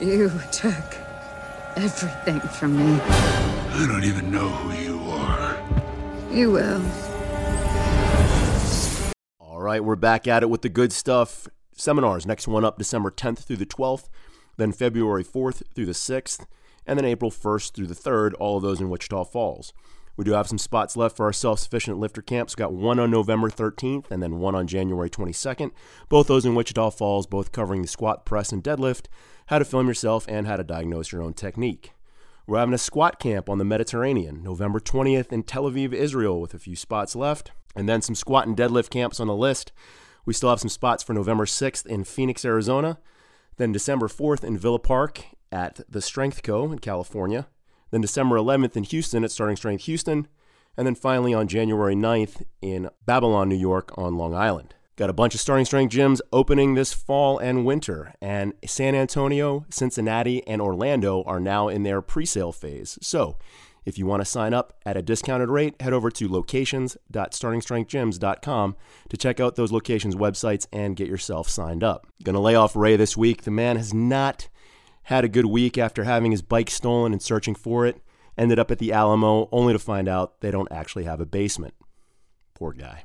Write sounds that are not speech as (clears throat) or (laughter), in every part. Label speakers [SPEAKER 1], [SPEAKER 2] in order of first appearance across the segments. [SPEAKER 1] You took everything from me.
[SPEAKER 2] I don't even know who you are.
[SPEAKER 1] You will.
[SPEAKER 3] All right, we're back at it with the good stuff. Seminars, next one up December 10th through the 12th, then February 4th through the 6th, and then April 1st through the 3rd, all of those in Wichita Falls. We do have some spots left for our self sufficient lifter camps. Got one on November 13th and then one on January 22nd. Both those in Wichita Falls, both covering the squat, press, and deadlift, how to film yourself, and how to diagnose your own technique. We're having a squat camp on the Mediterranean, November 20th in Tel Aviv, Israel, with a few spots left, and then some squat and deadlift camps on the list. We still have some spots for November 6th in Phoenix, Arizona, then December 4th in Villa Park at the Strength Co. in California, then December 11th in Houston at Starting Strength Houston, and then finally on January 9th in Babylon, New York on Long Island. Got a bunch of starting strength gyms opening this fall and winter, and San Antonio, Cincinnati, and Orlando are now in their pre sale phase. So if you want to sign up at a discounted rate, head over to locations.startingstrengthgyms.com to check out those locations' websites and get yourself signed up. Gonna lay off Ray this week. The man has not had a good week after having his bike stolen and searching for it. Ended up at the Alamo only to find out they don't actually have a basement. Poor guy.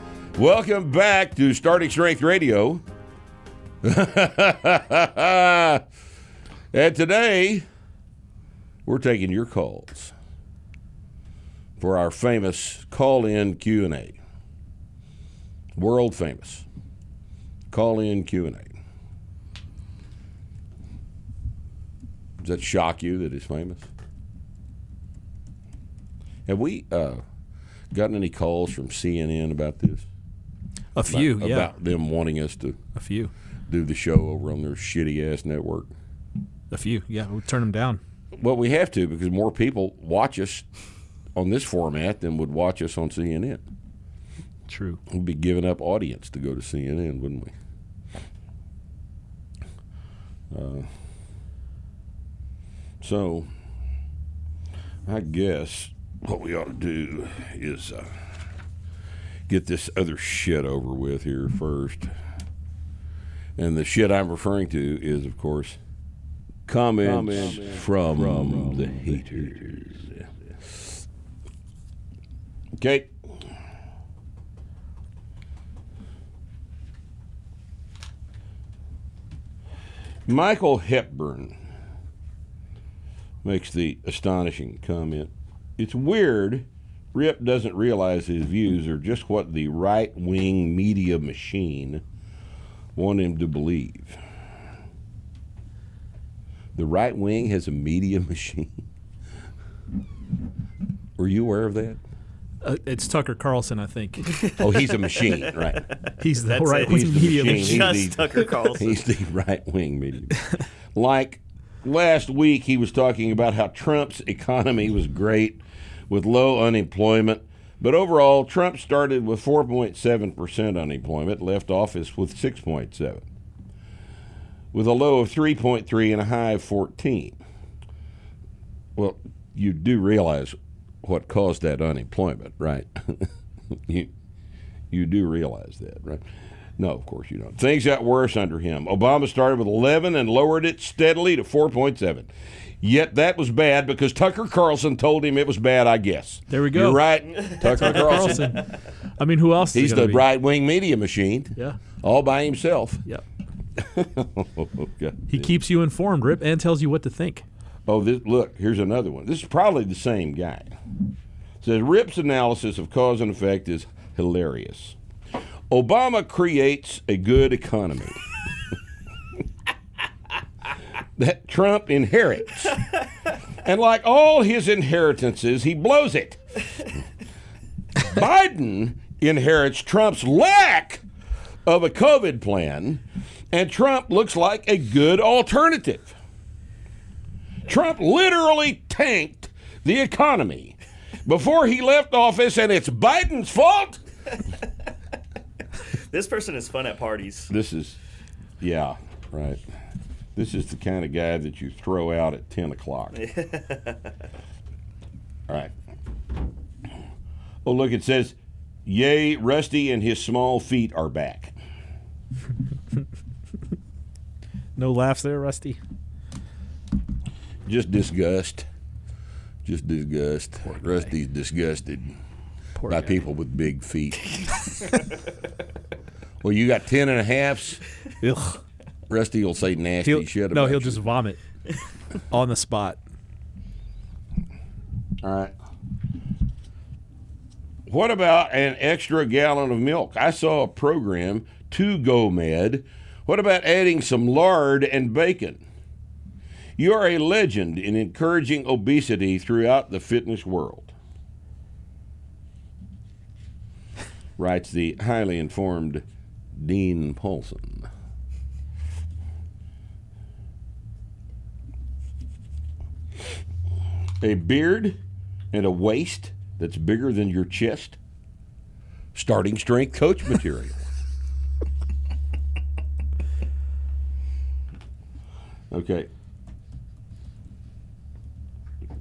[SPEAKER 4] Welcome back to Starting Strength Radio. (laughs) and today, we're taking your calls for our famous call-in Q&A. World famous call-in Q&A. Does that shock you that it's famous? Have we uh, gotten any calls from CNN about this?
[SPEAKER 5] A few,
[SPEAKER 4] about,
[SPEAKER 5] yeah,
[SPEAKER 4] about them wanting us to
[SPEAKER 5] a few,
[SPEAKER 4] do the show over on their shitty ass network.
[SPEAKER 5] a few. Yeah, we turn them down.
[SPEAKER 4] Well, we have to because more people watch us on this format than would watch us on CNN.
[SPEAKER 5] True.
[SPEAKER 4] We'd be giving up audience to go to CNN, wouldn't we? Uh, so, I guess what we ought to do is uh, get this other shit over with here first. And the shit I'm referring to is, of course, comments, from, the haters. Okay. Michael Hepburn makes the astonishing comment. It's weird. Rip doesn't realize his views are just what the right wing media machine want him to believe. The right wing has a media (laughs) machine. Were you aware of that?
[SPEAKER 5] Uh, it's Tucker Carlson, I think.
[SPEAKER 4] Oh, he's a machine, right?
[SPEAKER 5] (laughs) He's the right wing
[SPEAKER 4] He's the
[SPEAKER 5] media
[SPEAKER 4] machine.
[SPEAKER 5] machine.
[SPEAKER 4] He's
[SPEAKER 6] Just
[SPEAKER 4] the-
[SPEAKER 6] Tucker Carlson.
[SPEAKER 4] He's the right wing media. like last week, he was talking about how Trump's economy was great with low unemployment. But overall, Trump started with 4.7% unemployment, left office with 6.7, with a low of 3.3 and a high of 14. Well, you do realize what caused that unemployment, right? (laughs) you, you do realize that, right? No, of course you don't. Things got worse under him. Obama started with 11 and lowered it steadily to 4.7. Yet that was bad because Tucker Carlson told him it was bad, I guess.
[SPEAKER 5] There we go.
[SPEAKER 4] You're
[SPEAKER 5] (laughs)
[SPEAKER 4] right, Tucker Carlson.
[SPEAKER 5] Carlson. (laughs) I mean, who else?
[SPEAKER 4] He's
[SPEAKER 5] is it gonna
[SPEAKER 4] the
[SPEAKER 5] be?
[SPEAKER 4] right wing media machine
[SPEAKER 5] Yeah,
[SPEAKER 4] all by himself.
[SPEAKER 5] yeah.
[SPEAKER 4] Oh, (laughs) God.
[SPEAKER 5] He keeps you informed, Rip, and tells you what to think.
[SPEAKER 4] Oh, this, look, here's another one. This is probably the same guy. Says Rip's analysis of cause and effect is hilarious. Obama creates a good economy (laughs) that Trump inherits. And like all his inheritances, he blows it. Biden inherits Trump's lack of a COVID plan, and Trump looks like a good alternative. Trump literally tanked the economy before he left office, and it's Biden's fault.
[SPEAKER 6] This person is fun at (laughs) parties.
[SPEAKER 4] This is, yeah, right. This is the kind of guy that you throw out at 10 o'clock. All right. Oh, look, it says, Yay, Rusty and his small feet are back.
[SPEAKER 5] (laughs) No laughs there, Rusty.
[SPEAKER 4] Just disgust. Just disgust. Rusty's disgusted by people with big feet. well, you got 10 and a halfs.
[SPEAKER 5] Ugh.
[SPEAKER 4] Rusty will say nasty
[SPEAKER 5] He'll-
[SPEAKER 4] shit about
[SPEAKER 5] no, he'll
[SPEAKER 4] you.
[SPEAKER 5] just vomit on the spot.
[SPEAKER 4] All right. What about an extra gallon of milk? I saw a program to GoMed. What about adding some lard and bacon? You are a legend in encouraging obesity throughout the fitness world. Writes the highly informed Dean Paulson. a beard and a waist that's bigger than your chest. Starting strength coach material. (laughs) okay.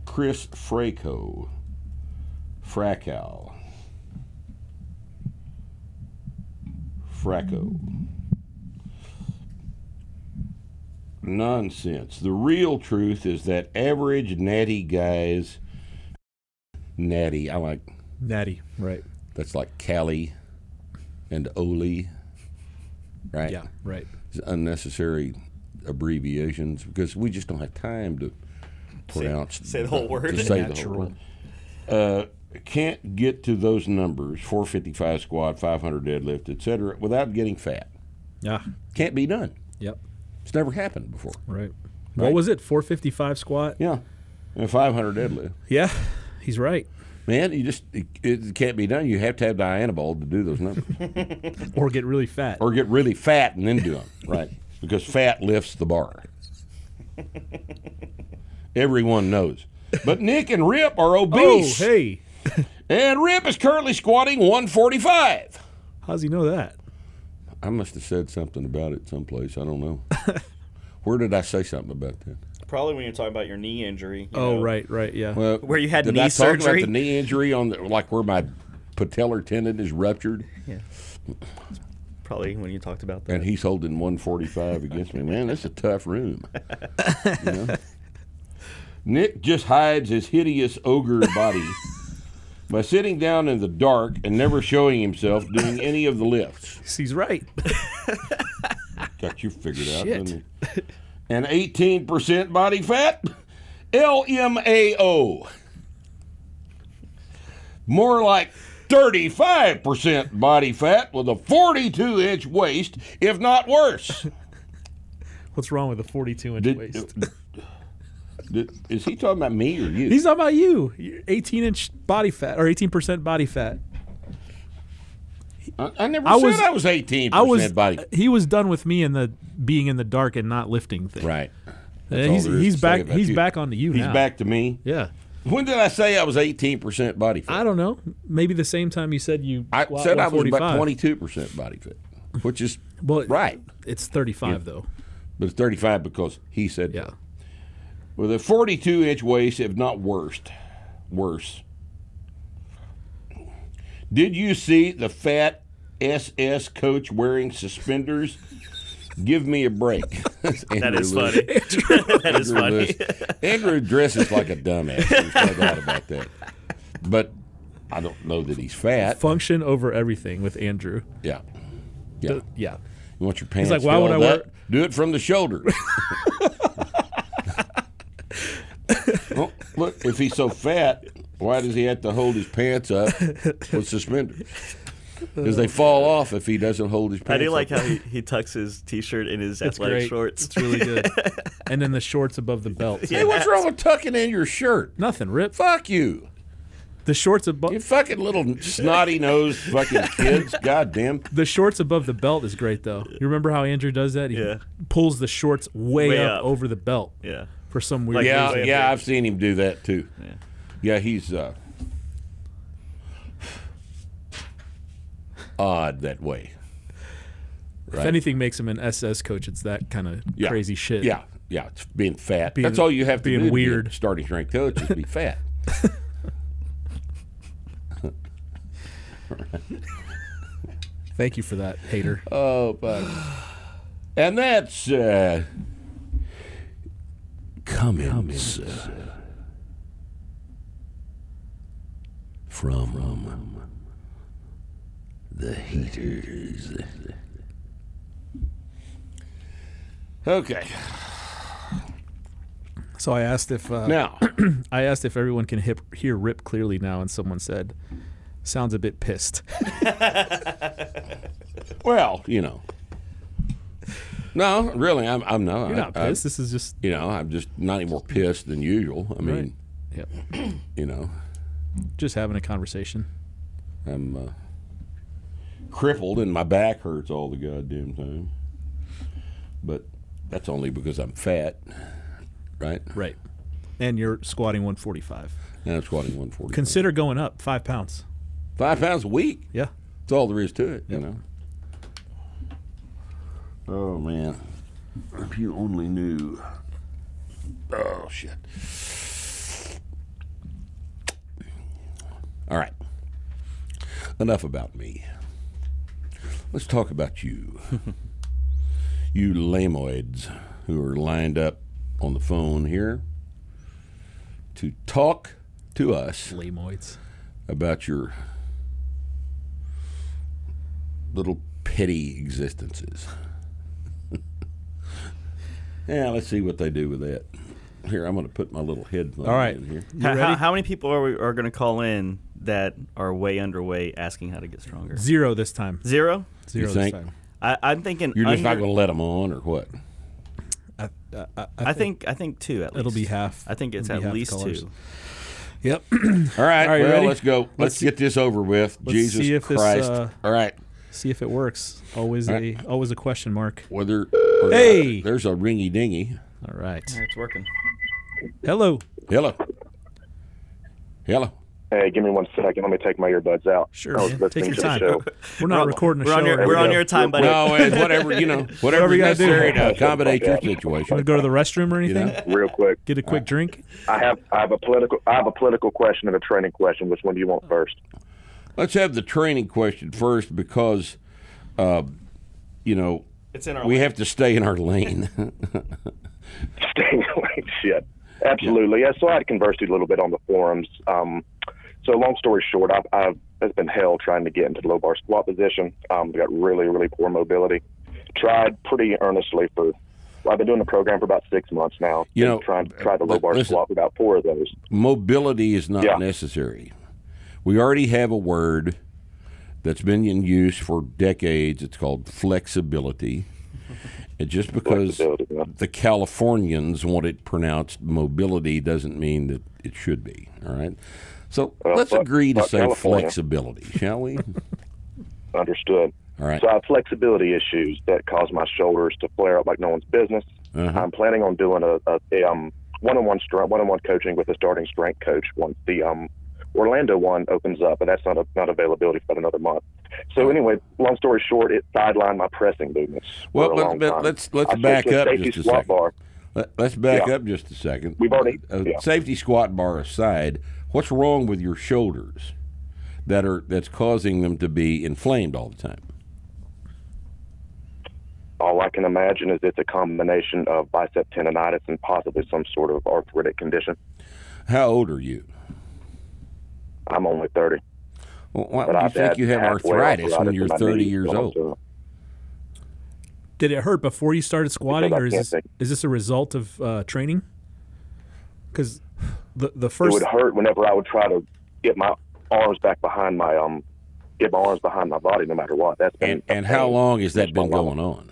[SPEAKER 4] Chris Fraco. Fracow. Fraco. nonsense. The real truth is that average natty guys, natty, I like
[SPEAKER 5] Natty, right?
[SPEAKER 4] that's like Cali and Oli, right?
[SPEAKER 5] Yeah, right.
[SPEAKER 4] It's unnecessary abbreviations because we just don't have time to pronounce
[SPEAKER 6] say the whole word.
[SPEAKER 4] to say the whole word. Uh, can't get to those numbers 455 squat 500 deadlift etc without getting fat
[SPEAKER 5] Yeah.
[SPEAKER 4] can't be done
[SPEAKER 5] Yep.
[SPEAKER 4] it's never happened before
[SPEAKER 5] Right.
[SPEAKER 4] Right.
[SPEAKER 5] What was it? 455 squat?
[SPEAKER 4] yeah and 500 deadlift
[SPEAKER 5] Yeah. He's right.
[SPEAKER 4] Man, you just it, it can't be done. You have to have Dianabol to do those numbers,
[SPEAKER 5] (laughs) Or get really fat.
[SPEAKER 4] or get really fat and then do them, right? Because fat lifts the bar. Everyone knows, but Nick and Rip are
[SPEAKER 5] oh,
[SPEAKER 4] obese,
[SPEAKER 5] hey.
[SPEAKER 4] and Rip is currently squatting 145.
[SPEAKER 5] How's he know that?
[SPEAKER 4] I must have said something about it someplace. I don't
[SPEAKER 5] (laughs)
[SPEAKER 4] know. Where did I say something about that?
[SPEAKER 6] Probably when you're talking about your knee injury. you
[SPEAKER 5] Oh,
[SPEAKER 6] know.
[SPEAKER 5] right, right. Yeah.
[SPEAKER 4] Well,
[SPEAKER 6] Where you had
[SPEAKER 4] did
[SPEAKER 6] knee
[SPEAKER 4] I talk
[SPEAKER 6] surgery?
[SPEAKER 4] about the knee injury on the, like where my patellar tendon is ruptured?
[SPEAKER 6] Probably when you talked about that.
[SPEAKER 4] and he's holding 145 against me. Man, that's a tough room. You
[SPEAKER 5] (laughs)
[SPEAKER 4] know? Nick just hides his hideous ogre body by sitting down in the dark and never showing himself doing any of the lifts.
[SPEAKER 5] he's right.
[SPEAKER 4] (laughs) Got you figured out, didn't he? And 18% body fat? LMAO. More like 35% body fat with a 42 inch waist, if not worse.
[SPEAKER 5] What's wrong with a 42 inch
[SPEAKER 4] Did-
[SPEAKER 5] waist?
[SPEAKER 4] Did- is he talking about me or you?
[SPEAKER 5] He's not about you. You're 18 inch body fat or 18% body fat.
[SPEAKER 4] I, I never
[SPEAKER 5] I
[SPEAKER 4] said
[SPEAKER 5] was-
[SPEAKER 4] I was 18
[SPEAKER 5] I was. uh,
[SPEAKER 4] percent body.
[SPEAKER 5] He was done with me in the being in the dark and not lifting thing.
[SPEAKER 4] Right.
[SPEAKER 5] Uh,
[SPEAKER 4] That's all
[SPEAKER 5] he's
[SPEAKER 4] there is
[SPEAKER 5] he's
[SPEAKER 4] to say
[SPEAKER 5] back.
[SPEAKER 4] about
[SPEAKER 5] He's
[SPEAKER 4] you.
[SPEAKER 5] back onto you
[SPEAKER 4] He's
[SPEAKER 5] now.
[SPEAKER 4] back to me.
[SPEAKER 5] Yeah.
[SPEAKER 4] When did I say I was 18 percent body fat?
[SPEAKER 5] I don't know. Maybe the same time you said you.
[SPEAKER 4] I
[SPEAKER 5] squat
[SPEAKER 4] said I was about
[SPEAKER 5] 145.
[SPEAKER 4] 22 percent body fat, which is
[SPEAKER 5] Well,
[SPEAKER 4] right,
[SPEAKER 5] It's 35 though.
[SPEAKER 4] but it's 35 because he said
[SPEAKER 5] Yeah.
[SPEAKER 4] with a 42 inch waist, if not worst, worse. Did you see the fat SS coach wearing suspenders? Give me a break. (laughs) That's
[SPEAKER 6] That
[SPEAKER 4] Andrew
[SPEAKER 6] is
[SPEAKER 4] Lewis.
[SPEAKER 6] funny. (laughs) that is
[SPEAKER 4] Andrew
[SPEAKER 6] funny.
[SPEAKER 4] Lewis. Andrew dresses like a dumbass. There's no doubt about that. But I don't know that he's fat.
[SPEAKER 5] Function over everything with Andrew.
[SPEAKER 4] Yeah. Yeah. You
[SPEAKER 5] Yeah.
[SPEAKER 4] want your pants
[SPEAKER 5] like, why would I
[SPEAKER 4] filled up?
[SPEAKER 5] wear-
[SPEAKER 4] Do it from the
[SPEAKER 5] (laughs)
[SPEAKER 4] shoulder. well, look, if he's so fat, why does he have to hold his pants up with suspenders? Because they fall off if he doesn't hold his pants
[SPEAKER 6] I do
[SPEAKER 4] up.
[SPEAKER 6] like how he, he tucks his t-shirt in his athletic
[SPEAKER 5] great.
[SPEAKER 6] shorts.
[SPEAKER 5] It's
[SPEAKER 6] (laughs)
[SPEAKER 5] really good. and then the shorts above the belt.
[SPEAKER 4] (laughs) Hey, what's wrong with tucking in your shirt?
[SPEAKER 5] Nothing, Rip.
[SPEAKER 4] Fuck you.
[SPEAKER 5] The shorts
[SPEAKER 4] You
[SPEAKER 5] above
[SPEAKER 4] fucking little snotty nosed fucking kids. Goddamn.
[SPEAKER 5] (laughs) the shorts above the belt is great though. You remember how Andrew does that? He
[SPEAKER 6] Yeah.
[SPEAKER 5] pulls the shorts way,
[SPEAKER 6] Way
[SPEAKER 5] up,
[SPEAKER 6] up.
[SPEAKER 5] over the belt.
[SPEAKER 6] Yeah.
[SPEAKER 5] for some weird
[SPEAKER 6] Like,
[SPEAKER 4] Yeah,
[SPEAKER 5] reason.
[SPEAKER 4] yeah, I've seen him do that too. Yeah, he's uh, (sighs) odd that way.
[SPEAKER 5] If anything makes him an SS coach, it's that kind of
[SPEAKER 4] Yeah.
[SPEAKER 5] crazy shit.
[SPEAKER 4] Yeah, yeah, it's being fat.
[SPEAKER 5] Being-
[SPEAKER 4] That's all you have to
[SPEAKER 5] being
[SPEAKER 4] do. to be a
[SPEAKER 5] weird.
[SPEAKER 4] starting strength coach is be fat.
[SPEAKER 5] (laughs) Thank you for that, hater.
[SPEAKER 4] (laughs) Oh, but and that's uh, coming, uh, from, the heaters. Okay,
[SPEAKER 5] So I asked if uh,
[SPEAKER 4] now
[SPEAKER 5] (clears throat) I asked if everyone can hip, hear Rip clearly now, and someone said, "Sounds a bit pissed." (laughs)
[SPEAKER 4] Well, you know. No, really, I'm, I'm not.
[SPEAKER 5] You're not
[SPEAKER 4] I- I-
[SPEAKER 5] pissed. this is just
[SPEAKER 4] you know, I'm just not any more pissed than usual. I mean,
[SPEAKER 5] Right. yep,
[SPEAKER 4] (clears throat) you know,
[SPEAKER 5] just having a conversation.
[SPEAKER 4] I'm uh, crippled and my back hurts all the goddamn time. But that's only because I'm fat, right?
[SPEAKER 5] Right. And you're squatting 145.
[SPEAKER 4] And I'm squatting 140.
[SPEAKER 5] Consider going up five pounds.
[SPEAKER 4] Five pounds a week.
[SPEAKER 5] Yeah.
[SPEAKER 4] That's all there is to it, you know. Oh man, if you only knew. Oh shit. All right. Enough about me. Let's talk about you. you lamoids who are lined up on the phone here to talk to us
[SPEAKER 5] Lamoids.
[SPEAKER 4] about your little petty existences. yeah, let's see what they do with that. Here, I'm going to put my little headphone
[SPEAKER 5] All right.
[SPEAKER 4] in here.
[SPEAKER 6] How, how, how many people are we, are going to call in that are way underweight asking how to get stronger?
[SPEAKER 5] Zero this time.
[SPEAKER 6] Zero.
[SPEAKER 5] Zero
[SPEAKER 4] think?
[SPEAKER 5] this time.
[SPEAKER 6] I, I'm thinking.
[SPEAKER 4] You're just not
[SPEAKER 6] under-
[SPEAKER 4] going to let them on or what?
[SPEAKER 5] Uh,
[SPEAKER 6] I think. I think two at least.
[SPEAKER 5] It'll be half.
[SPEAKER 6] I think it's
[SPEAKER 5] It'll be
[SPEAKER 6] at
[SPEAKER 5] half
[SPEAKER 6] least
[SPEAKER 5] colors.
[SPEAKER 6] two.
[SPEAKER 5] Yep.
[SPEAKER 4] All right,
[SPEAKER 5] All right,
[SPEAKER 4] well,
[SPEAKER 5] ready?
[SPEAKER 4] let's go. Let's,
[SPEAKER 5] Let's see-
[SPEAKER 4] get this over with.
[SPEAKER 5] let's
[SPEAKER 4] Jesus
[SPEAKER 5] see if this,
[SPEAKER 4] Christ.
[SPEAKER 5] uh,
[SPEAKER 4] All right.
[SPEAKER 5] See if it works. Always a always a question mark.
[SPEAKER 4] Whether or
[SPEAKER 5] Hey!
[SPEAKER 4] there's a ringy dingy.
[SPEAKER 5] All right.
[SPEAKER 6] It's working.
[SPEAKER 5] Hello.
[SPEAKER 4] Hello. Hello.
[SPEAKER 7] Hey, give me one second. Let me take my earbuds out.
[SPEAKER 5] Sure,
[SPEAKER 7] I was
[SPEAKER 5] man.
[SPEAKER 7] listening
[SPEAKER 5] Take your
[SPEAKER 7] to
[SPEAKER 5] time.
[SPEAKER 7] the show.
[SPEAKER 5] We're not recording a
[SPEAKER 6] We're
[SPEAKER 5] show.
[SPEAKER 6] on your.
[SPEAKER 5] right
[SPEAKER 6] We're
[SPEAKER 5] now.
[SPEAKER 6] on your time, buddy.
[SPEAKER 4] No, eh, whatever
[SPEAKER 5] (laughs)
[SPEAKER 4] you know, whatever's
[SPEAKER 5] Whatever you gotta do.
[SPEAKER 4] necessary to accommodate your situation.
[SPEAKER 5] Wanna go to the restroom or anything?
[SPEAKER 7] Real quick,
[SPEAKER 5] Get a quick drink.
[SPEAKER 7] I have I have a political I have a political question and a training question. Which one do you want first?
[SPEAKER 4] Let's have the training question first because, uh, you know,
[SPEAKER 6] It's in our.
[SPEAKER 4] we have to stay in our lane. (laughs)
[SPEAKER 7] Staying (laughs) away, shit. Absolutely. Yeah. So I had conversed a little bit on the forums. Um, so long story short, I've, I've it's been hell trying to get into the low bar squat position. Um, I've got really really poor mobility. Tried pretty earnestly for. Well, I've been doing the program for about six months now.
[SPEAKER 4] You
[SPEAKER 7] Been
[SPEAKER 4] know, uh,
[SPEAKER 7] trying tried the low bar
[SPEAKER 4] listen.
[SPEAKER 7] squat for about four of those.
[SPEAKER 4] Mobility is not
[SPEAKER 7] Yeah.
[SPEAKER 4] necessary. We already have a word that's been in use for decades. It's called
[SPEAKER 7] (laughs)
[SPEAKER 4] flexibility. And just because
[SPEAKER 7] Flexibility, yeah.
[SPEAKER 4] the Californians want it pronounced mobility doesn't mean that it should be. All right. So let's
[SPEAKER 7] fuck-
[SPEAKER 4] agree to
[SPEAKER 7] fuck
[SPEAKER 4] say
[SPEAKER 7] Uh, California.
[SPEAKER 4] flexibility, shall
[SPEAKER 7] (laughs)
[SPEAKER 4] we?
[SPEAKER 7] Understood.
[SPEAKER 4] All right.
[SPEAKER 7] So I have flexibility issues that cause my shoulders to flare up like no one's business.
[SPEAKER 4] Uh-huh.
[SPEAKER 7] I'm planning on doing a, a, a um, one-on-one str- one-on-one coaching with a starting strength coach once the um, Orlando one opens up, but that's not a, not availability for about another month. So anyway, long story short, it sidelined my pressing movements.
[SPEAKER 4] Well,
[SPEAKER 7] for a
[SPEAKER 4] but-
[SPEAKER 7] long
[SPEAKER 4] but
[SPEAKER 7] time.
[SPEAKER 4] let's- let's
[SPEAKER 7] I switched
[SPEAKER 4] back
[SPEAKER 7] to
[SPEAKER 4] up
[SPEAKER 7] safety
[SPEAKER 4] just a
[SPEAKER 7] squat
[SPEAKER 4] second.
[SPEAKER 7] Bar.
[SPEAKER 4] Let- Let's back
[SPEAKER 7] Yeah.
[SPEAKER 4] up just a second.
[SPEAKER 7] We've already-
[SPEAKER 4] Uh,
[SPEAKER 7] yeah.
[SPEAKER 4] safety squat bar aside. What's wrong with your shoulders that are that's causing them to be inflamed all the time?
[SPEAKER 7] All I can imagine is it's a combination of bicep tendonitis and possibly some sort of arthritic condition.
[SPEAKER 4] How old are you?
[SPEAKER 7] I'm only 30.
[SPEAKER 4] Well, why
[SPEAKER 7] But
[SPEAKER 4] would you
[SPEAKER 7] I've
[SPEAKER 4] think
[SPEAKER 7] had
[SPEAKER 4] you have
[SPEAKER 7] halfway
[SPEAKER 4] arthritis when you're
[SPEAKER 7] in my
[SPEAKER 4] 30
[SPEAKER 7] knees
[SPEAKER 4] years
[SPEAKER 7] going
[SPEAKER 4] old?
[SPEAKER 7] to-
[SPEAKER 5] Did it hurt before you started squatting,
[SPEAKER 7] Because I
[SPEAKER 5] or is
[SPEAKER 7] can't
[SPEAKER 5] this
[SPEAKER 7] think.
[SPEAKER 5] is this a result of uh, training? Because the the
[SPEAKER 7] it
[SPEAKER 5] first
[SPEAKER 7] would hurt whenever I would try to get my arms back behind my um get my arms behind my body no matter what. That's been
[SPEAKER 4] And and how long has that
[SPEAKER 7] That's my
[SPEAKER 4] been
[SPEAKER 7] problem.
[SPEAKER 4] going on?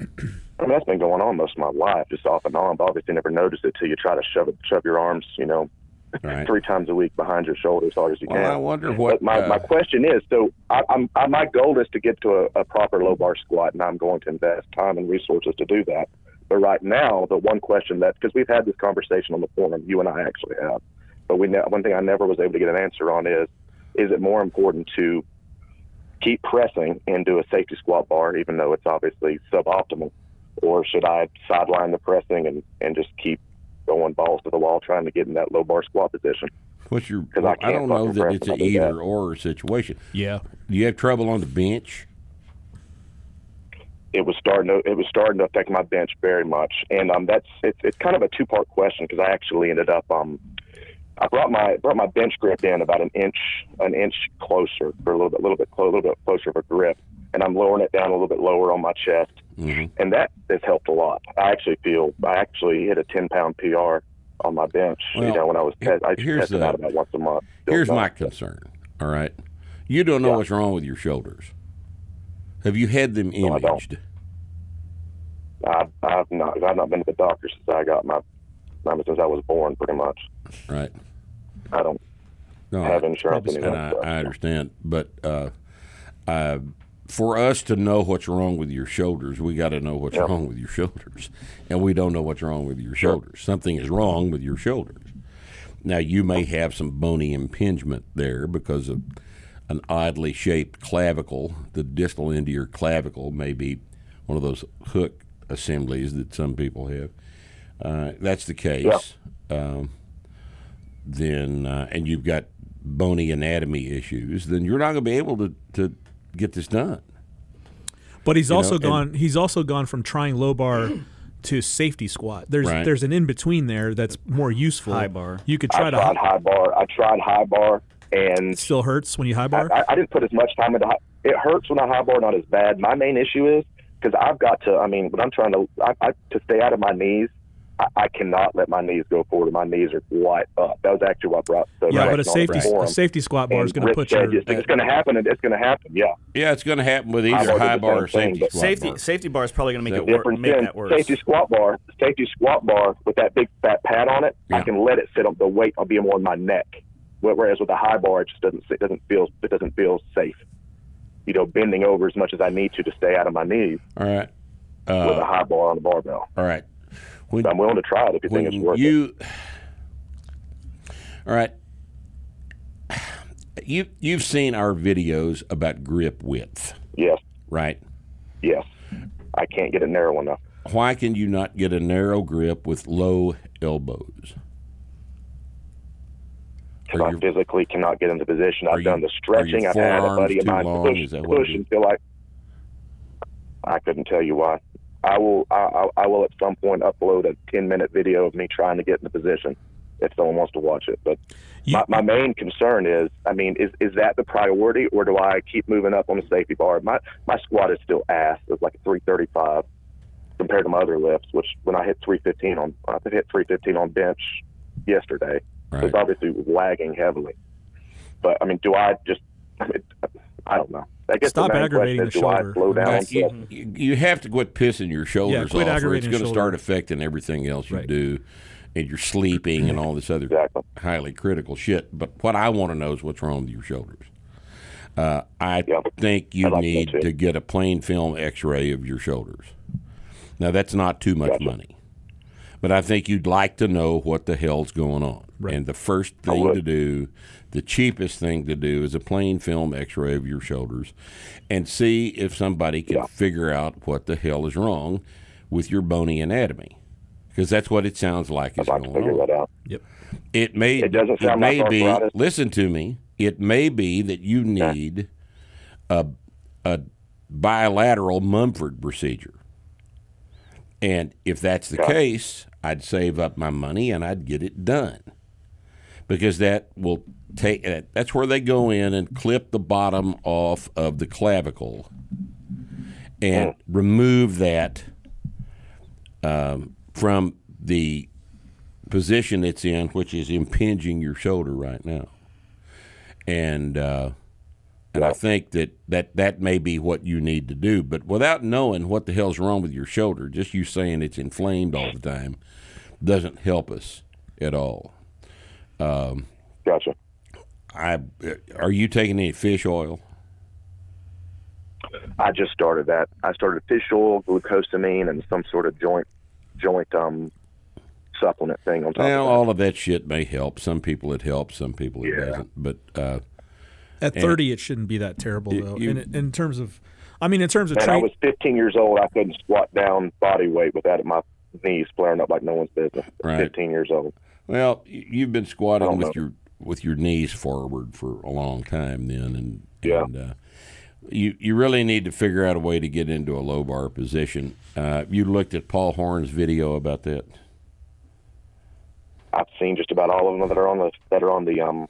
[SPEAKER 7] I mean that's been going on most of my life, just off and on. But obviously never noticed it till you try to shove it shove your arms, you know,
[SPEAKER 4] Right.
[SPEAKER 7] three times a week behind your shoulders as hard as you
[SPEAKER 4] Well,
[SPEAKER 7] can.
[SPEAKER 4] I wonder what
[SPEAKER 7] But my,
[SPEAKER 4] uh,
[SPEAKER 7] my question is, so I, I'm, I, my goal is to get to a, a proper low bar squat, and I'm going to invest time and resources to do that. But right now, the one question that because we've had this conversation on the forum, you and I actually have, but we ne- one thing I never was able to get an answer on is: is it more important to keep pressing and do a safety squat bar, even though it's obviously suboptimal, or should I sideline the pressing and and just keep going balls to the wall trying to get in that low bar squat position?
[SPEAKER 4] What's your?
[SPEAKER 7] 'Cause I
[SPEAKER 4] I,
[SPEAKER 7] can't
[SPEAKER 4] don't know
[SPEAKER 7] fucking
[SPEAKER 4] that
[SPEAKER 7] press
[SPEAKER 4] it's
[SPEAKER 7] if I
[SPEAKER 4] an
[SPEAKER 7] do that.
[SPEAKER 4] either or situation.
[SPEAKER 5] Yeah.
[SPEAKER 4] Do you have trouble on the bench?
[SPEAKER 7] it was starting to it was starting to affect my bench very much. And um, that's it's it's kind of a two part question because I actually ended up um, I brought my brought my bench grip in about an inch an inch closer for a little bit little bit clo- a little bit closer of a grip, and I'm lowering it down a little bit lower on my chest,
[SPEAKER 4] Mm-hmm.
[SPEAKER 7] and that has helped a lot. I actually feel I actually hit a ten pound PR on my bench.
[SPEAKER 4] Well,
[SPEAKER 7] you know when I was te- I used to
[SPEAKER 4] here's
[SPEAKER 7] test it
[SPEAKER 4] the-
[SPEAKER 7] out about once a month. Still
[SPEAKER 4] Here's
[SPEAKER 7] not-
[SPEAKER 4] my concern. All right, you don't know what's wrong with your shoulders. Have you had them
[SPEAKER 7] I don't.
[SPEAKER 4] imaged?
[SPEAKER 7] I, I've not I've not been to the doctor since I got my since I was born pretty much.
[SPEAKER 4] right.
[SPEAKER 7] I don't
[SPEAKER 4] No,
[SPEAKER 7] have
[SPEAKER 4] I-
[SPEAKER 7] insurance
[SPEAKER 4] and
[SPEAKER 7] anymore.
[SPEAKER 4] I, I understand, but uh, uh, for us to know what's wrong with your shoulders, we got to know what's wrong with your shoulders, and we don't know what's wrong with your shoulders. Something is wrong with your shoulders. Now you may have some bony impingement there because of an oddly shaped clavicle. The distal end of your clavicle may be one of those hook assemblies that some people have. Uh, that's the case. Um, then uh, and you've got bony anatomy issues, then you're not going to be able to, to get this done.
[SPEAKER 5] But he's also
[SPEAKER 4] and-
[SPEAKER 5] gone. He's also gone from trying low bar (clears throat) to safety squat. There's
[SPEAKER 4] Right.
[SPEAKER 5] there's an in between there that's more useful.
[SPEAKER 6] High bar.
[SPEAKER 5] You could
[SPEAKER 7] I
[SPEAKER 5] try to.
[SPEAKER 7] tried
[SPEAKER 5] High,
[SPEAKER 7] high bar. I tried high bar,
[SPEAKER 5] it
[SPEAKER 7] and
[SPEAKER 5] still hurts when you high
[SPEAKER 7] I,
[SPEAKER 5] bar.
[SPEAKER 7] I, I didn't put as much time into. High, it hurts when I high bar, not as bad. My main issue is because I've got to. I mean, when I'm trying to, I, I to stay out of my knees. I, I cannot let my knees go forward. My knees are wide up. That was actually what brought. So
[SPEAKER 5] yeah, but a
[SPEAKER 7] much on the
[SPEAKER 5] safety
[SPEAKER 7] forum.
[SPEAKER 5] a safety squat bar
[SPEAKER 7] And
[SPEAKER 5] is going to
[SPEAKER 7] Rick
[SPEAKER 5] put
[SPEAKER 7] said,
[SPEAKER 5] your.
[SPEAKER 7] It's, going to happen. and It's going to happen. Yeah.
[SPEAKER 4] Yeah, it's going to happen with
[SPEAKER 7] I
[SPEAKER 4] either
[SPEAKER 7] wanted
[SPEAKER 4] high
[SPEAKER 7] the
[SPEAKER 4] bar or
[SPEAKER 7] same
[SPEAKER 4] safety
[SPEAKER 7] thing, but-
[SPEAKER 4] squat
[SPEAKER 6] Safety
[SPEAKER 4] bar.
[SPEAKER 6] safety bar is probably going to make
[SPEAKER 4] That
[SPEAKER 6] it wor-
[SPEAKER 7] difference
[SPEAKER 6] make
[SPEAKER 7] in
[SPEAKER 6] that worse.
[SPEAKER 7] safety squat bar, safety squat bar with that big fat pad on it,
[SPEAKER 4] Yeah.
[SPEAKER 7] I can let it sit up. The weight will be more on my neck. Wh- Whereas with a high bar, it just doesn't sit, doesn't feel it doesn't feel safe. You know, bending over as much as I need to to stay out of my knees
[SPEAKER 4] All right, Uh,
[SPEAKER 7] with a high bar on the barbell.
[SPEAKER 4] all right. When,
[SPEAKER 7] So I'm willing to try it if you think
[SPEAKER 4] when
[SPEAKER 7] it's worth it.
[SPEAKER 4] you, all right, (sighs) you you've seen our videos about grip width,
[SPEAKER 7] Yes,
[SPEAKER 4] right?
[SPEAKER 7] yes. I can't get it narrow enough.
[SPEAKER 4] Why can you not get a narrow grip with low elbows?
[SPEAKER 7] 'Cause
[SPEAKER 4] Are
[SPEAKER 7] I
[SPEAKER 4] your-
[SPEAKER 7] physically cannot get into position.
[SPEAKER 4] are
[SPEAKER 7] I've
[SPEAKER 4] you-
[SPEAKER 7] done the (laughs) stretching.
[SPEAKER 4] are
[SPEAKER 7] I've
[SPEAKER 4] your
[SPEAKER 7] had a buddy
[SPEAKER 4] forearms
[SPEAKER 7] of
[SPEAKER 4] too
[SPEAKER 7] mine
[SPEAKER 4] long? Is
[SPEAKER 7] push,
[SPEAKER 4] that what it
[SPEAKER 7] push
[SPEAKER 4] is?
[SPEAKER 7] and feel like I couldn't tell you why. I will. I, I, I will at some point upload a ten-minute video of me trying to get into position if someone wants to watch it. But
[SPEAKER 5] You-
[SPEAKER 7] my, my main concern is, I mean, is is that the priority, or do I keep moving up on the safety bar? My my squat is still ass. It's like a three thirty-five compared to my other lifts, which when I hit three fifteen on, I hit three fifteen on bench yesterday. So
[SPEAKER 4] Right.
[SPEAKER 7] It's obviously lagging heavily. But I mean, do I just? I, mean, I don't know. I guess
[SPEAKER 5] Stop
[SPEAKER 7] the main
[SPEAKER 5] aggravating
[SPEAKER 7] question is,
[SPEAKER 5] the
[SPEAKER 7] do I
[SPEAKER 5] shoulder.
[SPEAKER 7] slow down?
[SPEAKER 4] Like, you, you you have to quit pissing your shoulders
[SPEAKER 5] quit
[SPEAKER 4] off, or it's
[SPEAKER 5] aggravating
[SPEAKER 4] going to
[SPEAKER 5] your
[SPEAKER 4] start
[SPEAKER 5] shoulder.
[SPEAKER 4] affecting everything else you
[SPEAKER 5] Right.
[SPEAKER 4] do, and your sleeping and all this other
[SPEAKER 7] Exactly.
[SPEAKER 4] highly critical shit. But what I want to know is what's wrong with your shoulders. Uh, I
[SPEAKER 7] Yeah.
[SPEAKER 4] think you
[SPEAKER 7] I'd like to
[SPEAKER 4] need
[SPEAKER 7] too.
[SPEAKER 4] to get a plain film X-ray of your shoulders. Now that's not too much money, but I think you'd like to know what the hell's going on. And the first thing
[SPEAKER 7] would.
[SPEAKER 4] to do, the cheapest thing to do, is a plain film X-ray of your shoulders, and see if somebody can figure out what the hell is wrong with your bony anatomy, because that's what it sounds like is
[SPEAKER 7] I'd like
[SPEAKER 4] going
[SPEAKER 7] to figure
[SPEAKER 4] on.
[SPEAKER 7] that out.
[SPEAKER 4] It may.
[SPEAKER 7] It doesn't sound
[SPEAKER 4] may
[SPEAKER 7] like
[SPEAKER 4] be.
[SPEAKER 7] arthritis.
[SPEAKER 4] Listen to me. It may be that you need a a bilateral Mumford procedure, and if that's the case, I'd save up my money and I'd get it done, because that will take. that- That's where they go in and clip the bottom off of the clavicle, and remove that um, from the position it's in, which is impinging your shoulder right now. And uh, and I think that, that that may be what you need to do. But without knowing what the hell's wrong with your shoulder, just you saying it's inflamed all the time doesn't help us at all. Um,
[SPEAKER 7] Gotcha.
[SPEAKER 4] I are you taking any fish oil?
[SPEAKER 7] I just started that. I started fish oil, glucosamine, and some sort of joint joint um, supplement thing on top
[SPEAKER 4] Now,
[SPEAKER 7] of
[SPEAKER 4] all of that shit may help. Some people it helps, some people it doesn't. But uh,
[SPEAKER 5] At 30, it shouldn't be that terrible, though.
[SPEAKER 4] you-
[SPEAKER 5] in, in terms of, I mean, in terms of
[SPEAKER 7] that. When I
[SPEAKER 5] train,
[SPEAKER 7] was 15 years old, I couldn't squat down body weight without my knees flaring up like no one's business. at
[SPEAKER 4] Right.
[SPEAKER 7] 15 years old.
[SPEAKER 4] well, y- you've been squatting
[SPEAKER 7] don't
[SPEAKER 4] with
[SPEAKER 7] know.
[SPEAKER 4] your with your knees forward for a long time then, and
[SPEAKER 7] Yeah.
[SPEAKER 4] and uh, you you really need to figure out a way to get into a low bar position. Uh, you looked at Paul Horn's video about that.
[SPEAKER 7] I've seen just about all of them that are on the that are on the um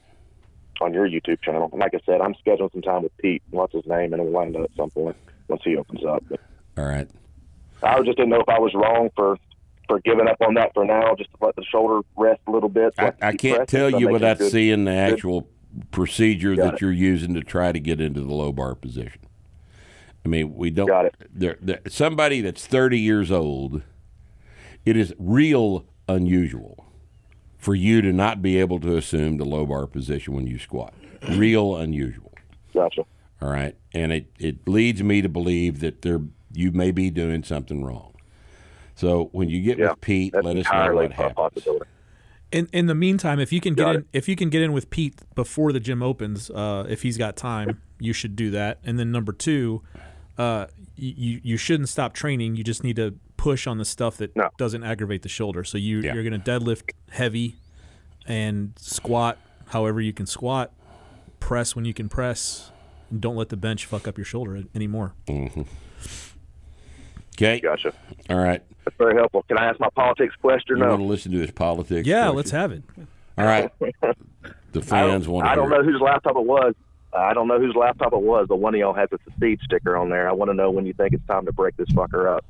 [SPEAKER 7] on your YouTube channel. And like I said, I'm scheduling some time with Pete. What's his name? And we'll line it up at some point once he opens up. But
[SPEAKER 4] All right.
[SPEAKER 7] I just didn't know if I was wrong for for giving up on that for now, just to let the shoulder rest a little bit.
[SPEAKER 4] I,
[SPEAKER 7] Let
[SPEAKER 4] I
[SPEAKER 7] Pete
[SPEAKER 4] can't
[SPEAKER 7] press it,
[SPEAKER 4] tell
[SPEAKER 7] so
[SPEAKER 4] you
[SPEAKER 7] make
[SPEAKER 4] without
[SPEAKER 7] it good.
[SPEAKER 4] seeing the actual procedure
[SPEAKER 7] Got
[SPEAKER 4] that
[SPEAKER 7] it.
[SPEAKER 4] you're using to try to get into the low bar position. I mean, we don't.
[SPEAKER 7] Got it.
[SPEAKER 4] There, there, somebody that's 30 years old, it is real unusual for you to not be able to assume the low bar position when you squat. Real unusual.
[SPEAKER 7] Gotcha.
[SPEAKER 4] All right. And it, it leads me to believe that there you may be doing something wrong. So when you get
[SPEAKER 7] Yeah.
[SPEAKER 4] with Pete,
[SPEAKER 7] That's
[SPEAKER 4] let us know
[SPEAKER 7] entirely
[SPEAKER 4] what
[SPEAKER 7] a
[SPEAKER 4] happens.
[SPEAKER 7] possibility.
[SPEAKER 5] in, in the meantime, if you can get
[SPEAKER 7] Got
[SPEAKER 5] in, if you can get in with Pete before the gym opens, uh, if he's got time, you should do that. And then number two, uh, you- you you shouldn't stop training. You just need to push on the stuff that
[SPEAKER 7] No.
[SPEAKER 5] doesn't aggravate the shoulder. So you
[SPEAKER 4] Yeah.
[SPEAKER 5] you're going to deadlift heavy, and squat however you can squat, press when you can press, and don't let the bench fuck up your shoulder anymore.
[SPEAKER 4] Mm-hmm. Okay.
[SPEAKER 7] Gotcha.
[SPEAKER 4] All right.
[SPEAKER 7] That's very helpful. Can I ask my politics question or
[SPEAKER 4] You want to
[SPEAKER 7] no?
[SPEAKER 4] listen to his politics?
[SPEAKER 5] Yeah,
[SPEAKER 4] don't
[SPEAKER 5] let's
[SPEAKER 4] you?
[SPEAKER 5] have it.
[SPEAKER 4] All
[SPEAKER 7] (laughs)
[SPEAKER 4] right. The
[SPEAKER 7] I
[SPEAKER 4] fans
[SPEAKER 7] don't-
[SPEAKER 4] want to
[SPEAKER 7] I
[SPEAKER 4] hear.
[SPEAKER 7] don't
[SPEAKER 4] it.
[SPEAKER 7] know whose laptop it was. I don't know whose laptop it was, but one of y'all has a secede sticker on there. I want to know when you think it's time to break this fucker up.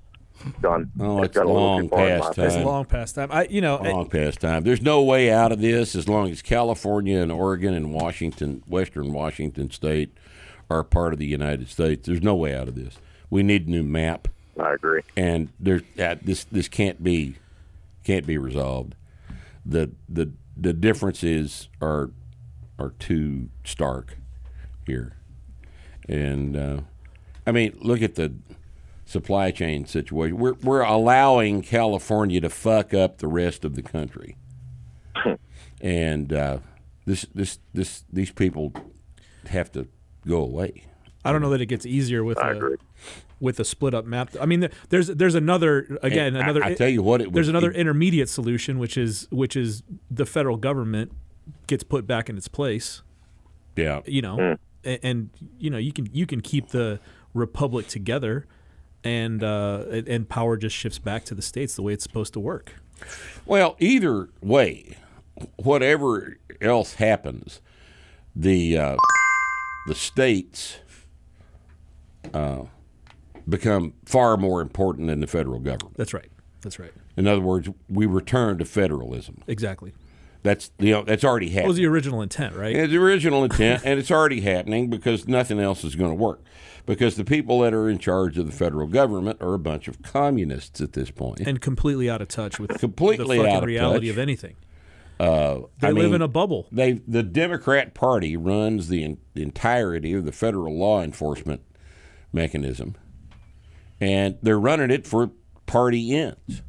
[SPEAKER 7] Done.
[SPEAKER 4] Oh, it's
[SPEAKER 7] got a little
[SPEAKER 4] long
[SPEAKER 7] too far in my
[SPEAKER 4] past
[SPEAKER 7] opinion.
[SPEAKER 5] It's
[SPEAKER 4] Time.
[SPEAKER 5] long past time. I you know I-
[SPEAKER 4] Long past time. There's no way out of this as long as California and Oregon and Washington, Western Washington State, are part of the United States. There's no way out of this. We need a new map,
[SPEAKER 7] I agree.
[SPEAKER 4] and there's uh, this. This can't be, can't be resolved. The the the differences are are too stark here, and uh, I mean, look at the supply chain situation. We're we're allowing California to fuck up the rest of the country, and uh, this this this these people have to go away.
[SPEAKER 5] I don't know that it gets easier with
[SPEAKER 7] I
[SPEAKER 5] a
[SPEAKER 7] agree.
[SPEAKER 5] with a split up map. I mean, there- there's there's another again
[SPEAKER 4] And I-
[SPEAKER 5] another.
[SPEAKER 4] I, tell you what, it
[SPEAKER 5] there's
[SPEAKER 4] was,
[SPEAKER 5] another
[SPEAKER 4] It,
[SPEAKER 5] intermediate solution, which is which is the federal government gets put back in its place.
[SPEAKER 4] yeah,
[SPEAKER 5] You know,
[SPEAKER 7] Mm.
[SPEAKER 5] and, and you know you can you can keep the republic together, and uh, and- and power just shifts back to the states the way it's supposed to work.
[SPEAKER 4] Well, either way, whatever else happens, the uh, the states uh, become far more important than the federal government.
[SPEAKER 5] That's right. That's right.
[SPEAKER 4] In other words, we return to federalism.
[SPEAKER 5] Exactly.
[SPEAKER 4] That's you know, that's already
[SPEAKER 5] That was
[SPEAKER 4] happening.
[SPEAKER 5] the original intent, right?
[SPEAKER 4] It's the original intent, and it's already happening because nothing else is going to work. Because the people that are in charge of the federal government are a bunch of communists at this point.
[SPEAKER 5] and completely out of touch with
[SPEAKER 4] Completely
[SPEAKER 5] the fucking
[SPEAKER 4] out of
[SPEAKER 5] reality
[SPEAKER 4] touch.
[SPEAKER 5] of anything.
[SPEAKER 4] I
[SPEAKER 5] They live
[SPEAKER 4] mean-
[SPEAKER 5] in a bubble.
[SPEAKER 4] they the Democrat Party runs the, en- the entirety of the federal law enforcement mechanism, and they're running it for party ends.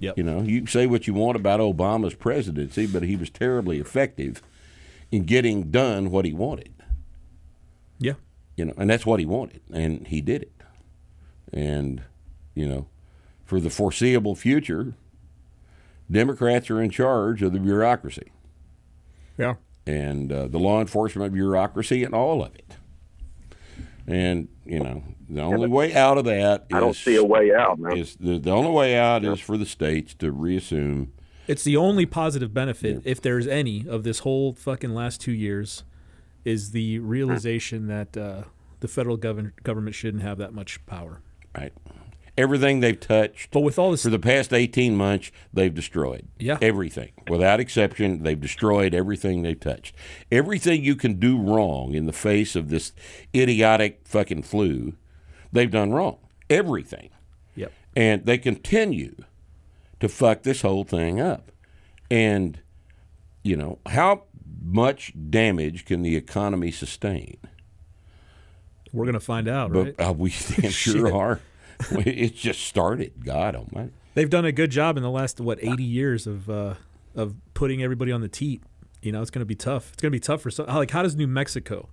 [SPEAKER 5] Yep.
[SPEAKER 4] You know, you say what you want about Obama's presidency, but he was terribly effective in getting done what he wanted.
[SPEAKER 5] Yeah.
[SPEAKER 4] You know, and that's what he wanted, and he did it. And you know, for the foreseeable future, Democrats are in charge of the bureaucracy
[SPEAKER 5] Yeah.
[SPEAKER 4] and uh, the law enforcement bureaucracy and all of it. And you know, the only way out of that is
[SPEAKER 7] I don't see a way out, man.
[SPEAKER 4] is the, the only way out is for the states to reassume.
[SPEAKER 5] It's the only positive benefit, if there's any, of this whole fucking last two years, is the realization that uh, the federal govern- government shouldn't have that much power.
[SPEAKER 4] Right, everything they've touched
[SPEAKER 5] But with all this,
[SPEAKER 4] for the past eighteen months, they've destroyed.
[SPEAKER 5] Yeah.
[SPEAKER 4] everything without exception. They've destroyed everything they've touched. Everything you can do wrong in the face of this idiotic fucking flu, they've done wrong. Everything.
[SPEAKER 5] yep.
[SPEAKER 4] and they continue to fuck this whole thing up. And you know how much damage can the economy sustain?
[SPEAKER 5] We're gonna find out, right?
[SPEAKER 4] uh, (laughs) But uh,
[SPEAKER 5] (laughs)
[SPEAKER 4] we damn sure are. We- it's just started. God Almighty.
[SPEAKER 5] They've done a good job in the last what eighty years of uh, of putting everybody on the teat. You know, it's going to be tough. It's going to be tough for some. Like, how does New Mexico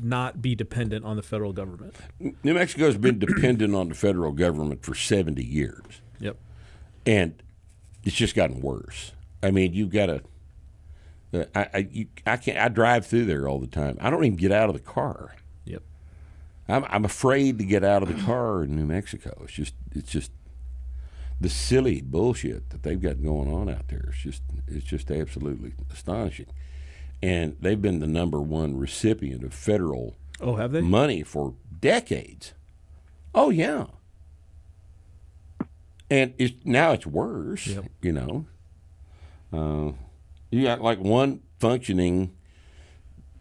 [SPEAKER 5] not be dependent on the federal government?
[SPEAKER 4] New Mexico's been dependent on the federal government for 70 years,
[SPEAKER 5] Yep.
[SPEAKER 4] and it's just gotten worse. I mean, you've got to. I I, you, I can't. I drive through there all the time. I don't even get out of the car.
[SPEAKER 5] Yep.
[SPEAKER 4] I'm I'm afraid to get out of the car in New Mexico. It's just it's just the silly bullshit that they've got going on out there. It's just it's just absolutely astonishing. And they've been the number one recipient of federal
[SPEAKER 5] Oh, have they?
[SPEAKER 4] money for decades. Oh yeah. And it's now it's worse,
[SPEAKER 5] Yep.
[SPEAKER 4] you know. Uh, you got like one functioning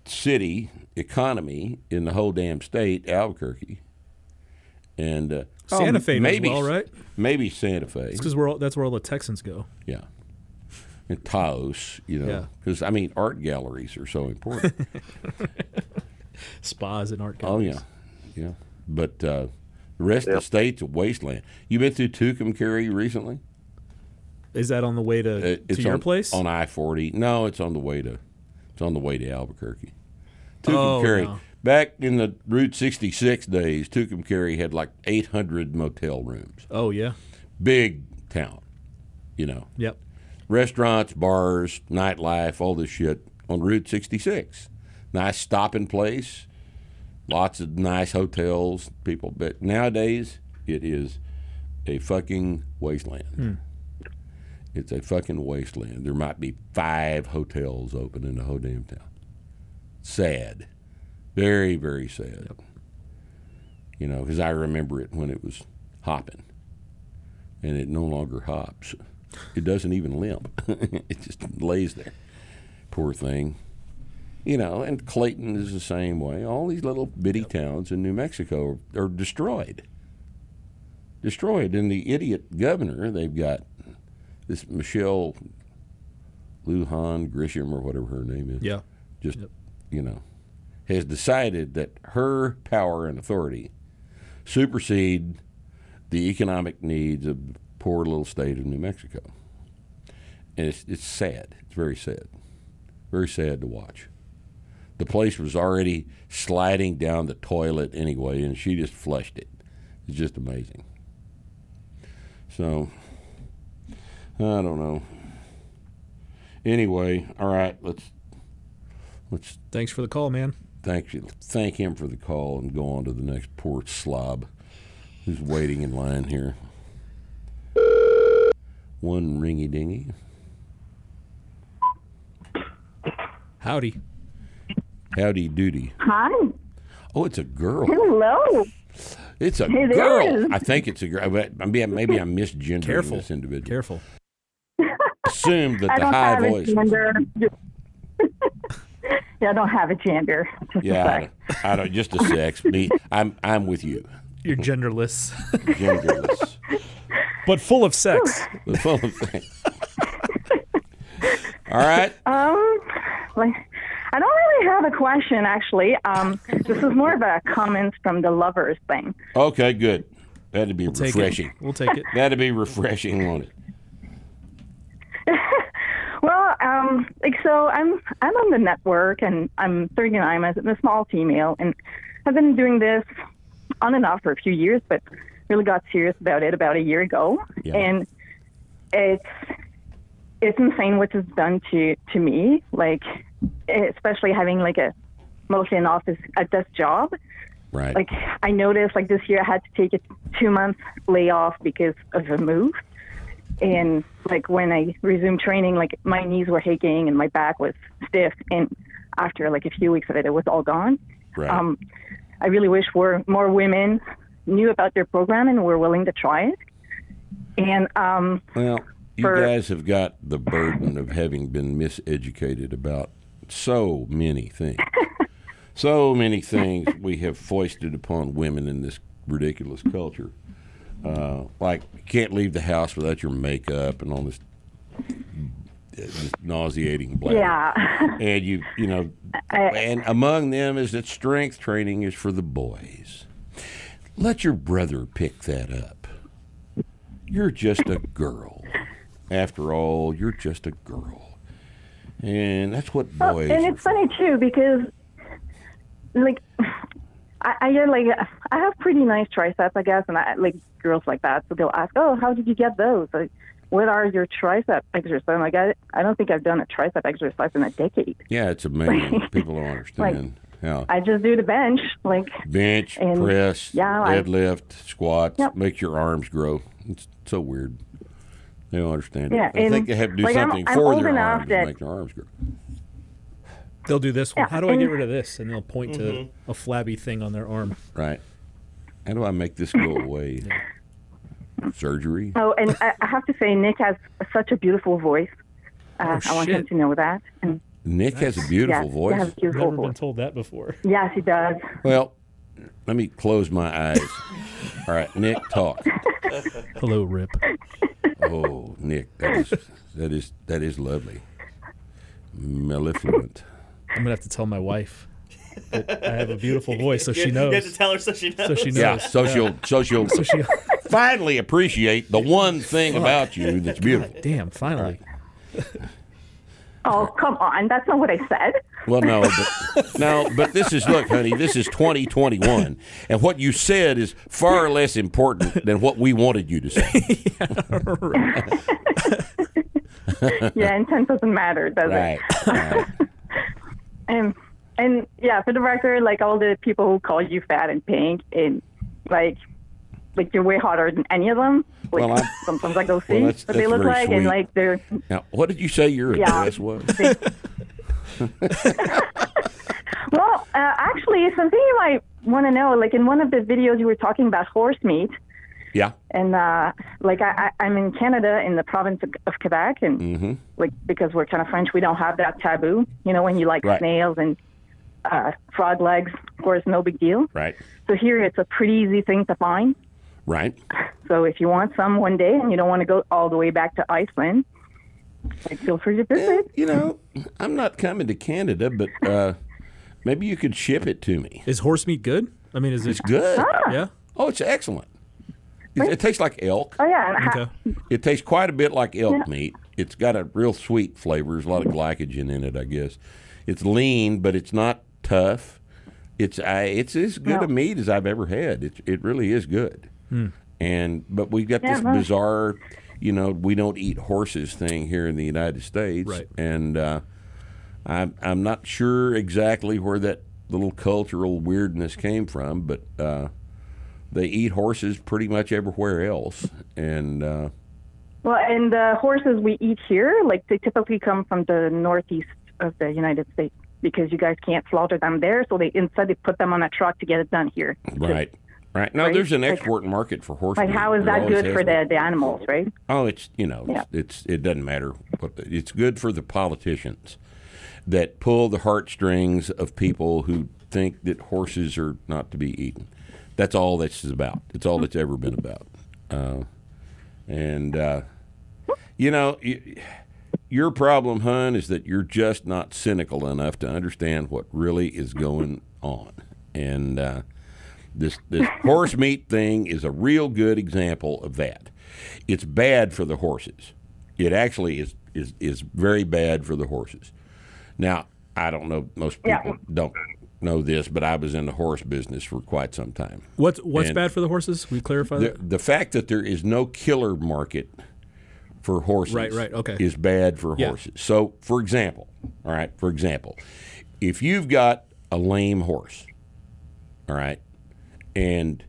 [SPEAKER 4] city economy in the whole damn state, Albuquerque, and uh, oh,
[SPEAKER 5] Santa Fe does
[SPEAKER 4] maybe
[SPEAKER 5] well, right?
[SPEAKER 4] Maybe Santa Fe,
[SPEAKER 5] It's because we're all, that's where all the Texans go.
[SPEAKER 4] yeah, and Taos, you
[SPEAKER 5] Yeah.
[SPEAKER 4] know, because I mean, art galleries are so
[SPEAKER 5] (laughs)
[SPEAKER 4] important.
[SPEAKER 5] Spas and art.
[SPEAKER 4] Oh
[SPEAKER 5] Galleries.
[SPEAKER 4] yeah, yeah. But uh, the rest of the state's a wasteland. You been through Tucumcari recently?
[SPEAKER 5] Is that on the way
[SPEAKER 4] Uh,
[SPEAKER 5] to, to your
[SPEAKER 4] on,
[SPEAKER 5] place?
[SPEAKER 4] on I forty. No, it's on the way to it's on the way to Albuquerque.
[SPEAKER 5] Oh,
[SPEAKER 4] Tucumcari.
[SPEAKER 5] no.
[SPEAKER 4] Back in the Route sixty six days, Tucumcari had like eight hundred motel rooms.
[SPEAKER 5] oh yeah.
[SPEAKER 4] Big town, you know.
[SPEAKER 5] Yep.
[SPEAKER 4] Restaurants, bars, nightlife, all this shit on Route sixty six. Nice stopping place. lots of nice hotels, people. But nowadays, it is a fucking wasteland.
[SPEAKER 5] Hmm.
[SPEAKER 4] It's a fucking wasteland. There might be five hotels open in the whole damn town. Sad, very very sad. You know, because I remember it when it was hopping, and it no longer hops. It doesn't even limp. (laughs) it just lays there. Poor thing. You know, and Clayton is the same way. All these little bitty towns in New Mexico are, are destroyed. Destroyed. And the idiot governor they've got, this Michelle Lujan Grisham or whatever her name is.
[SPEAKER 5] Yeah.
[SPEAKER 4] Just, you know, has decided that her power and authority supersede the economic needs of the poor little state of New Mexico. And it's, it's sad. It's very sad. Very sad to watch. The place was already sliding down the toilet anyway, and she just flushed it. It's just amazing. So, I don't know. Anyway, all right, let's let's
[SPEAKER 5] Thanks for the call, man.
[SPEAKER 4] thank you, thank him for the call and go on to the next poor slob who's waiting in line here. One ringy dingy.
[SPEAKER 5] Howdy.
[SPEAKER 4] Howdy doody.
[SPEAKER 8] Hi.
[SPEAKER 4] Oh, it's a girl.
[SPEAKER 8] Hello.
[SPEAKER 4] It's a
[SPEAKER 8] It
[SPEAKER 4] girl.
[SPEAKER 8] is.
[SPEAKER 4] I think it's a girl. But Maybe I, maybe I misgendering
[SPEAKER 5] Careful.
[SPEAKER 4] this individual.
[SPEAKER 5] Careful.
[SPEAKER 4] Assume that
[SPEAKER 8] I
[SPEAKER 4] the
[SPEAKER 8] don't
[SPEAKER 4] high
[SPEAKER 8] have
[SPEAKER 4] voice.
[SPEAKER 8] a gender. (laughs) yeah, I don't have a gender. (laughs)
[SPEAKER 4] Yeah, I
[SPEAKER 8] Sorry.
[SPEAKER 4] don't, I don't. Just a sex. Me, I'm. I'm with you.
[SPEAKER 5] You're genderless,
[SPEAKER 4] Genderless.
[SPEAKER 5] but full of sex.
[SPEAKER 4] The full thing. All right.
[SPEAKER 8] Um, like, I don't really have a question, actually. Um, this is more of a comment from the lovers thing.
[SPEAKER 4] Okay. Good. That'd be
[SPEAKER 5] Take
[SPEAKER 4] refreshing.
[SPEAKER 5] it. We'll take it.
[SPEAKER 4] That'd be refreshing, won't it?
[SPEAKER 8] (laughs) Well, um, like so, I'm I'm on the network, and I'm 39. I'm a small female, and I've been doing this on and off for a few years, but really got serious about it about a year ago,
[SPEAKER 4] Yeah.
[SPEAKER 8] and it's it's insane what it's done to to me, like especially having like a mostly an office a desk job
[SPEAKER 4] Right.
[SPEAKER 8] like I noticed like this year I had to take a two month layoff because of a move. And like when I resumed training, like my knees were aching and my back was stiff and after like a few weeks of it it was all gone.
[SPEAKER 4] right.
[SPEAKER 8] Um I really wish more more women knew about their program and were willing to try it. And um
[SPEAKER 4] well, you
[SPEAKER 8] for-
[SPEAKER 4] guys have got the burden of having been miseducated about so many
[SPEAKER 8] (laughs)
[SPEAKER 4] things. so many things we have foisted upon women in this ridiculous culture. Uh, like, you can't leave the house without your makeup and all this, this nauseating blah.
[SPEAKER 8] yeah.
[SPEAKER 4] and you you know
[SPEAKER 8] (laughs)
[SPEAKER 4] and among them is that strength training is for the boys let your brother pick that up you're just a girl. After all, you're just a girl. And that's what
[SPEAKER 8] Oh,
[SPEAKER 4] boys.
[SPEAKER 8] and it's funny too because, like, I, I get like I have pretty nice triceps, I guess, and I like girls like that. So they'll ask, "Oh, how did you get those? Like, what are your tricep exercises?" I'm like, I, I don't think I've done a tricep exercise in a decade.
[SPEAKER 4] yeah, it's
[SPEAKER 8] (laughs)
[SPEAKER 4] amazing. People don't understand.
[SPEAKER 5] Oh.
[SPEAKER 4] yeah.
[SPEAKER 8] I just do the bench, like,
[SPEAKER 4] Bench,
[SPEAKER 8] and-
[SPEAKER 4] press,
[SPEAKER 8] yeah, I-
[SPEAKER 4] deadlift, squats,
[SPEAKER 8] Yep.
[SPEAKER 4] make your arms grow. It's so weird. They don't understand
[SPEAKER 8] Yeah,
[SPEAKER 4] it. They
[SPEAKER 8] and,
[SPEAKER 4] think they have to do
[SPEAKER 8] like, I'm-
[SPEAKER 4] something
[SPEAKER 8] I'm
[SPEAKER 4] for
[SPEAKER 8] old
[SPEAKER 4] their
[SPEAKER 8] enough
[SPEAKER 4] arms to
[SPEAKER 8] that-
[SPEAKER 4] make their arms grow.
[SPEAKER 5] They'll do this one.
[SPEAKER 8] Yeah,
[SPEAKER 5] How do I get
[SPEAKER 8] and-
[SPEAKER 5] rid of this? And they'll point to a flabby thing on their arm.
[SPEAKER 4] Right. How do I make this
[SPEAKER 8] (laughs)
[SPEAKER 4] go away?
[SPEAKER 5] Hmm.
[SPEAKER 4] Surgery?
[SPEAKER 8] oh, and I, I have to say, Nick has such a beautiful voice. Uh,
[SPEAKER 5] Oh,
[SPEAKER 8] I want him
[SPEAKER 5] shit.
[SPEAKER 8] to know that. And
[SPEAKER 4] Nick has a beautiful
[SPEAKER 8] yes,
[SPEAKER 4] voice.
[SPEAKER 8] he has a beautiful
[SPEAKER 5] Never been
[SPEAKER 8] voice.
[SPEAKER 5] told that before.
[SPEAKER 8] Yes, he does.
[SPEAKER 4] Well, let me close my eyes. All right, Nick, talk.
[SPEAKER 5] Hello, Rip.
[SPEAKER 4] Oh, Nick, that is that is that is lovely. Mellifluent.
[SPEAKER 5] I'm gonna have to tell my wife. that I have a (laughs) beautiful voice, so she
[SPEAKER 9] You have to
[SPEAKER 6] Oh.
[SPEAKER 5] knows.
[SPEAKER 9] tell her so she knows.
[SPEAKER 5] So she knows.
[SPEAKER 4] Yeah, so she'll so she'll
[SPEAKER 5] So she,
[SPEAKER 4] finally appreciate the one thing about you that's beautiful.
[SPEAKER 5] damn, finally.
[SPEAKER 8] Oh, come on, that's not what I said.
[SPEAKER 4] Well, no, but no, but this is look, honey. This is 2021, and what you said is far less important than what we wanted you to say.
[SPEAKER 8] (laughs) (laughs) Yeah, intent doesn't matter, does it?
[SPEAKER 4] right.
[SPEAKER 8] (laughs) And and yeah, for the record, like all the people who call you fat and pink and like like you're way hotter than any of them. Like
[SPEAKER 4] Well, I'm-
[SPEAKER 8] (laughs) sometimes I go see
[SPEAKER 4] well, that's-
[SPEAKER 8] what they
[SPEAKER 4] that's
[SPEAKER 8] look
[SPEAKER 4] very
[SPEAKER 8] like
[SPEAKER 4] sweet.
[SPEAKER 8] and like they're
[SPEAKER 4] Now, what did you say your
[SPEAKER 8] Yeah.
[SPEAKER 4] address was?
[SPEAKER 8] well, uh, actually something you might want to know, like in one of the videos you were talking about horse meat
[SPEAKER 4] Yeah.
[SPEAKER 8] and uh like I, I I'm in Canada in the province of, of Quebec and
[SPEAKER 4] mm-hmm.
[SPEAKER 8] like because we're kind of French, we don't have that taboo. You know, when you like
[SPEAKER 4] Right.
[SPEAKER 8] snails and uh, frog legs, of course no big deal.
[SPEAKER 4] Right.
[SPEAKER 8] So here it's a pretty easy thing to find. (laughs)
[SPEAKER 4] Right.
[SPEAKER 8] So if you want some one day and you don't want to go all the way back to Iceland, like feel free to visit.
[SPEAKER 4] You know, I'm not coming to Canada, but uh, maybe you could ship it to me.
[SPEAKER 5] Is horse meat good? I mean, is it?
[SPEAKER 4] It's good.
[SPEAKER 8] Ah.
[SPEAKER 5] Yeah.
[SPEAKER 4] Oh, it's excellent. It, it tastes like elk.
[SPEAKER 8] Oh yeah, and ha-
[SPEAKER 5] Okay.
[SPEAKER 4] It tastes quite a bit like elk meat. It's got a real sweet flavor. There's a lot of glycogen in it, I guess. It's lean, but it's not tough. It's I, it's as good a meat as I've ever had. It it really is good. And but we've got
[SPEAKER 8] Yeah,
[SPEAKER 4] this
[SPEAKER 8] well-
[SPEAKER 4] bizarre, you know, we don't eat horses thing here in the United States,
[SPEAKER 5] Right.
[SPEAKER 4] and uh, I'm I'm not sure exactly where that little cultural weirdness came from, but uh, they eat horses pretty much everywhere else, and. Uh,
[SPEAKER 8] well, and the horses we eat here, like they typically come from the northeast of the United States because you guys can't slaughter them there. So they instead they put them on a truck to get it done here.
[SPEAKER 4] Right. Right. No,
[SPEAKER 8] Right?
[SPEAKER 4] there's an
[SPEAKER 8] Like-
[SPEAKER 4] export market for horse
[SPEAKER 8] Like
[SPEAKER 4] meat.
[SPEAKER 8] how is
[SPEAKER 4] There
[SPEAKER 8] that
[SPEAKER 4] always
[SPEAKER 8] good
[SPEAKER 4] has
[SPEAKER 8] for
[SPEAKER 4] been.
[SPEAKER 8] the the animals, right?
[SPEAKER 4] Oh, it's you know,
[SPEAKER 8] Yeah.
[SPEAKER 4] it's it doesn't matter what the, it's good for the politicians that pull the heartstrings of people who think that horses are not to be eaten. That's all this is about. It's all it's ever been about. Uh, and uh, you know, y- your problem, hun, is that you're just not cynical enough to understand what really is going on. And uh, this this horse meat thing is a real good example of that. It's bad for the horses. It actually is is is very bad for the horses. Now, I don't know most
[SPEAKER 8] Yeah.
[SPEAKER 4] people don't know this, but I was in the horse business for quite some time.
[SPEAKER 5] What's what's
[SPEAKER 4] And-
[SPEAKER 5] bad for the horses? We clarify
[SPEAKER 4] The,
[SPEAKER 5] that.
[SPEAKER 4] the fact that there is no killer market for horses
[SPEAKER 5] Right, right, okay.
[SPEAKER 4] is bad for
[SPEAKER 5] Yeah.
[SPEAKER 4] horses. So, for example, all right, for example, if you've got a lame horse, all right, and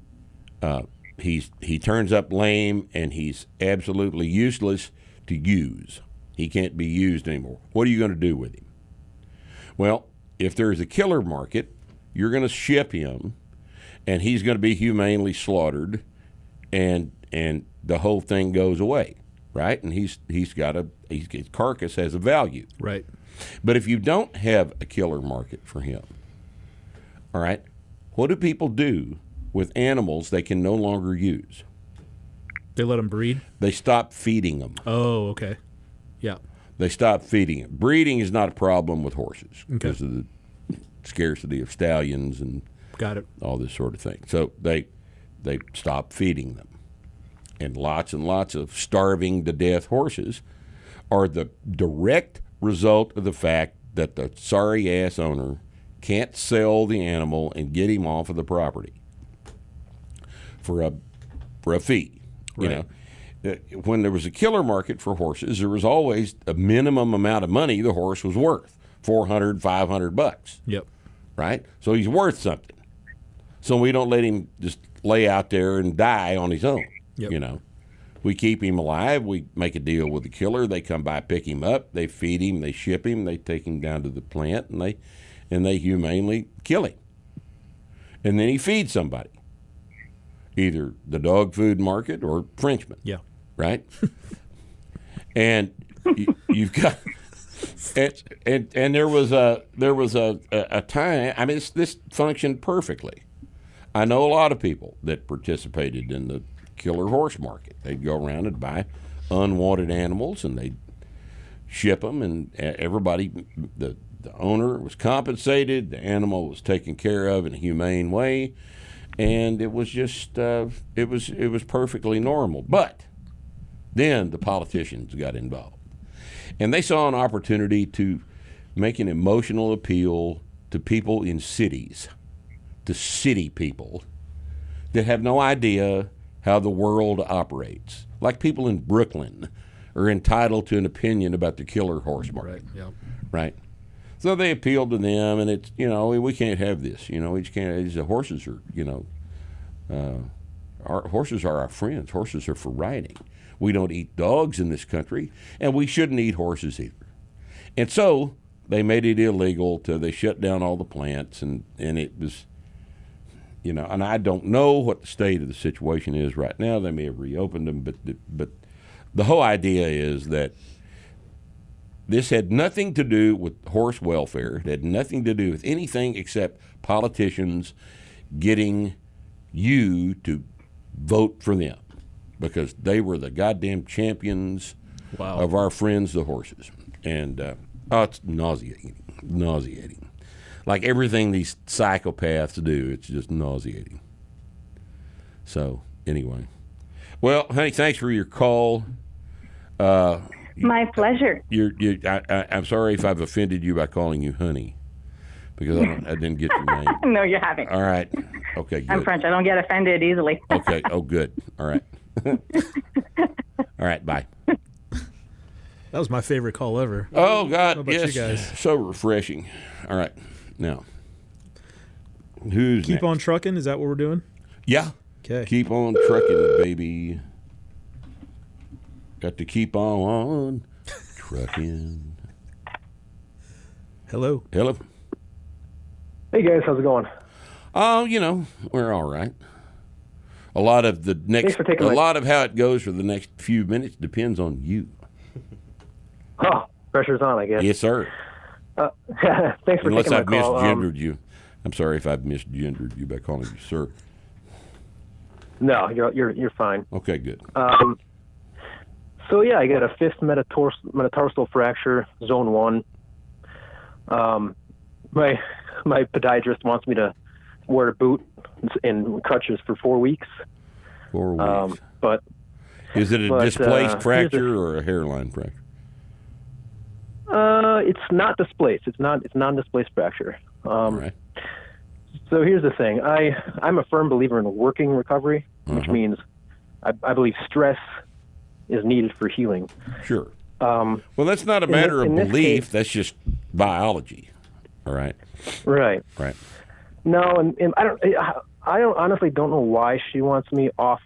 [SPEAKER 4] uh, he's he turns up lame and he's absolutely useless to use. He can't be used anymore. What are you going to do with him? Well, if there's a killer market, you're going to ship him, and he's going to be humanely slaughtered, and and the whole thing goes away, right? And he's he's got a he's, his carcass has a value.
[SPEAKER 5] Right.
[SPEAKER 4] But if you don't have a killer market for him, all right, what do people do with animals they can no longer use?
[SPEAKER 5] They let them breed.
[SPEAKER 4] They stop feeding them.
[SPEAKER 5] Oh, okay. Yeah.
[SPEAKER 4] They stop feeding them. Breeding is not a problem with horses because of the scarcity of stallions and
[SPEAKER 5] Got it.
[SPEAKER 4] all this sort of thing. So they they stop feeding them, and lots and lots of starving to death horses are the direct result of the fact that the sorry ass owner can't sell the animal and get him off of the property for a for a fee. You know, Uh, when there was a killer market for horses, there was always a minimum amount of money the horse was worth 400, 500 bucks
[SPEAKER 5] Yep.
[SPEAKER 4] right? So he's worth something. So we don't let him just lay out there and die on his own.
[SPEAKER 5] Yep.
[SPEAKER 4] You know, we keep him alive. We make a deal with the killer. They come by, pick him up. They feed him. They ship him. They take him down to the plant, and they and they humanely kill him. And then he feeds somebody, either the dog food market or Frenchmen
[SPEAKER 5] Yeah.
[SPEAKER 4] right? (laughs) and you, you've got and, and and there was a there was a, a, a time. I mean, this, this functioned perfectly. I know a lot of people that participated in the killer horse market. They'd go around and buy unwanted animals, and they'd ship them, and e, everybody, the, the owner was compensated, the animal was taken care of in a humane way, and it was just, uh, it was, it was perfectly normal. But then the politicians got involved, and they saw an opportunity to make an emotional appeal to people in cities, to city people that have no idea how the world operates. Like people in Brooklyn are entitled to an opinion about the killer horse market. Right. So they appealed to them, and it's you know we can't have this. You know we just can't. These uh, horses are you know, uh, our horses are our friends. Horses are for riding. We don't eat dogs in this country, and we shouldn't eat horses either. And so they made it illegal. To they shut down all the plants, and and it was you know, and I don't know what the state of the situation is right now. They may have reopened them, but the, but the whole idea is that this had nothing to do with horse welfare. It had nothing to do with anything except politicians getting you to vote for them because they were the goddamn champions
[SPEAKER 5] Wow.
[SPEAKER 4] of our friends, the horses. And uh, oh, it's nauseating, nauseating. Like everything these psychopaths do, it's just nauseating. So anyway, well, honey, thanks for your call. Uh,
[SPEAKER 8] My pleasure.
[SPEAKER 4] You're, you I, I, I'm sorry if I've offended you by calling you honey, because I, don't, I didn't get your name.
[SPEAKER 8] (laughs) No, you haven't.
[SPEAKER 4] All right. Okay. Good.
[SPEAKER 8] I'm French. I don't get offended easily.
[SPEAKER 4] Okay. Oh, good. All right. All right. Bye.
[SPEAKER 5] That was my favorite call ever.
[SPEAKER 4] Oh God.
[SPEAKER 5] about you
[SPEAKER 4] yes.
[SPEAKER 5] guys?
[SPEAKER 4] So refreshing. All right. Now, who's
[SPEAKER 5] Keep
[SPEAKER 4] next?
[SPEAKER 5] on trucking. Is that what we're doing?
[SPEAKER 4] Yeah.
[SPEAKER 5] Okay.
[SPEAKER 4] Keep on trucking, baby. Got to keep on trucking.
[SPEAKER 5] Hello.
[SPEAKER 4] Hello.
[SPEAKER 9] Hey guys, how's it going?
[SPEAKER 4] Oh, you know, we're all right. A lot of the next,
[SPEAKER 9] for
[SPEAKER 4] a
[SPEAKER 9] taking my-
[SPEAKER 4] lot of how it goes for the next few minutes depends on you.
[SPEAKER 9] Oh, pressure's on, I guess. Uh,
[SPEAKER 4] Yes, sir.
[SPEAKER 9] (laughs) Thanks for
[SPEAKER 4] Unless
[SPEAKER 9] taking my
[SPEAKER 4] I've
[SPEAKER 9] call. Um,
[SPEAKER 4] misgendered you. I'm sorry if I've misgendered you by calling you sir.
[SPEAKER 9] no, you're you're you're fine. Um,
[SPEAKER 4] Okay, good.
[SPEAKER 9] So yeah, I got a fifth metatarsal, metatarsal fracture, zone one. Um, my my podiatrist wants me to wear a boot and crutches for four weeks.
[SPEAKER 4] Four weeks.
[SPEAKER 9] Um, but
[SPEAKER 4] Is it a
[SPEAKER 9] but, uh,
[SPEAKER 4] displaced
[SPEAKER 9] here's a-
[SPEAKER 4] fracture or a hairline fracture?
[SPEAKER 9] uh, it's not displaced. It's not it's non-displaced fracture.
[SPEAKER 4] All
[SPEAKER 9] Um,
[SPEAKER 4] right.
[SPEAKER 9] So here's the thing. I I'm a firm believer in working recovery, which
[SPEAKER 4] Uh-huh.
[SPEAKER 9] means I, I believe stress is needed for healing.
[SPEAKER 4] Sure. well, that's not a
[SPEAKER 9] thi-
[SPEAKER 4] matter
[SPEAKER 9] in
[SPEAKER 4] of
[SPEAKER 9] this
[SPEAKER 4] belief.
[SPEAKER 9] case-
[SPEAKER 4] that's just biology. All right.
[SPEAKER 9] Right.
[SPEAKER 4] Right.
[SPEAKER 9] No, and, and I don't. I- I don't honestly don't know why she wants me off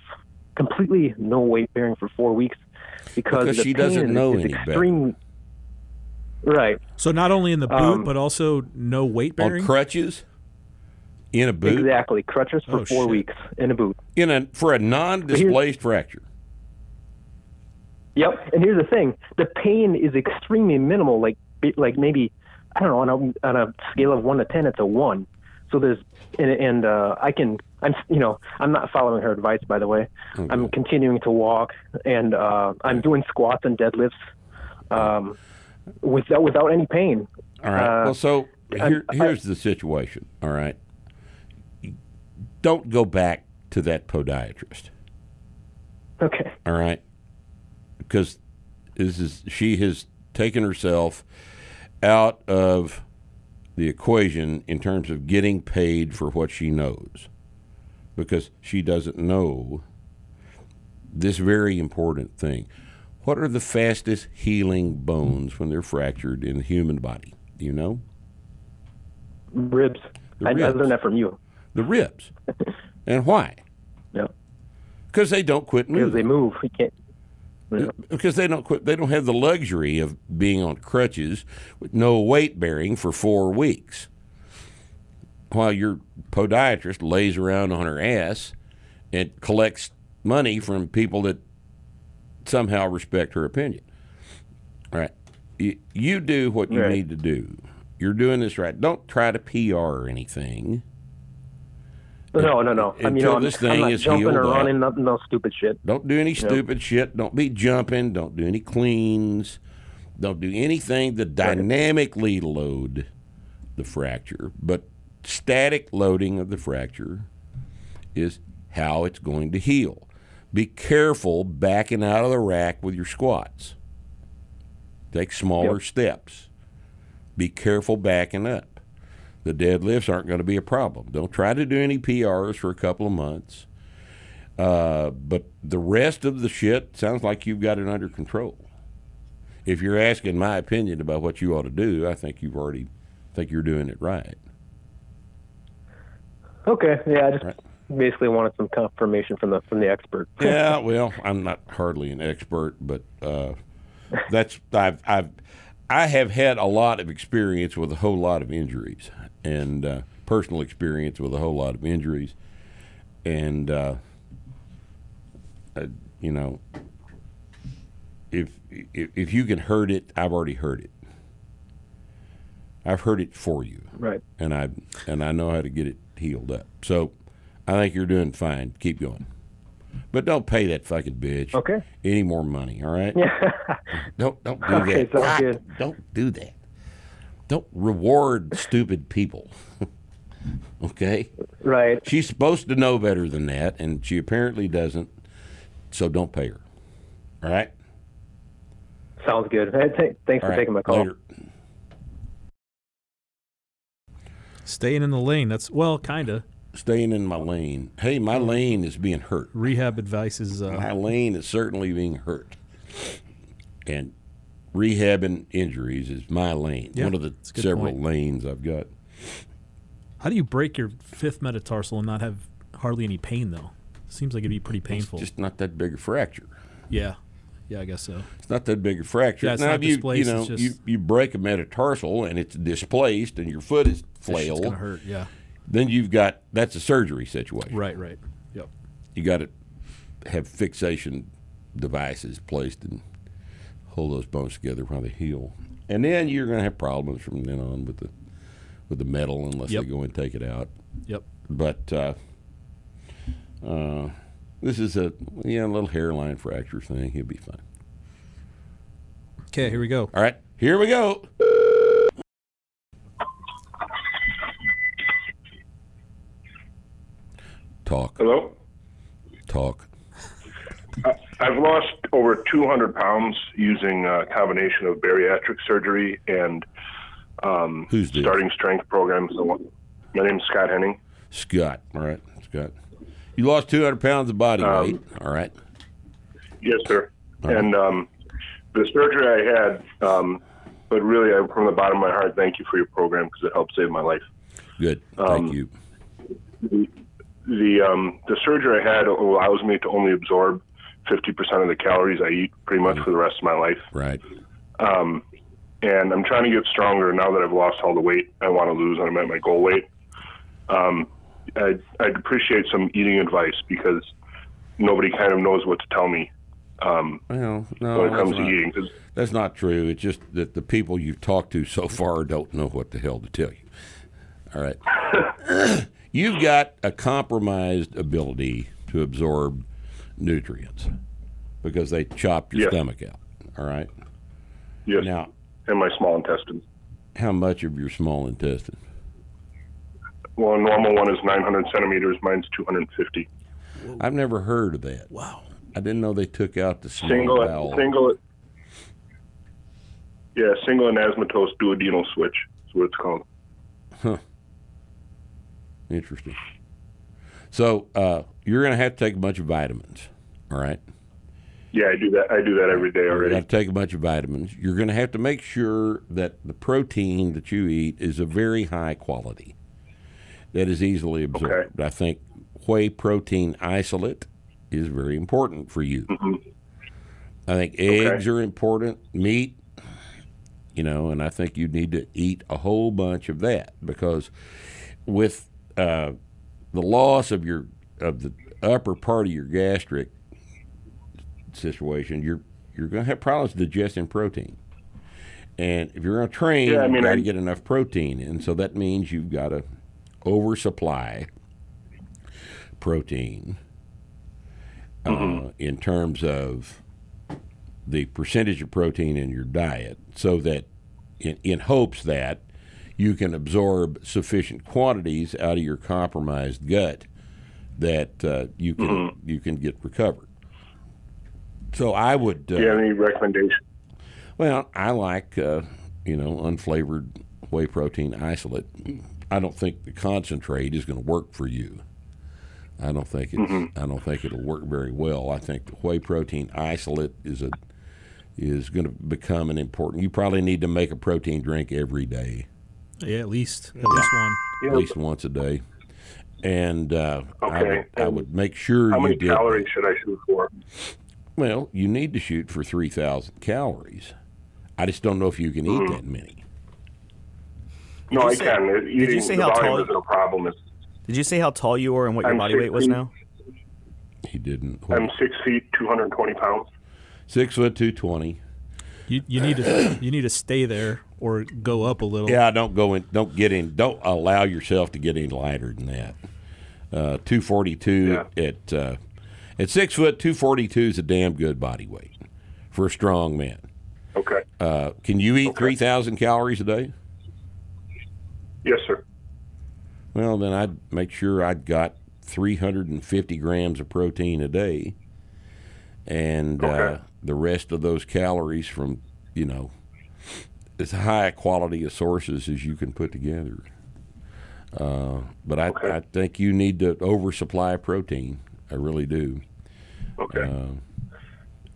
[SPEAKER 9] completely no weight bearing for four weeks because,
[SPEAKER 4] Because
[SPEAKER 9] the
[SPEAKER 4] she
[SPEAKER 9] pain
[SPEAKER 4] doesn't
[SPEAKER 9] is,
[SPEAKER 4] know
[SPEAKER 9] is
[SPEAKER 4] any better.
[SPEAKER 9] extreme. Right.
[SPEAKER 5] So not only in the boot,
[SPEAKER 9] Um,
[SPEAKER 5] but also no weight bearing.
[SPEAKER 4] On crutches, in a boot,
[SPEAKER 9] Exactly. Crutches for
[SPEAKER 5] Oh,
[SPEAKER 9] four
[SPEAKER 5] shit.
[SPEAKER 9] weeks in a boot.
[SPEAKER 4] in a for a non-displaced fracture.
[SPEAKER 9] Yep. And here's the thing: the pain is extremely minimal. Like, be- like maybe I don't know on a, on a scale of one to ten, it's a one. So there's and, and uh, I can I'm you know I'm not following her advice by the way.
[SPEAKER 4] Oh,
[SPEAKER 9] I'm continuing to walk and uh, I'm doing squats and deadlifts um, without without any pain.
[SPEAKER 4] All right.
[SPEAKER 9] Uh,
[SPEAKER 4] well, so here, here's the situation. All right. Don't go back to that podiatrist.
[SPEAKER 9] Okay.
[SPEAKER 4] All right. Because this is she has taken herself out of the equation in terms of getting paid for what she knows because she doesn't know this very important thing. What are the fastest healing bones when they're fractured in the human body? Do you know?
[SPEAKER 9] Ribs.
[SPEAKER 4] The
[SPEAKER 9] I, I
[SPEAKER 4] ribs.
[SPEAKER 9] learned that from you.
[SPEAKER 4] The ribs. And why?
[SPEAKER 9] Yeah.
[SPEAKER 4] Because they don't quit
[SPEAKER 9] Because
[SPEAKER 4] moving.
[SPEAKER 9] they move. You can't.
[SPEAKER 4] because they don't quit, they don't have the luxury of being on crutches with no weight bearing for four weeks, while your podiatrist lays around on her ass and collects money from people that somehow respect her opinion. All right, you, you do what you
[SPEAKER 9] Right.
[SPEAKER 4] need to do. You're doing this right. Don't try to PR or anything.
[SPEAKER 9] No, no, no. I mean,
[SPEAKER 4] Until
[SPEAKER 9] I'm,
[SPEAKER 4] this
[SPEAKER 9] I'm
[SPEAKER 4] thing
[SPEAKER 9] not
[SPEAKER 4] is
[SPEAKER 9] jumping
[SPEAKER 4] healed
[SPEAKER 9] or
[SPEAKER 4] up.
[SPEAKER 9] running, no, no stupid shit.
[SPEAKER 4] Don't do any
[SPEAKER 9] Yep.
[SPEAKER 4] stupid shit. Don't be jumping. Don't do any cleans. Don't do anything to dynamically load the fracture. But static loading of the fracture is how it's going to heal. Be careful backing out of the rack with your squats. Take smaller
[SPEAKER 9] Yep.
[SPEAKER 4] steps. Be careful backing up. The deadlifts aren't going to be a problem. Don't try to do any PRs for a couple of months. Uh, but the rest of the shit sounds like you've got it under control. If you're asking my opinion about what you ought to do, I think you've already think you're doing it right.
[SPEAKER 9] Okay. Yeah, I just
[SPEAKER 4] Right.
[SPEAKER 9] basically wanted some confirmation from the from the expert. (laughs)
[SPEAKER 4] yeah, well, I'm not hardly an expert, but uh, that's I've I've I have had a lot of experience with a whole lot of injuries and uh, personal experience with a whole lot of injuries, and uh, uh, you know, if, if if you can hurt it, I've already heard it. I've heard it for you
[SPEAKER 9] Right.
[SPEAKER 4] and I and I know how to get it healed up. So I think you're doing fine. Keep going, but don't pay that fucking bitch
[SPEAKER 9] Okay.
[SPEAKER 4] any more money. All right?
[SPEAKER 9] Yeah.
[SPEAKER 4] (laughs) Don't don't do
[SPEAKER 9] Okay,
[SPEAKER 4] that.
[SPEAKER 9] sounds
[SPEAKER 4] Ah,
[SPEAKER 9] good.
[SPEAKER 4] Don't do that. Don't reward stupid people. (laughs) okay.
[SPEAKER 9] right.
[SPEAKER 4] She's supposed to know better than that, and she apparently doesn't. So don't pay her. All right.
[SPEAKER 9] Sounds good. Hey, th- thanks
[SPEAKER 4] All
[SPEAKER 9] for
[SPEAKER 4] right.
[SPEAKER 9] taking my call.
[SPEAKER 4] Later.
[SPEAKER 5] Staying in the lane. That's well, kinda. Mm.
[SPEAKER 4] Staying in my lane. Hey, my lane is being hurt.
[SPEAKER 5] Rehab advice is uh,
[SPEAKER 4] my lane is certainly being hurt. And rehabbing injuries is my lane.
[SPEAKER 5] Yeah,
[SPEAKER 4] One of the
[SPEAKER 5] that's a good
[SPEAKER 4] several
[SPEAKER 5] point.
[SPEAKER 4] lanes I've got.
[SPEAKER 5] how do you break your fifth metatarsal and not have hardly any pain though? Seems like it'd be pretty painful.
[SPEAKER 4] Just not that big a fracture.
[SPEAKER 5] yeah, yeah, I guess so.
[SPEAKER 4] It's not that big a fracture.
[SPEAKER 5] Yeah, it's
[SPEAKER 4] now,
[SPEAKER 5] not
[SPEAKER 4] if you, you
[SPEAKER 5] displaced,
[SPEAKER 4] know,
[SPEAKER 5] it's just-
[SPEAKER 4] you, you break a metatarsal and it's displaced and your foot is
[SPEAKER 5] That shit's gonna
[SPEAKER 4] flailed,
[SPEAKER 5] hurt. Yeah,
[SPEAKER 4] then you've got that's a surgery situation.
[SPEAKER 5] right, right. Yep.
[SPEAKER 4] You got to have fixation devices placed and hold those bones together while they heal. And then you're going to have problems from then on with the with the metal unless
[SPEAKER 5] Yep.
[SPEAKER 4] they go and take it out.
[SPEAKER 5] Yep.
[SPEAKER 4] But uh, uh, this is a yeah a little hairline fracture thing. He'll be fine.
[SPEAKER 5] Okay, here we go.
[SPEAKER 4] All right, here we go. Talk,
[SPEAKER 7] Hello?
[SPEAKER 4] talk.
[SPEAKER 7] I've lost over 200 pounds using a combination of bariatric surgery and um,
[SPEAKER 4] Who's this?
[SPEAKER 7] starting strength programs. and what- My name's Scott Henning.
[SPEAKER 4] Scott. All right, Scott. You lost 200 pounds of body
[SPEAKER 7] Um,
[SPEAKER 4] weight. All right.
[SPEAKER 7] Yes, sir. And um, the surgery I had, um, but really, I, from the bottom of my heart, thank you for your program because it helped save my life.
[SPEAKER 4] Good. Thank you.
[SPEAKER 7] Um, The um, the surgery I had allows me to only absorb 50% of the calories I eat pretty much for the rest of my life.
[SPEAKER 4] Mm. Right.
[SPEAKER 7] Um, and I'm trying to get stronger now that I've lost all the weight I want to lose and I'm at my goal weight. Um, I'd, I'd appreciate some eating advice because nobody kind of knows what to tell me um,
[SPEAKER 4] Well,
[SPEAKER 7] when
[SPEAKER 4] no,
[SPEAKER 7] it comes
[SPEAKER 4] that's
[SPEAKER 7] to
[SPEAKER 4] not,
[SPEAKER 7] eating. 'Cause
[SPEAKER 4] that's not true. It's just that the people you've talked to so far don't know what the hell to tell you. All right.
[SPEAKER 7] (laughs)
[SPEAKER 4] you've got a compromised ability to absorb nutrients because they chopped your
[SPEAKER 7] Yeah.
[SPEAKER 4] stomach out. All right.
[SPEAKER 7] yes,
[SPEAKER 4] Now,
[SPEAKER 7] in my small intestines.
[SPEAKER 4] how much of your small intestine?
[SPEAKER 7] Well, a normal one is 900 centimeters. Mine's 250.
[SPEAKER 4] I've never heard of that.
[SPEAKER 5] Wow.
[SPEAKER 4] I didn't know they took out the small
[SPEAKER 10] Single,
[SPEAKER 4] vowel.
[SPEAKER 10] single. Yeah, single anesmatose duodenal switch is what it's called.
[SPEAKER 4] Huh. Interesting. So uh, you're going to have to take a bunch of vitamins. All right.
[SPEAKER 10] Yeah, I do that. I do that every day
[SPEAKER 4] You're
[SPEAKER 10] already.
[SPEAKER 4] going to take a bunch of vitamins. You're going to have to make sure that the protein that you eat is of very high quality, that is easily absorbed. I think whey protein isolate is very important for you.
[SPEAKER 10] Mm-hmm.
[SPEAKER 4] I think eggs are important, meat, you know, and I think you need to eat a whole bunch of that because with uh, the loss of your of the upper part of your gastric situation, you're you're going to have problems digesting protein. And if you're going to train,
[SPEAKER 10] Yeah, I mean,
[SPEAKER 4] you've got to
[SPEAKER 10] I-
[SPEAKER 4] get enough protein, and so that means you've got to oversupply protein uh,
[SPEAKER 10] Mm-hmm.
[SPEAKER 4] in terms of the percentage of protein in your diet so that in, in hopes that you can absorb sufficient quantities out of your compromised gut that uh, you can
[SPEAKER 10] Mm-hmm.
[SPEAKER 4] you can get recovered. So I would uh,
[SPEAKER 10] Do you have any recommendations?
[SPEAKER 4] well, I like uh, you know unflavored whey protein isolate. I don't think the concentrate is going to work for you. I don't think it's,
[SPEAKER 10] Mm-hmm.
[SPEAKER 4] I don't think it'll work very well. I think the whey protein isolate is a is going to become an important. You probably need to make a protein drink every day,
[SPEAKER 5] Yeah, at least at least one.
[SPEAKER 4] at least once a day. And uh, I,
[SPEAKER 10] Okay.
[SPEAKER 4] would, I would make sure
[SPEAKER 10] How
[SPEAKER 4] you
[SPEAKER 10] many
[SPEAKER 4] did.
[SPEAKER 10] calories should I shoot for?
[SPEAKER 4] Well, you need to shoot for 3,000 calories. I just don't know if you can
[SPEAKER 10] Mm.
[SPEAKER 4] eat that many.
[SPEAKER 6] Did
[SPEAKER 10] No,
[SPEAKER 6] you
[SPEAKER 10] I
[SPEAKER 6] say-
[SPEAKER 10] can.
[SPEAKER 6] did you
[SPEAKER 10] Eating
[SPEAKER 6] say
[SPEAKER 10] the
[SPEAKER 6] how
[SPEAKER 10] volume
[SPEAKER 6] tall-
[SPEAKER 10] isn't a problem. It's,
[SPEAKER 6] Did you say how tall you were and what your
[SPEAKER 10] I'm
[SPEAKER 6] body weight was
[SPEAKER 10] 16.
[SPEAKER 6] now?
[SPEAKER 4] He didn't.
[SPEAKER 10] I'm six feet, two hundred twenty pounds.
[SPEAKER 4] Six foot two twenty.
[SPEAKER 5] You you need to you need to stay there or go up a little.
[SPEAKER 4] Yeah, don't go in. Don't get in. Don't allow yourself to get any lighter than that. Uh, two forty two at uh, at six foot two forty two is a damn good body weight for a strong man.
[SPEAKER 10] Okay.
[SPEAKER 4] Uh, can you eat three thousand calories a day?
[SPEAKER 10] Yes, sir.
[SPEAKER 4] Well, then I'd make sure I'd got 350 grams of protein a day, and uh, the rest of those calories from you know as high a quality of sources as you can put together. Uh, but I, I think you need to oversupply protein. I really do.
[SPEAKER 10] Okay.
[SPEAKER 4] Uh,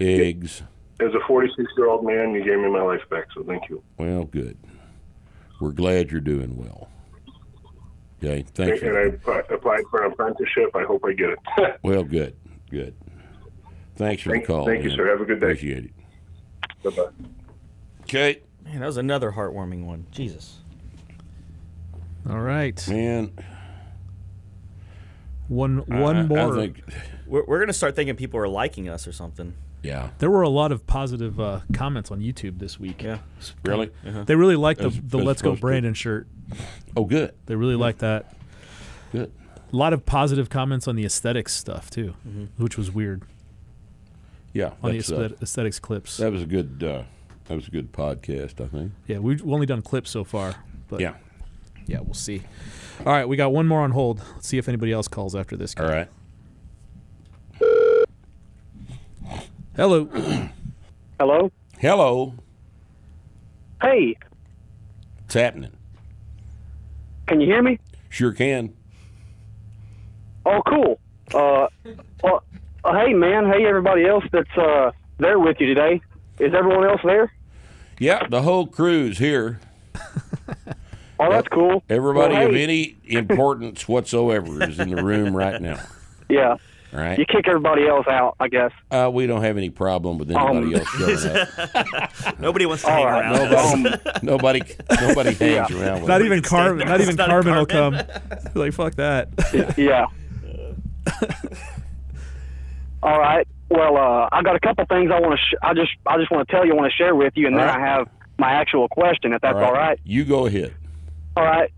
[SPEAKER 4] eggs.
[SPEAKER 10] As a forty-six-year-old man, you gave me my life back, so thank you.
[SPEAKER 4] Well, good. We're glad you're doing well. Okay. Thank you.
[SPEAKER 10] and I app- applied for an apprenticeship. I hope I get it. (laughs)
[SPEAKER 4] Well, good, good. Thanks for
[SPEAKER 10] Thank-
[SPEAKER 4] the call.
[SPEAKER 10] thank you,
[SPEAKER 4] man.
[SPEAKER 10] sir. Have a good day.
[SPEAKER 4] Appreciate it.
[SPEAKER 10] Bye-bye.
[SPEAKER 4] Okay.
[SPEAKER 6] Man, that was another heartwarming one. Jesus.
[SPEAKER 5] All right.
[SPEAKER 4] Man.
[SPEAKER 5] One one more.
[SPEAKER 6] we're, we're gonna start thinking people are liking us or
[SPEAKER 4] (laughs)
[SPEAKER 6] something.
[SPEAKER 4] Yeah.
[SPEAKER 5] There were a lot of positive uh, comments on YouTube this week.
[SPEAKER 6] Yeah.
[SPEAKER 4] Really?
[SPEAKER 5] They really liked the,
[SPEAKER 4] As-
[SPEAKER 5] the
[SPEAKER 4] as
[SPEAKER 5] Let's Go
[SPEAKER 4] opposed to-
[SPEAKER 5] Brandon shirt.
[SPEAKER 4] Oh, good.
[SPEAKER 5] They really liked that.
[SPEAKER 4] Good.
[SPEAKER 5] A lot of positive comments on the aesthetics stuff too, which was weird
[SPEAKER 4] Yeah.
[SPEAKER 5] on the
[SPEAKER 4] that's, uh,
[SPEAKER 5] aesthet- aesthetics clips.
[SPEAKER 4] that was a good. Uh, that was a good podcast, I think.
[SPEAKER 5] yeah, we've only done clips so far, but
[SPEAKER 4] Yeah.
[SPEAKER 5] yeah, we'll see. All right, we got one more on hold. Let's see if anybody else calls after this.
[SPEAKER 4] All right.
[SPEAKER 5] Hello.
[SPEAKER 11] Hello.
[SPEAKER 4] Hello.
[SPEAKER 11] Hey,
[SPEAKER 4] It's happening.
[SPEAKER 11] can you hear me?
[SPEAKER 4] Sure can.
[SPEAKER 11] Oh, cool. Uh, well, uh, hey, man. Hey, everybody else that's uh, there with you today. Is everyone else there?
[SPEAKER 4] Yeah, the whole crew's here.
[SPEAKER 11] Oh, that's cool.
[SPEAKER 4] Everybody
[SPEAKER 11] Well,
[SPEAKER 4] of
[SPEAKER 11] hey.
[SPEAKER 4] any importance whatsoever is in the room right now.
[SPEAKER 11] Yeah.
[SPEAKER 4] All right.
[SPEAKER 11] You kick everybody else out, I guess.
[SPEAKER 4] Uh, we don't have any problem with anybody else showing up.
[SPEAKER 6] Nobody
[SPEAKER 11] Oh,
[SPEAKER 6] wants to hang around.
[SPEAKER 4] Nobody, (laughs) nobody,
[SPEAKER 11] (laughs)
[SPEAKER 5] (laughs)
[SPEAKER 4] nobody hangs around with
[SPEAKER 5] Not
[SPEAKER 4] us.
[SPEAKER 5] even
[SPEAKER 4] (laughs)
[SPEAKER 5] Carmen. Not even
[SPEAKER 6] It's not a
[SPEAKER 5] Carmen will come. (laughs) like fuck that.
[SPEAKER 11] yeah. All right. Well, uh, I got a couple things I want to. Sh- I just, I just want to tell you, I want to share with you, and
[SPEAKER 4] All
[SPEAKER 11] then
[SPEAKER 4] right.
[SPEAKER 11] I have my actual question. If that's all right.
[SPEAKER 4] You go ahead.
[SPEAKER 11] All right.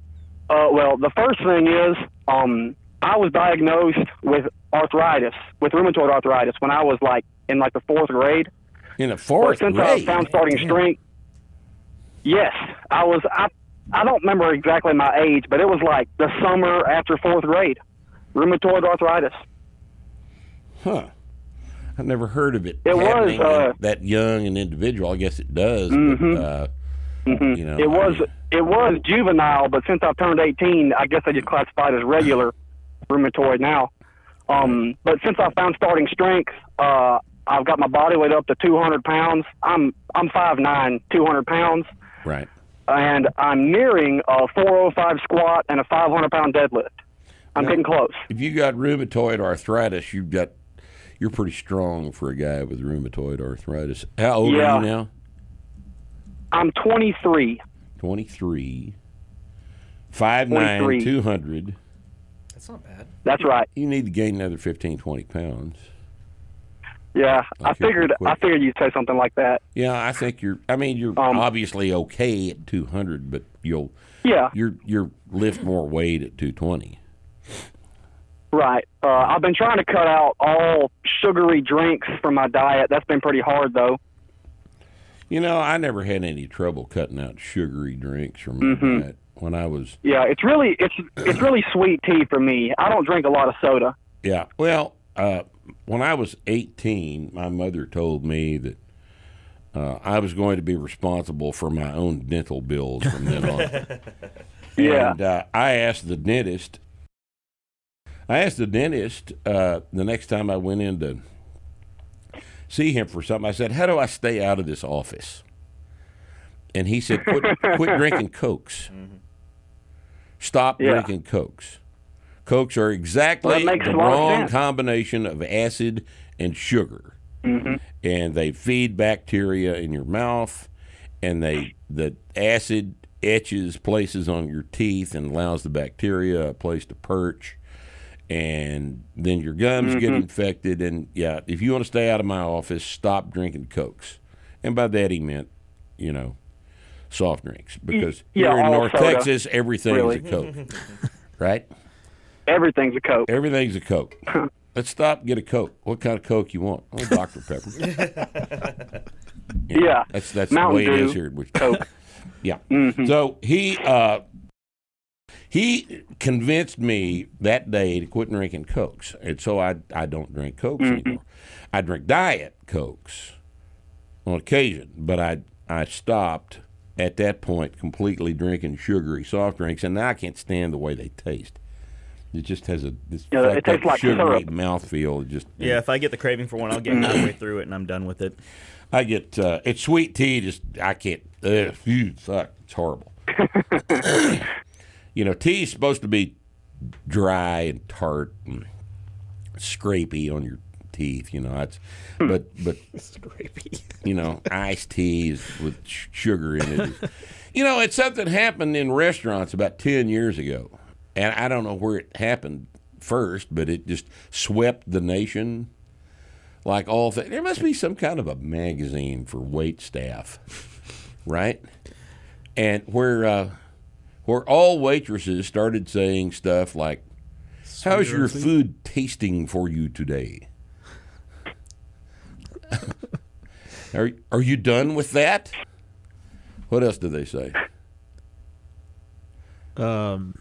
[SPEAKER 11] Uh, well, the first thing is, um, I was diagnosed with arthritis, with rheumatoid arthritis, when I was like in like the fourth grade.
[SPEAKER 4] In the fourth
[SPEAKER 11] but since
[SPEAKER 4] grade.
[SPEAKER 11] I found starting strength, yes, I was. I I don't remember exactly my age, but it was like the summer after fourth grade, rheumatoid arthritis.
[SPEAKER 4] Huh. I've never heard of it,
[SPEAKER 11] It was,
[SPEAKER 4] happening in
[SPEAKER 11] uh,
[SPEAKER 4] that young an individual. I guess it does. but,
[SPEAKER 11] Mhm.
[SPEAKER 4] uh,
[SPEAKER 11] Mhm.
[SPEAKER 4] You know, I
[SPEAKER 11] it was
[SPEAKER 4] mean-
[SPEAKER 11] it was juvenile, but since I've turned 18, I guess I just classify it as regular rheumatoid now. Um, but since I found starting strength, uh, I've got my body weight up to 200 pounds. I'm I'm 5'9", 200 pounds,
[SPEAKER 4] right.
[SPEAKER 11] and I'm nearing a 405 squat and a 500 pound deadlift. I'm
[SPEAKER 4] Now,
[SPEAKER 11] getting close.
[SPEAKER 4] If you got rheumatoid arthritis, you've got you're pretty strong for a guy with rheumatoid arthritis. How old
[SPEAKER 11] Yeah.
[SPEAKER 4] are you now?
[SPEAKER 11] I'm 23.
[SPEAKER 4] 23. 5'9",
[SPEAKER 11] 23.
[SPEAKER 4] 200.
[SPEAKER 12] That's not bad.
[SPEAKER 11] That's right.
[SPEAKER 4] You need to gain another 15, 20 pounds.
[SPEAKER 11] Yeah, I
[SPEAKER 4] Okay,
[SPEAKER 11] figured
[SPEAKER 4] quick.
[SPEAKER 11] I figured you'd say something like that.
[SPEAKER 4] Yeah, I think you're. I mean, you're obviously okay at 200, but you'll.
[SPEAKER 11] Yeah.
[SPEAKER 4] You're you're lift more weight at 220.
[SPEAKER 11] Right. Uh, I've been trying to cut out all sugary drinks from my diet. That's been pretty hard, though.
[SPEAKER 4] You know, I never had any trouble cutting out sugary drinks or
[SPEAKER 11] Mhm.
[SPEAKER 4] that when I was.
[SPEAKER 11] Yeah, it's really it's it's
[SPEAKER 4] (clears throat)
[SPEAKER 11] really sweet tea for me. I don't drink a lot of soda.
[SPEAKER 4] Yeah. Well, uh, when I was 18, my mother told me that uh, I was going to be responsible for my own dental bills from then on.
[SPEAKER 11] Yeah.
[SPEAKER 4] And uh, I asked the dentist. I asked the dentist uh, the next time I went in to see him for something. I said, "How do I stay out of this office?" And he said, "Quit,
[SPEAKER 11] (laughs)
[SPEAKER 4] quit drinking cokes. Stop
[SPEAKER 11] Yeah.
[SPEAKER 4] drinking cokes. Cokes are exactly
[SPEAKER 11] Well, that makes
[SPEAKER 4] the
[SPEAKER 11] a lot of
[SPEAKER 4] wrong
[SPEAKER 11] sense.
[SPEAKER 4] combination of acid and sugar."
[SPEAKER 11] Mm-hmm.
[SPEAKER 4] and they feed bacteria in your mouth and they the acid etches places on your teeth and allows the bacteria a place to perch and then your gums get
[SPEAKER 11] Mhm.
[SPEAKER 4] infected and yeah if you want to stay out of my office stop drinking cokes and by that he meant you know soft drinks because
[SPEAKER 11] yeah,
[SPEAKER 4] here in
[SPEAKER 11] all
[SPEAKER 4] north
[SPEAKER 11] soda,
[SPEAKER 4] texas everything
[SPEAKER 11] really.
[SPEAKER 4] is a coke
[SPEAKER 11] (laughs)
[SPEAKER 4] (laughs) right
[SPEAKER 11] Everything's a coke
[SPEAKER 4] everything's a
[SPEAKER 11] (laughs)
[SPEAKER 4] coke let's stop and get a coke what kind of coke you want oh dr pepper
[SPEAKER 12] (laughs)
[SPEAKER 11] Yeah.
[SPEAKER 4] that's that's
[SPEAKER 11] Mountain
[SPEAKER 4] the way it
[SPEAKER 11] Dew,
[SPEAKER 4] is here. Which,
[SPEAKER 11] Coke.
[SPEAKER 4] (laughs) yeah.
[SPEAKER 6] Mm-hmm.
[SPEAKER 4] So he uh, he convinced me that day to quit drinking cokes, and so I I don't drink cokes
[SPEAKER 6] Mm-hmm.
[SPEAKER 4] anymore. I drink diet cokes on occasion, but I I stopped at that point completely drinking sugary soft drinks, and now I can't stand the way they taste. It just has a this
[SPEAKER 6] Yeah, it
[SPEAKER 4] fucked
[SPEAKER 6] tastes
[SPEAKER 4] up
[SPEAKER 6] like
[SPEAKER 4] sugary
[SPEAKER 6] syrup.
[SPEAKER 4] mouthfeel. It just
[SPEAKER 6] (laughs) Yeah, if I get the craving for one, I'll get
[SPEAKER 4] (laughs)
[SPEAKER 6] halfway through it and I'm done with it.
[SPEAKER 4] I get uh, it's sweet tea. Just I can't. Ugh, phew, fuck, it's horrible. (coughs) you know, tea's supposed to be dry and tart and scrapey on your teeth. You know, it's but but scrapey. You know, iced teas with sh- sugar in it. is- you know, it's something happened in restaurants about ten years ago, and I don't know where it happened first, but it just swept the nation like all things. There must be some kind of a magazine for wait staff, right? And where uh, where all waitresses started saying stuff like, "How's your
[SPEAKER 12] Sweet.
[SPEAKER 4] food tasting for you today? (laughs) are are you done with that?" What else do they say?
[SPEAKER 5] Um,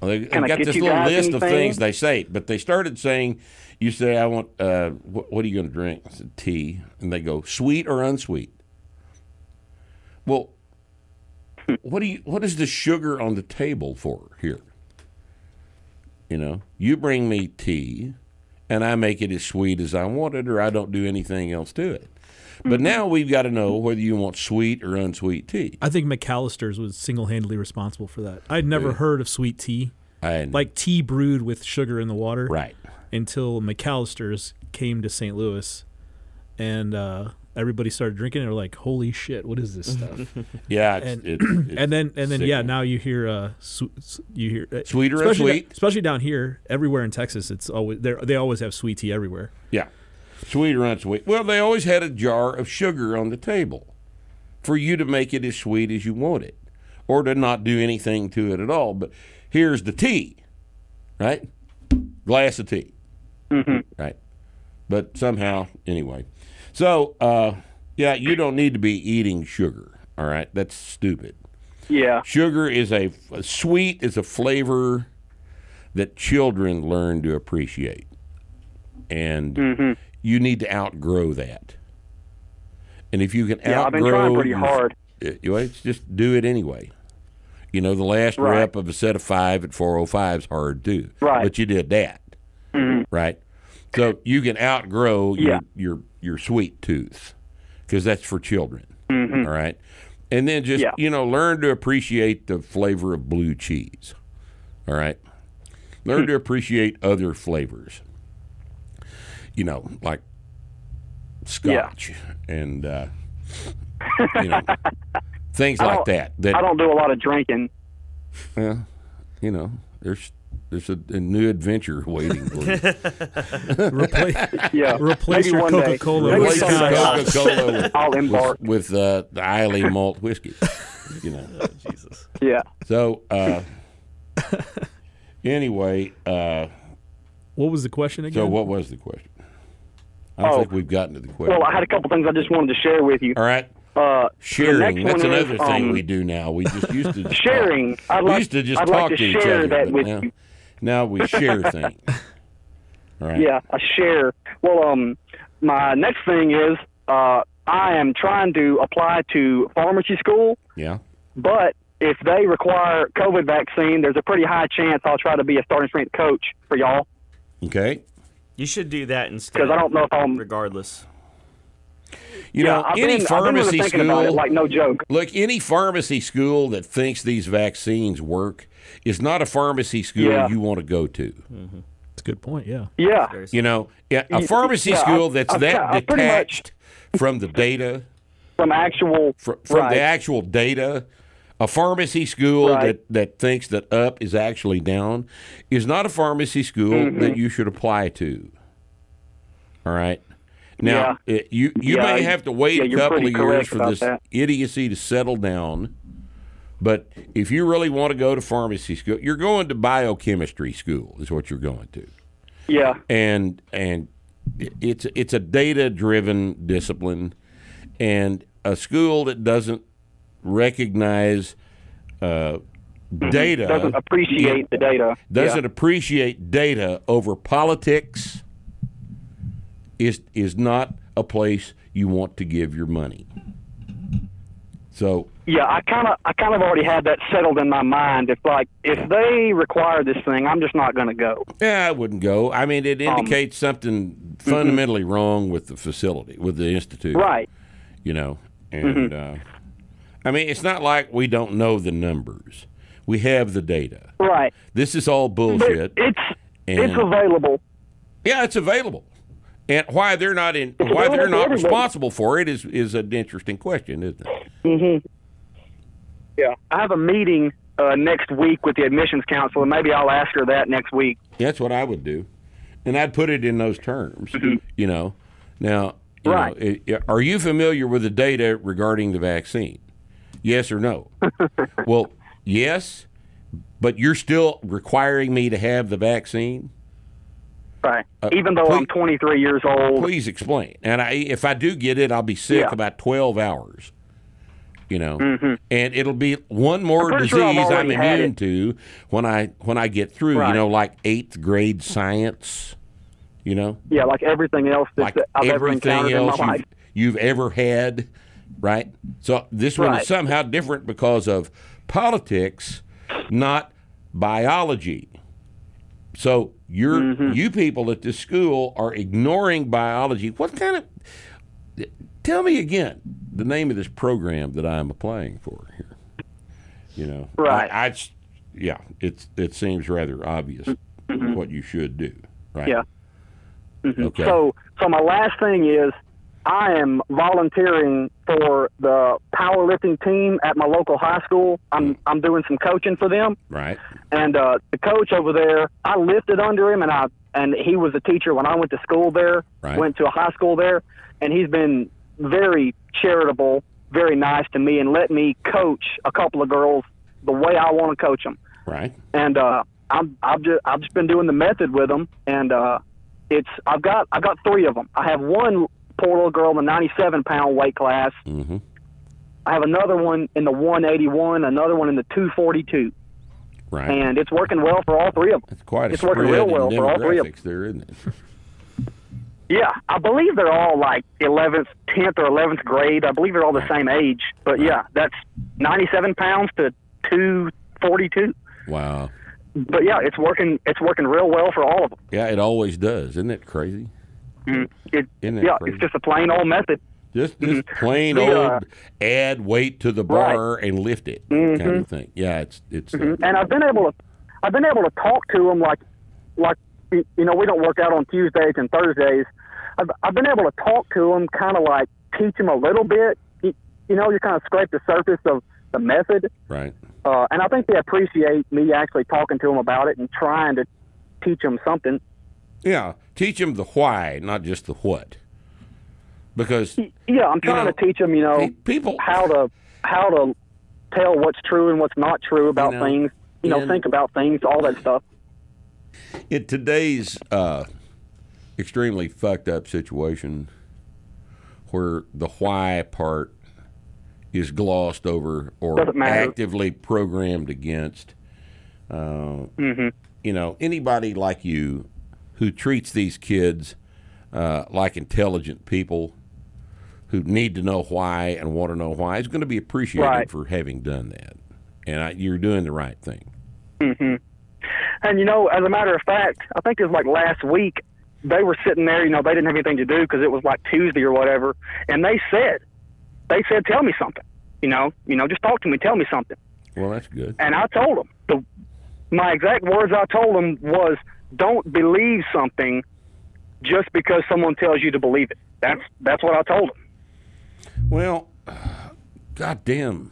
[SPEAKER 4] they,
[SPEAKER 5] Can
[SPEAKER 4] have
[SPEAKER 5] I
[SPEAKER 4] got
[SPEAKER 5] get
[SPEAKER 4] this
[SPEAKER 5] you
[SPEAKER 4] little
[SPEAKER 5] guys
[SPEAKER 4] list of things
[SPEAKER 5] anything?
[SPEAKER 4] they say, but they started saying, "You say I want uh, what, what are you going to drink?" I said, "Tea," and they go, "Sweet or unsweet?" Well, what do you? What is the sugar on the table for here? You know, you bring me tea, and I make it as sweet as I want it, or I don't do anything else to it. But now we've got to know whether you want sweet or unsweet tea.
[SPEAKER 5] I think McAllister's was single-handedly responsible for that. I'd never
[SPEAKER 4] Really?
[SPEAKER 5] heard of sweet tea,
[SPEAKER 4] I-
[SPEAKER 5] like tea brewed with sugar in the water,
[SPEAKER 4] right?
[SPEAKER 5] Until McAllister's came to St. Louis, and uh, everybody started drinking. it. They're like, "Holy shit, what
[SPEAKER 12] (laughs)
[SPEAKER 5] is this stuff?"
[SPEAKER 4] Yeah, it's-
[SPEAKER 5] and,
[SPEAKER 4] it's- it's
[SPEAKER 5] (clears throat) and then and then yeah,
[SPEAKER 4] sickening.
[SPEAKER 5] now you hear uh, su- su- you hear uh,
[SPEAKER 4] Sweeter or
[SPEAKER 5] especially
[SPEAKER 4] sweet?
[SPEAKER 5] da- especially down here. Everywhere in Texas, it's always they're- they always have sweet tea everywhere.
[SPEAKER 4] Yeah. Sweet or unsweet. Well, they always had a jar of sugar on the table for you to make it as sweet as you want it or to not do anything to it at all. But here's the tea, right? Glass of tea. Right. But somehow, anyway. So, uh, yeah, you don't need to be eating sugar. All right. That's stupid.
[SPEAKER 11] Yeah.
[SPEAKER 4] Sugar is a, a sweet is a flavor
[SPEAKER 11] Mm-hmm.
[SPEAKER 4] that children learn to appreciate, and you need to outgrow that. And if you can
[SPEAKER 11] Yeah, I've been
[SPEAKER 4] outgrow,
[SPEAKER 11] trying pretty
[SPEAKER 4] your-
[SPEAKER 11] hard.
[SPEAKER 4] it- well, it's just do it anyway. You know, the last
[SPEAKER 11] Right.
[SPEAKER 4] rep of a set of five at 405 is hard to do.
[SPEAKER 11] Right. Mm-hmm.
[SPEAKER 4] But you did that, right? So you can outgrow
[SPEAKER 11] Yeah.
[SPEAKER 4] your, your your sweet tooth because that's for children.
[SPEAKER 11] Mm-hmm.
[SPEAKER 4] All right. And then just, you know, learn to appreciate the flavor of blue cheese. All right. Learn
[SPEAKER 11] Hmm.
[SPEAKER 4] to appreciate other flavors. You know, like scotch and,
[SPEAKER 11] (laughs)
[SPEAKER 4] uh, you know, things
[SPEAKER 11] I
[SPEAKER 4] like
[SPEAKER 11] don't-
[SPEAKER 4] that. that (laughs)
[SPEAKER 11] I don't do a lot of drinking.
[SPEAKER 4] yeah, you know, there's there's a, a new adventure waiting for you.
[SPEAKER 5] Repla- Yeah. replace
[SPEAKER 11] Maybe
[SPEAKER 5] your
[SPEAKER 11] one day.
[SPEAKER 5] Coca-Cola
[SPEAKER 11] Maybe
[SPEAKER 4] Replace your
[SPEAKER 11] someday I'll-
[SPEAKER 4] Coca-Cola with,
[SPEAKER 11] (laughs) I'll
[SPEAKER 4] with-
[SPEAKER 11] embark.
[SPEAKER 4] with, uh, the Islay malt whiskey. You
[SPEAKER 5] (laughs)
[SPEAKER 4] know.
[SPEAKER 5] Oh,
[SPEAKER 4] Jesus.
[SPEAKER 11] Yeah.
[SPEAKER 4] So uh, anyway, uh,
[SPEAKER 5] what was the question again?
[SPEAKER 4] So what was the question? I don't
[SPEAKER 11] Oh.
[SPEAKER 4] think we've gotten to the question.
[SPEAKER 11] Well, I had a couple things I just wanted to share with you.
[SPEAKER 4] All right.
[SPEAKER 11] Uh, The
[SPEAKER 4] Sharing.
[SPEAKER 11] next
[SPEAKER 4] That's
[SPEAKER 11] one
[SPEAKER 4] another
[SPEAKER 11] is,
[SPEAKER 4] thing
[SPEAKER 11] um,
[SPEAKER 4] we do now. We just used
[SPEAKER 11] (laughs)
[SPEAKER 4] to just
[SPEAKER 11] Sharing.
[SPEAKER 4] Talk.
[SPEAKER 11] I'd
[SPEAKER 4] we
[SPEAKER 11] like-
[SPEAKER 4] used to just
[SPEAKER 11] I'd like
[SPEAKER 4] talk
[SPEAKER 11] to
[SPEAKER 4] each
[SPEAKER 11] share
[SPEAKER 4] other.
[SPEAKER 11] that
[SPEAKER 4] but
[SPEAKER 11] with
[SPEAKER 4] now,
[SPEAKER 11] you.
[SPEAKER 4] now we share things. All right.
[SPEAKER 11] Yeah, I share. Well, um, my next thing is uh, I am trying to apply to pharmacy school,
[SPEAKER 4] Yeah.
[SPEAKER 11] but if they require COVID vaccine, there's a pretty high chance I'll try to be a starting strength coach for y'all.
[SPEAKER 4] Okay.
[SPEAKER 12] You should do that instead.
[SPEAKER 11] 'Cause I don't know if I'm
[SPEAKER 12] regardless.
[SPEAKER 4] You
[SPEAKER 11] Yeah,
[SPEAKER 4] know,
[SPEAKER 11] I've
[SPEAKER 4] any
[SPEAKER 11] been- I've been really
[SPEAKER 4] pharmacy
[SPEAKER 11] thinking
[SPEAKER 4] school,
[SPEAKER 11] about it, like, no joke.
[SPEAKER 4] Look, any pharmacy school that thinks these vaccines work is not a pharmacy school
[SPEAKER 5] Yeah.
[SPEAKER 4] you want to go to.
[SPEAKER 5] That's Mm-hmm. a good point. Yeah.
[SPEAKER 11] Yeah.
[SPEAKER 4] You know, yeah, a
[SPEAKER 11] Y-
[SPEAKER 4] pharmacy
[SPEAKER 11] yeah,
[SPEAKER 4] school
[SPEAKER 11] I-
[SPEAKER 4] that's
[SPEAKER 11] I've
[SPEAKER 4] that
[SPEAKER 11] got- I've pretty much-
[SPEAKER 4] detached from the data,
[SPEAKER 11] from actual,
[SPEAKER 4] from, from
[SPEAKER 11] right.
[SPEAKER 4] the actual data. A pharmacy school
[SPEAKER 11] Right.
[SPEAKER 4] that, that thinks that up is actually down is not a pharmacy school
[SPEAKER 11] Mm-hmm.
[SPEAKER 4] that you should apply to. All right. Now it, you you
[SPEAKER 11] Yeah,
[SPEAKER 4] may have to wait
[SPEAKER 11] yeah,
[SPEAKER 4] a
[SPEAKER 11] you're
[SPEAKER 4] couple
[SPEAKER 11] pretty
[SPEAKER 4] of years
[SPEAKER 11] correct
[SPEAKER 4] for
[SPEAKER 11] about
[SPEAKER 4] this
[SPEAKER 11] that.
[SPEAKER 4] idiocy to settle down. But if you really want to go to pharmacy school, you're going to biochemistry school is what you're going to.
[SPEAKER 11] Yeah.
[SPEAKER 4] And and it- it's it's a data driven discipline and a school that doesn't recognize uh, data
[SPEAKER 11] Mm-hmm. Doesn't appreciate the data.
[SPEAKER 4] doesn't
[SPEAKER 11] Yeah.
[SPEAKER 4] appreciate data over politics is is not a place you want to give your money. So
[SPEAKER 11] Yeah, I kind of, I kind of already had that settled in my mind. If like, if they require this thing, I'm just not going to go.
[SPEAKER 4] yeah, I wouldn't go. I mean, it
[SPEAKER 11] Um,
[SPEAKER 4] indicates something fundamentally wrong with the facility, with the institute,
[SPEAKER 11] mm-hmm. Right. Mm-hmm.
[SPEAKER 4] You know, and uh, I mean, it's not like we don't know the numbers. We have the data.
[SPEAKER 11] Right.
[SPEAKER 4] This is all bullshit.
[SPEAKER 11] It's
[SPEAKER 4] and,
[SPEAKER 11] it's available.
[SPEAKER 4] Yeah, it's available. And why they're not in, why
[SPEAKER 11] available
[SPEAKER 4] they're
[SPEAKER 11] to
[SPEAKER 4] not
[SPEAKER 11] everybody.
[SPEAKER 4] responsible for it is is an interesting question, isn't it?
[SPEAKER 11] hmm Yeah, I have a meeting uh, next week with the admissions counselor. Maybe I'll ask her that next week.
[SPEAKER 4] That's what I would do, and I'd put it in those terms. You know, now, you
[SPEAKER 11] Mm-hmm. Right.
[SPEAKER 4] know, i- i- are you familiar with the data regarding the vaccine? Yes or
[SPEAKER 11] (laughs)
[SPEAKER 4] no? well, yes, but you're still requiring me to have the vaccine.
[SPEAKER 11] Right.
[SPEAKER 4] Uh,
[SPEAKER 11] Even though I'm 23 years old.
[SPEAKER 4] Please explain. And I, if I do get it, I'll be sick
[SPEAKER 11] Yeah.
[SPEAKER 4] about twelve hours. You know,
[SPEAKER 7] Mm-hmm.
[SPEAKER 11] Mhm.
[SPEAKER 4] Mm-hmm. and it'll be one more
[SPEAKER 11] pretty
[SPEAKER 4] disease
[SPEAKER 11] sure I've
[SPEAKER 4] I'm
[SPEAKER 11] already had
[SPEAKER 4] immune
[SPEAKER 11] it.
[SPEAKER 4] to when I when I get through. You
[SPEAKER 11] Right.
[SPEAKER 4] know, like eighth grade science. You know,
[SPEAKER 11] Yeah, like everything else that that I've ever encountered
[SPEAKER 4] everything
[SPEAKER 11] in my
[SPEAKER 4] else
[SPEAKER 11] life.
[SPEAKER 4] you've, you've ever had, right? So this one
[SPEAKER 11] Right.
[SPEAKER 4] is somehow different because of politics, not biology. So you're
[SPEAKER 11] Mm-hmm.
[SPEAKER 4] you people at this school are ignoring biology. What kind of? Tell me again the name of this program that I'm applying for here. You know,
[SPEAKER 11] Right.
[SPEAKER 4] I, I s- yeah, it's it seems rather obvious what you should do, right?
[SPEAKER 11] Mm-hmm. Yeah. Mm-hmm.
[SPEAKER 4] Okay.
[SPEAKER 11] So, so my last thing is, I am volunteering for the powerlifting team at my local high school. I'm
[SPEAKER 4] Hmm.
[SPEAKER 11] I'm doing some coaching for them.
[SPEAKER 4] right.
[SPEAKER 11] and uh, the coach over there, I lifted under him, and I and he was a teacher when I went to school there,
[SPEAKER 4] Right.
[SPEAKER 11] went to a high school there, and he's been very charitable, very nice to me, and let me coach a couple of girls the way I want to coach them.
[SPEAKER 4] Right.
[SPEAKER 11] And uh, I'm I've just I've just been doing the method with them, and uh, it's I've got I've got three of them. I have one poor little girl in the 97 pound weight class.
[SPEAKER 4] Mm-hmm.
[SPEAKER 11] I have another one in the 181, another one in the 242
[SPEAKER 4] Right.
[SPEAKER 11] and it's working well for all three of them.
[SPEAKER 4] Quite a
[SPEAKER 11] it's working
[SPEAKER 4] spread
[SPEAKER 11] real
[SPEAKER 4] in
[SPEAKER 11] well for all three of them.
[SPEAKER 4] demographics there, isn't it?
[SPEAKER 11] Yeah, I believe they're all like 11th, 10th, or 11th grade. I believe they're all the same age. But yeah, that's 97 pounds to 242.
[SPEAKER 4] Wow.
[SPEAKER 11] But yeah, it's working. It's working real well for all of them.
[SPEAKER 4] Yeah, it always does. Isn't it crazy?
[SPEAKER 11] Mm, It,
[SPEAKER 4] Isn't it
[SPEAKER 11] yeah,
[SPEAKER 4] crazy?
[SPEAKER 11] it's just a plain old method.
[SPEAKER 4] Just this plain
[SPEAKER 11] The, uh,
[SPEAKER 4] old add weight to the bar and lift it kind
[SPEAKER 11] Mhm.
[SPEAKER 4] of thing. Yeah, it's it's uh,
[SPEAKER 11] Mhm. And I've been able to, I've been able to talk to them like, like y- you know, we don't work out on Tuesdays and Thursdays. I've, I've been able to talk to them, kind of like teach them a little bit. You, you know, you kind of scrape the surface of the method,
[SPEAKER 4] right.
[SPEAKER 11] uh, and I think they appreciate me actually talking to them about it and trying to teach them something.
[SPEAKER 4] Yeah, teach them the why, not just the what. Because
[SPEAKER 11] Yeah, I'm trying to teach them, you know,
[SPEAKER 4] people
[SPEAKER 11] how to how to tell what's true and what's not true about
[SPEAKER 4] know,
[SPEAKER 11] things. You know,
[SPEAKER 4] and-
[SPEAKER 11] think about things, all that stuff.
[SPEAKER 4] in today's uh, extremely fucked up situation where the why part is glossed over or
[SPEAKER 11] Doesn't matter.
[SPEAKER 4] actively programmed against, uh,
[SPEAKER 11] Mhm.
[SPEAKER 4] you know, anybody like you who treats these kids uh, like intelligent people who need to know why and want to know why is going to be appreciated
[SPEAKER 11] Right.
[SPEAKER 4] for having done that. And I, you're doing the right thing.
[SPEAKER 11] hmm And you know, as a matter of fact, I think it was like last week they were sitting there. You know, they didn't have anything to do because it was like Tuesday or whatever, and they said, they said, "Tell me something." You know, you know, just talk to me, tell me something.
[SPEAKER 4] Well, that's good.
[SPEAKER 11] And I told them the my exact words I told them was, "Don't believe something just because someone tells you to believe it." That's that's what I told them
[SPEAKER 4] Well, God damn.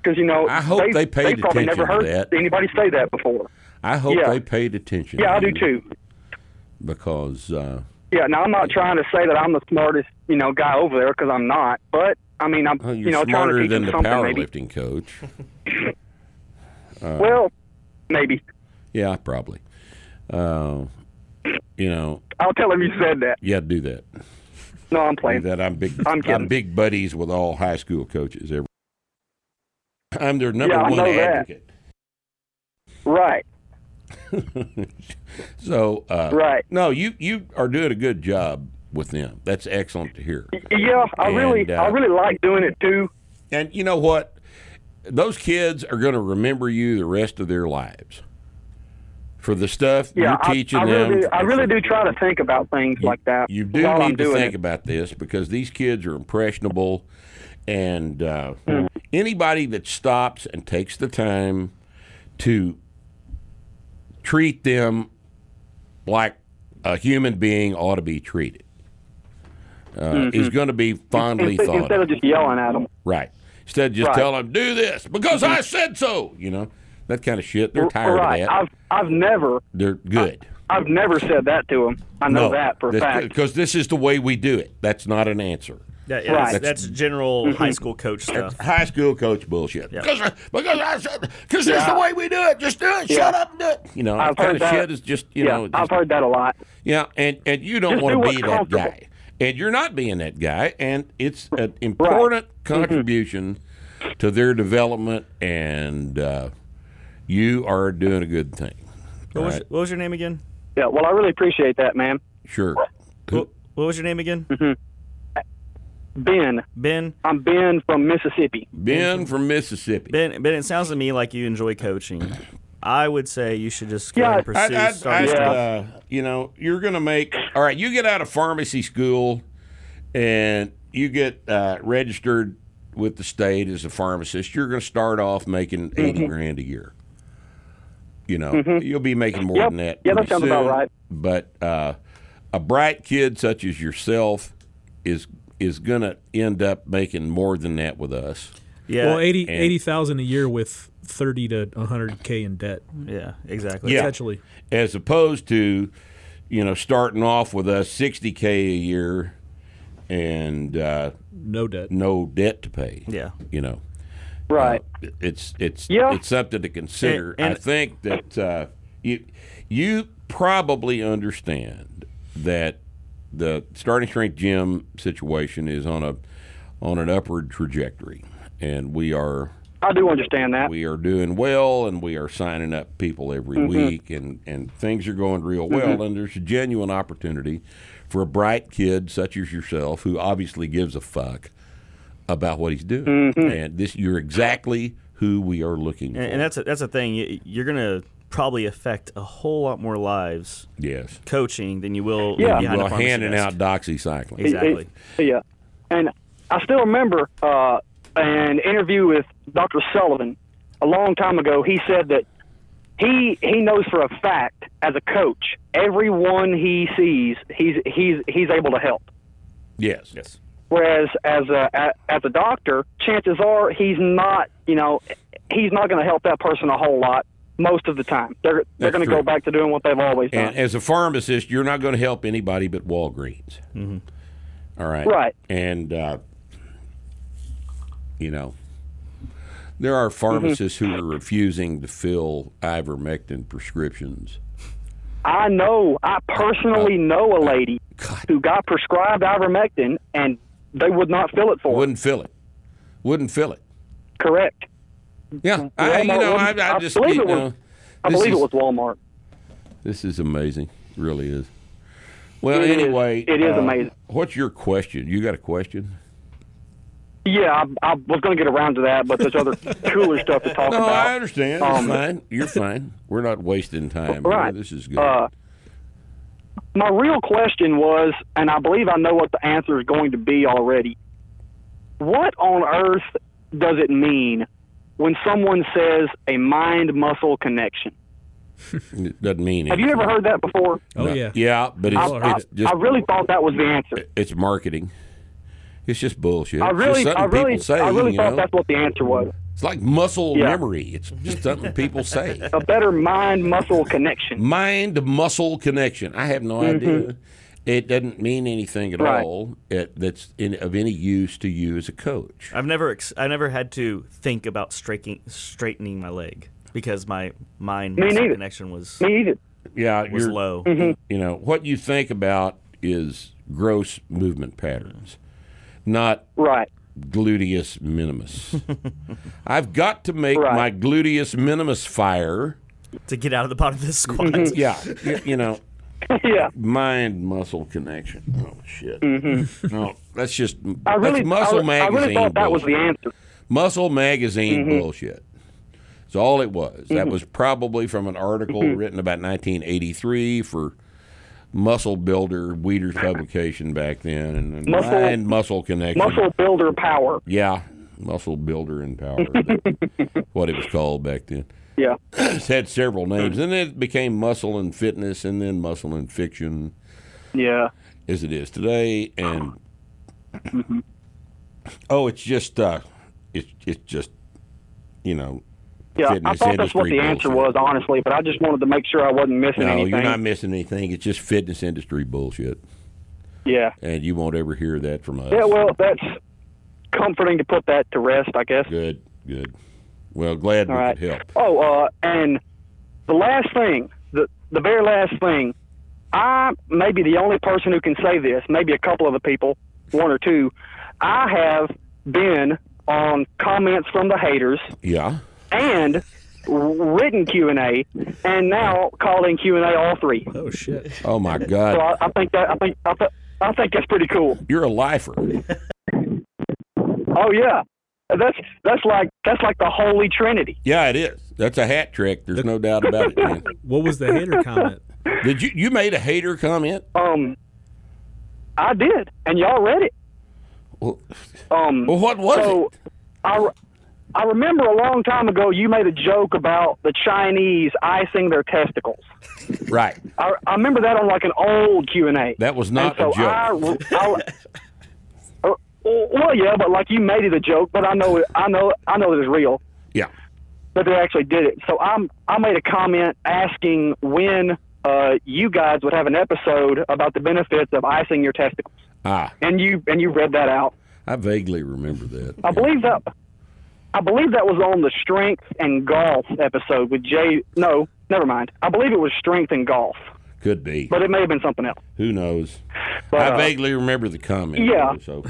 [SPEAKER 11] because you know
[SPEAKER 4] I hope they paid
[SPEAKER 11] they probably
[SPEAKER 4] attention
[SPEAKER 11] never
[SPEAKER 4] to
[SPEAKER 11] heard
[SPEAKER 4] that.
[SPEAKER 11] anybody say that before.
[SPEAKER 4] I hope
[SPEAKER 11] Yeah.
[SPEAKER 4] they paid attention.
[SPEAKER 11] Yeah, I
[SPEAKER 4] to
[SPEAKER 11] do
[SPEAKER 4] you
[SPEAKER 11] too.
[SPEAKER 4] Because uh,
[SPEAKER 11] Yeah, now I'm not trying to say that I'm the smartest, you know, guy over there because I'm not. But I mean, I'm,
[SPEAKER 4] well, Oh, you're
[SPEAKER 11] you know, trying to
[SPEAKER 4] smarter
[SPEAKER 11] teach
[SPEAKER 4] than
[SPEAKER 11] them
[SPEAKER 4] the
[SPEAKER 11] something. maybe.
[SPEAKER 4] powerlifting coach.
[SPEAKER 11] (laughs)
[SPEAKER 4] Uh,
[SPEAKER 11] Well, maybe
[SPEAKER 4] yeah, probably. Uh, you know,
[SPEAKER 11] I'll tell him you said that.
[SPEAKER 4] yeah, do that.
[SPEAKER 11] No, I'm
[SPEAKER 4] Do
[SPEAKER 11] playing.
[SPEAKER 4] that. (laughs) I'm big.
[SPEAKER 11] (laughs) I'm kidding.
[SPEAKER 4] big buddies with all high school coaches. Every, I'm their number
[SPEAKER 11] yeah, I
[SPEAKER 4] one
[SPEAKER 11] know
[SPEAKER 4] advocate.
[SPEAKER 11] that. Right.
[SPEAKER 4] So uh,
[SPEAKER 11] Right.
[SPEAKER 4] No, you you are doing a good job with them. That's excellent to hear.
[SPEAKER 11] Yeah, I really,
[SPEAKER 4] And, uh,
[SPEAKER 11] I really like doing it too.
[SPEAKER 4] And you know what? Those kids are going to remember you the rest of their lives for the stuff
[SPEAKER 11] Yeah,
[SPEAKER 4] you're
[SPEAKER 11] I,
[SPEAKER 4] teaching
[SPEAKER 11] I really,
[SPEAKER 4] them.
[SPEAKER 11] do, I really do try to think about things like that.
[SPEAKER 4] You do
[SPEAKER 11] while
[SPEAKER 4] need
[SPEAKER 11] I'm
[SPEAKER 4] to
[SPEAKER 11] doing
[SPEAKER 4] think
[SPEAKER 11] it.
[SPEAKER 4] about this because these kids are impressionable, and uh, anybody that stops and takes the time to treat them like a human being ought to be treated uh, is
[SPEAKER 11] Mhm.
[SPEAKER 4] going to be fondly
[SPEAKER 11] instead,
[SPEAKER 4] thought.
[SPEAKER 11] instead of just yelling at them.
[SPEAKER 4] Right. Instead, of just
[SPEAKER 11] Right. Mm-hmm.
[SPEAKER 4] tell them do this because I said so. You know that kind of shit. They're tired
[SPEAKER 11] right.
[SPEAKER 4] of that.
[SPEAKER 11] I've, I've never,
[SPEAKER 4] They're good.
[SPEAKER 11] I've never said that to them. I know that for a fact.
[SPEAKER 4] because this is the way we do it. That's not an answer.
[SPEAKER 12] That- yeah, that's- Right. that's general high school coach
[SPEAKER 4] That's
[SPEAKER 12] stuff.
[SPEAKER 4] high school coach bullshit. uh, Because because I said because this is the
[SPEAKER 12] Yeah.
[SPEAKER 4] way we do it. Just do it. Shut
[SPEAKER 12] Yeah.
[SPEAKER 4] up and do it. You know
[SPEAKER 12] I've
[SPEAKER 4] that kind
[SPEAKER 12] heard
[SPEAKER 4] of
[SPEAKER 12] that.
[SPEAKER 4] shit is just you
[SPEAKER 12] Yeah,
[SPEAKER 4] know.
[SPEAKER 12] I've
[SPEAKER 4] heard
[SPEAKER 11] that a lot.
[SPEAKER 4] Yeah, and and you don't
[SPEAKER 12] Just do
[SPEAKER 4] want to
[SPEAKER 12] what's
[SPEAKER 4] be that
[SPEAKER 12] comfortable.
[SPEAKER 4] guy, and you're not being that guy, and it's an important contribution to their development, and uh, you are doing a good thing.
[SPEAKER 12] What was,
[SPEAKER 4] Right.
[SPEAKER 12] what was your name again?
[SPEAKER 11] Yeah. Well, I really appreciate that, man.
[SPEAKER 4] Sure.
[SPEAKER 12] What, what was your name again?
[SPEAKER 11] Mm-hmm. Ben.
[SPEAKER 12] Ben.
[SPEAKER 11] I'm Ben from Mississippi.
[SPEAKER 4] Ben from Mississippi.
[SPEAKER 12] Ben, Ben, it sounds to me like you enjoy coaching. I would say you should just go
[SPEAKER 4] Yeah,
[SPEAKER 12] and pursue
[SPEAKER 4] I- I-
[SPEAKER 12] starting
[SPEAKER 4] I-
[SPEAKER 12] stuff.
[SPEAKER 4] uh, you know, you're going to make all right. You get out of pharmacy school, and you get uh, registered with the state as a pharmacist. You're going to start off making 80
[SPEAKER 11] Mm-hmm.
[SPEAKER 4] grand a year. You know,
[SPEAKER 11] Mhm.
[SPEAKER 4] you'll be making more
[SPEAKER 11] Yep.
[SPEAKER 4] than that.
[SPEAKER 11] Yeah, that
[SPEAKER 4] pretty
[SPEAKER 11] sounds about
[SPEAKER 4] soon.
[SPEAKER 11] right.
[SPEAKER 4] But uh, a bright kid such as yourself is is going to end up making more than that with us.
[SPEAKER 5] Well, 80
[SPEAKER 4] And-
[SPEAKER 5] 80,000 a year with 30 to 100K in debt.
[SPEAKER 12] Yeah, exactly.
[SPEAKER 5] Essentially.
[SPEAKER 4] As opposed to, you know, starting off with us sixty k a year, and uh,
[SPEAKER 5] no debt,
[SPEAKER 4] no debt to pay.
[SPEAKER 12] Yeah,
[SPEAKER 4] you know, Uh,
[SPEAKER 11] right.
[SPEAKER 4] it's it's
[SPEAKER 11] Yeah.
[SPEAKER 4] it's something to consider.
[SPEAKER 11] And- and-
[SPEAKER 4] I think that uh, you you probably understand that the starting strength gym situation is on a on an upward trajectory, and we are
[SPEAKER 11] I do understand that.
[SPEAKER 4] We are doing well, and we are signing up people every
[SPEAKER 11] Mhm.
[SPEAKER 4] week, and, and things are going real well.
[SPEAKER 11] Mhm.
[SPEAKER 4] And there's a genuine opportunity for a bright kid such as yourself, who obviously gives a fuck about what he's doing.
[SPEAKER 11] Mm-hmm.
[SPEAKER 12] Mhm.
[SPEAKER 4] And this, you're exactly who we are looking
[SPEAKER 12] And,
[SPEAKER 4] for.
[SPEAKER 12] and that's a, that's a thing. You- You're gonna probably affect a whole lot more lives.
[SPEAKER 4] Yes.
[SPEAKER 12] Coaching than you will.
[SPEAKER 11] Yeah.
[SPEAKER 12] Behind
[SPEAKER 4] Well,
[SPEAKER 12] a pharmacy
[SPEAKER 4] handing
[SPEAKER 12] desk.
[SPEAKER 4] out doxycycline.
[SPEAKER 12] It- Exactly.
[SPEAKER 11] yeah. And I still remember uh, an interview with Dr. Sullivan a long time ago. He said that he he knows for a fact as a coach, everyone he sees, he's he's he's able to help.
[SPEAKER 4] Yes. Yes.
[SPEAKER 11] Whereas as a a- as a doctor, chances are he's not. You know, he's not going to help that person a whole lot most of the time. They're they're
[SPEAKER 4] That's
[SPEAKER 11] going to go
[SPEAKER 4] true.
[SPEAKER 11] back to doing what they've always done.
[SPEAKER 4] And as a pharmacist, you're not going to help anybody but Walgreens. Mm-hmm. right.
[SPEAKER 11] Right.
[SPEAKER 4] And, uh, you know, there
[SPEAKER 11] Mm-hmm.
[SPEAKER 4] are pharmacists who are refusing to fill ivermectin prescriptions.
[SPEAKER 11] I know, I
[SPEAKER 4] Uh,
[SPEAKER 11] personally know a lady who got prescribed ivermectin and they would not fill it for her.
[SPEAKER 4] Wouldn't fill it. Wouldn't fill it.
[SPEAKER 11] Correct.
[SPEAKER 4] Yeah, I, you
[SPEAKER 11] Walmart
[SPEAKER 4] know, I,
[SPEAKER 11] wouldn't-
[SPEAKER 4] I
[SPEAKER 11] I
[SPEAKER 4] just,
[SPEAKER 11] believe
[SPEAKER 4] you
[SPEAKER 11] it was-
[SPEAKER 4] know,
[SPEAKER 11] I
[SPEAKER 4] this
[SPEAKER 11] believe
[SPEAKER 4] is-
[SPEAKER 11] it was Walmart.
[SPEAKER 4] This is amazing. It really is. Well,
[SPEAKER 11] It is.
[SPEAKER 4] anyway, uh,
[SPEAKER 11] It is amazing.
[SPEAKER 4] What's your question? You got a question?
[SPEAKER 11] Yeah, I, I was going to get around to that, but
[SPEAKER 4] (laughs)
[SPEAKER 11] there's other cooler stuff to talk
[SPEAKER 4] no,
[SPEAKER 11] about.
[SPEAKER 4] I understand. It's
[SPEAKER 11] Um,
[SPEAKER 4] fine. You're fine. We're not wasting time.
[SPEAKER 11] Right.
[SPEAKER 4] This is good.
[SPEAKER 11] Uh, my real question was, and I believe I know what the answer is going to be already. What on earth does it mean when someone says a mind muscle connection?
[SPEAKER 4] it doesn't mean
[SPEAKER 11] Have you
[SPEAKER 4] anything.
[SPEAKER 11] ever heard that before?
[SPEAKER 4] No. Yeah, but it's,
[SPEAKER 11] I, I-
[SPEAKER 4] it's just
[SPEAKER 11] I really thought that was the answer.
[SPEAKER 4] it's marketing. It's just bullshit.
[SPEAKER 11] I
[SPEAKER 4] It's just
[SPEAKER 11] really,
[SPEAKER 4] something
[SPEAKER 11] I really,
[SPEAKER 4] people say,
[SPEAKER 11] I really
[SPEAKER 4] you
[SPEAKER 11] thought
[SPEAKER 4] know?
[SPEAKER 11] that's what the answer was.
[SPEAKER 4] It's like muscle
[SPEAKER 11] Yeah.
[SPEAKER 4] memory. It's just something people say.
[SPEAKER 11] (laughs) A better mind muscle connection.
[SPEAKER 4] Mind muscle connection. I have no
[SPEAKER 11] Mhm.
[SPEAKER 4] idea. It doesn't mean anything at
[SPEAKER 12] Right.
[SPEAKER 4] all it, that's in, of any use to you as a coach.
[SPEAKER 12] I've never ex- I never had to think about straightening straightening my leg because my mind
[SPEAKER 11] Me
[SPEAKER 12] muscle
[SPEAKER 11] neither.
[SPEAKER 12] connection was
[SPEAKER 11] Me either. Mm-hmm.
[SPEAKER 4] Yeah,
[SPEAKER 12] was
[SPEAKER 4] you're-
[SPEAKER 12] low.
[SPEAKER 4] You know what you think about is gross movement patterns, not
[SPEAKER 11] right
[SPEAKER 4] gluteus
[SPEAKER 12] (laughs)
[SPEAKER 4] minimus. I've got to make my gluteus minimus fire
[SPEAKER 12] to get out of the bottom of this squat.
[SPEAKER 4] (laughs) yeah, you, you know.
[SPEAKER 11] Mm-hmm. (laughs) yeah.
[SPEAKER 4] Mind muscle connection. Oh shit.
[SPEAKER 11] Mhm.
[SPEAKER 4] No, that's just
[SPEAKER 11] I really,
[SPEAKER 4] that's muscle
[SPEAKER 11] I, re- I
[SPEAKER 4] magazine.
[SPEAKER 11] really thought that was the
[SPEAKER 4] bullshit.
[SPEAKER 11] answer.
[SPEAKER 4] Muscle magazine
[SPEAKER 11] Mhm.
[SPEAKER 4] bullshit. That's all it was. That
[SPEAKER 11] Mhm.
[SPEAKER 4] was probably from an article
[SPEAKER 11] Mhm.
[SPEAKER 4] written about 1983 for Muscle Builder Weeder's publication back then, and then
[SPEAKER 11] Muscle-
[SPEAKER 4] mind muscle connection.
[SPEAKER 11] Muscle builder power.
[SPEAKER 4] Yeah, Muscle Builder and Power.
[SPEAKER 11] (laughs)
[SPEAKER 4] what it was called back then.
[SPEAKER 11] Yeah.
[SPEAKER 4] it's had several names,
[SPEAKER 11] Hmm.
[SPEAKER 4] and then it became Muscle and Fitness, and then Muscle and Fiction,
[SPEAKER 11] Yeah.
[SPEAKER 4] as it is today. And
[SPEAKER 11] Mm-hmm.
[SPEAKER 4] oh, it's just uh, it's it's just you know,
[SPEAKER 11] Yeah, I
[SPEAKER 4] fitness
[SPEAKER 11] thought that's what
[SPEAKER 4] industry
[SPEAKER 11] the answer
[SPEAKER 4] bullshit.
[SPEAKER 11] was, honestly, but I just wanted to make sure I wasn't missing
[SPEAKER 4] No,
[SPEAKER 11] anything.
[SPEAKER 4] you're not missing anything. It's just fitness industry bullshit,
[SPEAKER 11] yeah.
[SPEAKER 4] and you won't ever hear that from us.
[SPEAKER 11] Yeah, well, that's comforting to put that to rest, I guess.
[SPEAKER 4] Good, good. Well, glad we
[SPEAKER 11] All right.
[SPEAKER 4] could help.
[SPEAKER 11] Oh, uh, and the last thing, the the very last thing, I may be the only person who can say this. Maybe a couple of the people, one or two. I have been on comments from the haters
[SPEAKER 4] Yeah.
[SPEAKER 11] and written Q and A, and now calling Q and A all three.
[SPEAKER 5] Oh shit!
[SPEAKER 4] Oh my
[SPEAKER 11] So
[SPEAKER 4] God,
[SPEAKER 11] I, I think that I think I, th- I think that's pretty cool.
[SPEAKER 4] you're a lifer.
[SPEAKER 11] Oh yeah, that's that's like that's like the Holy Trinity.
[SPEAKER 4] Yeah, it is. That's a hat trick. There's no doubt about it. Man.
[SPEAKER 5] (laughs) What was the hater comment?
[SPEAKER 4] Did you you made a hater comment?
[SPEAKER 11] Um, I did, and y'all read it.
[SPEAKER 4] Well,
[SPEAKER 11] Um,
[SPEAKER 4] well what was
[SPEAKER 11] so it? I, re- I remember a long time ago you made a joke about the Chinese icing their testicles.
[SPEAKER 4] Right.
[SPEAKER 11] I, I remember that on like an old Q and A.
[SPEAKER 4] That was not
[SPEAKER 11] so
[SPEAKER 4] a joke.
[SPEAKER 11] I re- I, (laughs) uh, well, yeah, but like you made it a joke, but I know it, I know I know that it's real.
[SPEAKER 4] Yeah.
[SPEAKER 11] That they actually did it. So I'm I made a comment asking when uh, you guys would have an episode about the benefits of icing your testicles,
[SPEAKER 4] Ah,
[SPEAKER 11] and you and you read that out.
[SPEAKER 4] I vaguely remember that.
[SPEAKER 11] I believe that I believe that was on the strength and golf episode with Jay. No, never mind. I believe it was strength and golf,
[SPEAKER 4] Could be.
[SPEAKER 11] but it may have been something else.
[SPEAKER 4] Who knows?
[SPEAKER 11] But,
[SPEAKER 4] I
[SPEAKER 11] uh,
[SPEAKER 4] vaguely remember the comment.
[SPEAKER 11] yeah.
[SPEAKER 4] though, So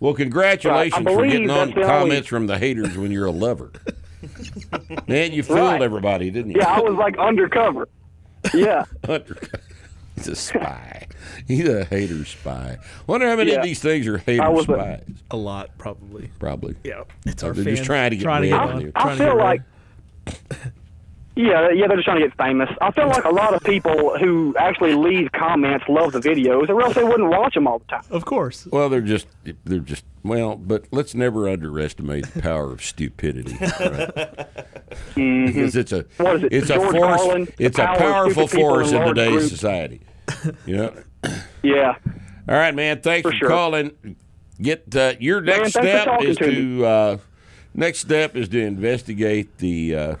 [SPEAKER 4] Well, congratulations
[SPEAKER 11] Right, I
[SPEAKER 4] for
[SPEAKER 11] believe
[SPEAKER 4] getting on
[SPEAKER 11] that's the only-
[SPEAKER 4] comments from the haters when you're a lover. Man, you fooled
[SPEAKER 11] Right.
[SPEAKER 4] everybody, didn't you?
[SPEAKER 11] Yeah, I was like undercover. Yeah.
[SPEAKER 4] Undercover. He's a spy. (laughs) He's a hater spy. Wonder how many
[SPEAKER 11] Yeah.
[SPEAKER 4] of these things are hater
[SPEAKER 11] I was a-
[SPEAKER 4] spies.
[SPEAKER 5] A lot, probably.
[SPEAKER 4] Probably.
[SPEAKER 5] Yeah,
[SPEAKER 11] it's
[SPEAKER 4] Oh,
[SPEAKER 11] our
[SPEAKER 4] They're just
[SPEAKER 11] fans
[SPEAKER 4] trying to get
[SPEAKER 5] trying to
[SPEAKER 4] rid
[SPEAKER 5] get
[SPEAKER 4] on
[SPEAKER 5] on-
[SPEAKER 4] you.
[SPEAKER 11] I feel like, yeah, yeah, they're just trying to get famous. I feel like a lot of people who actually leave comments love the videos, or else they wouldn't watch them all the time.
[SPEAKER 5] Of course.
[SPEAKER 4] Well, they're just they're just well, but let's never underestimate the power of stupidity. right? Because it's a
[SPEAKER 11] Mm-hmm. What is it,
[SPEAKER 4] it's
[SPEAKER 11] George
[SPEAKER 4] a force.
[SPEAKER 11] Carlin, the
[SPEAKER 4] it's a
[SPEAKER 11] power of
[SPEAKER 4] powerful
[SPEAKER 11] stupid people
[SPEAKER 4] force
[SPEAKER 11] in
[SPEAKER 4] in
[SPEAKER 11] large
[SPEAKER 4] today's
[SPEAKER 11] groups. (laughs)
[SPEAKER 4] society. Yeah.
[SPEAKER 11] Yeah.
[SPEAKER 4] All right, man. Thanks for,
[SPEAKER 11] sure.
[SPEAKER 4] calling. Get uh, your
[SPEAKER 11] Man,
[SPEAKER 4] next
[SPEAKER 11] thanks for
[SPEAKER 4] step
[SPEAKER 11] talking
[SPEAKER 4] is
[SPEAKER 11] to
[SPEAKER 4] to, uh, next step is to investigate the uh,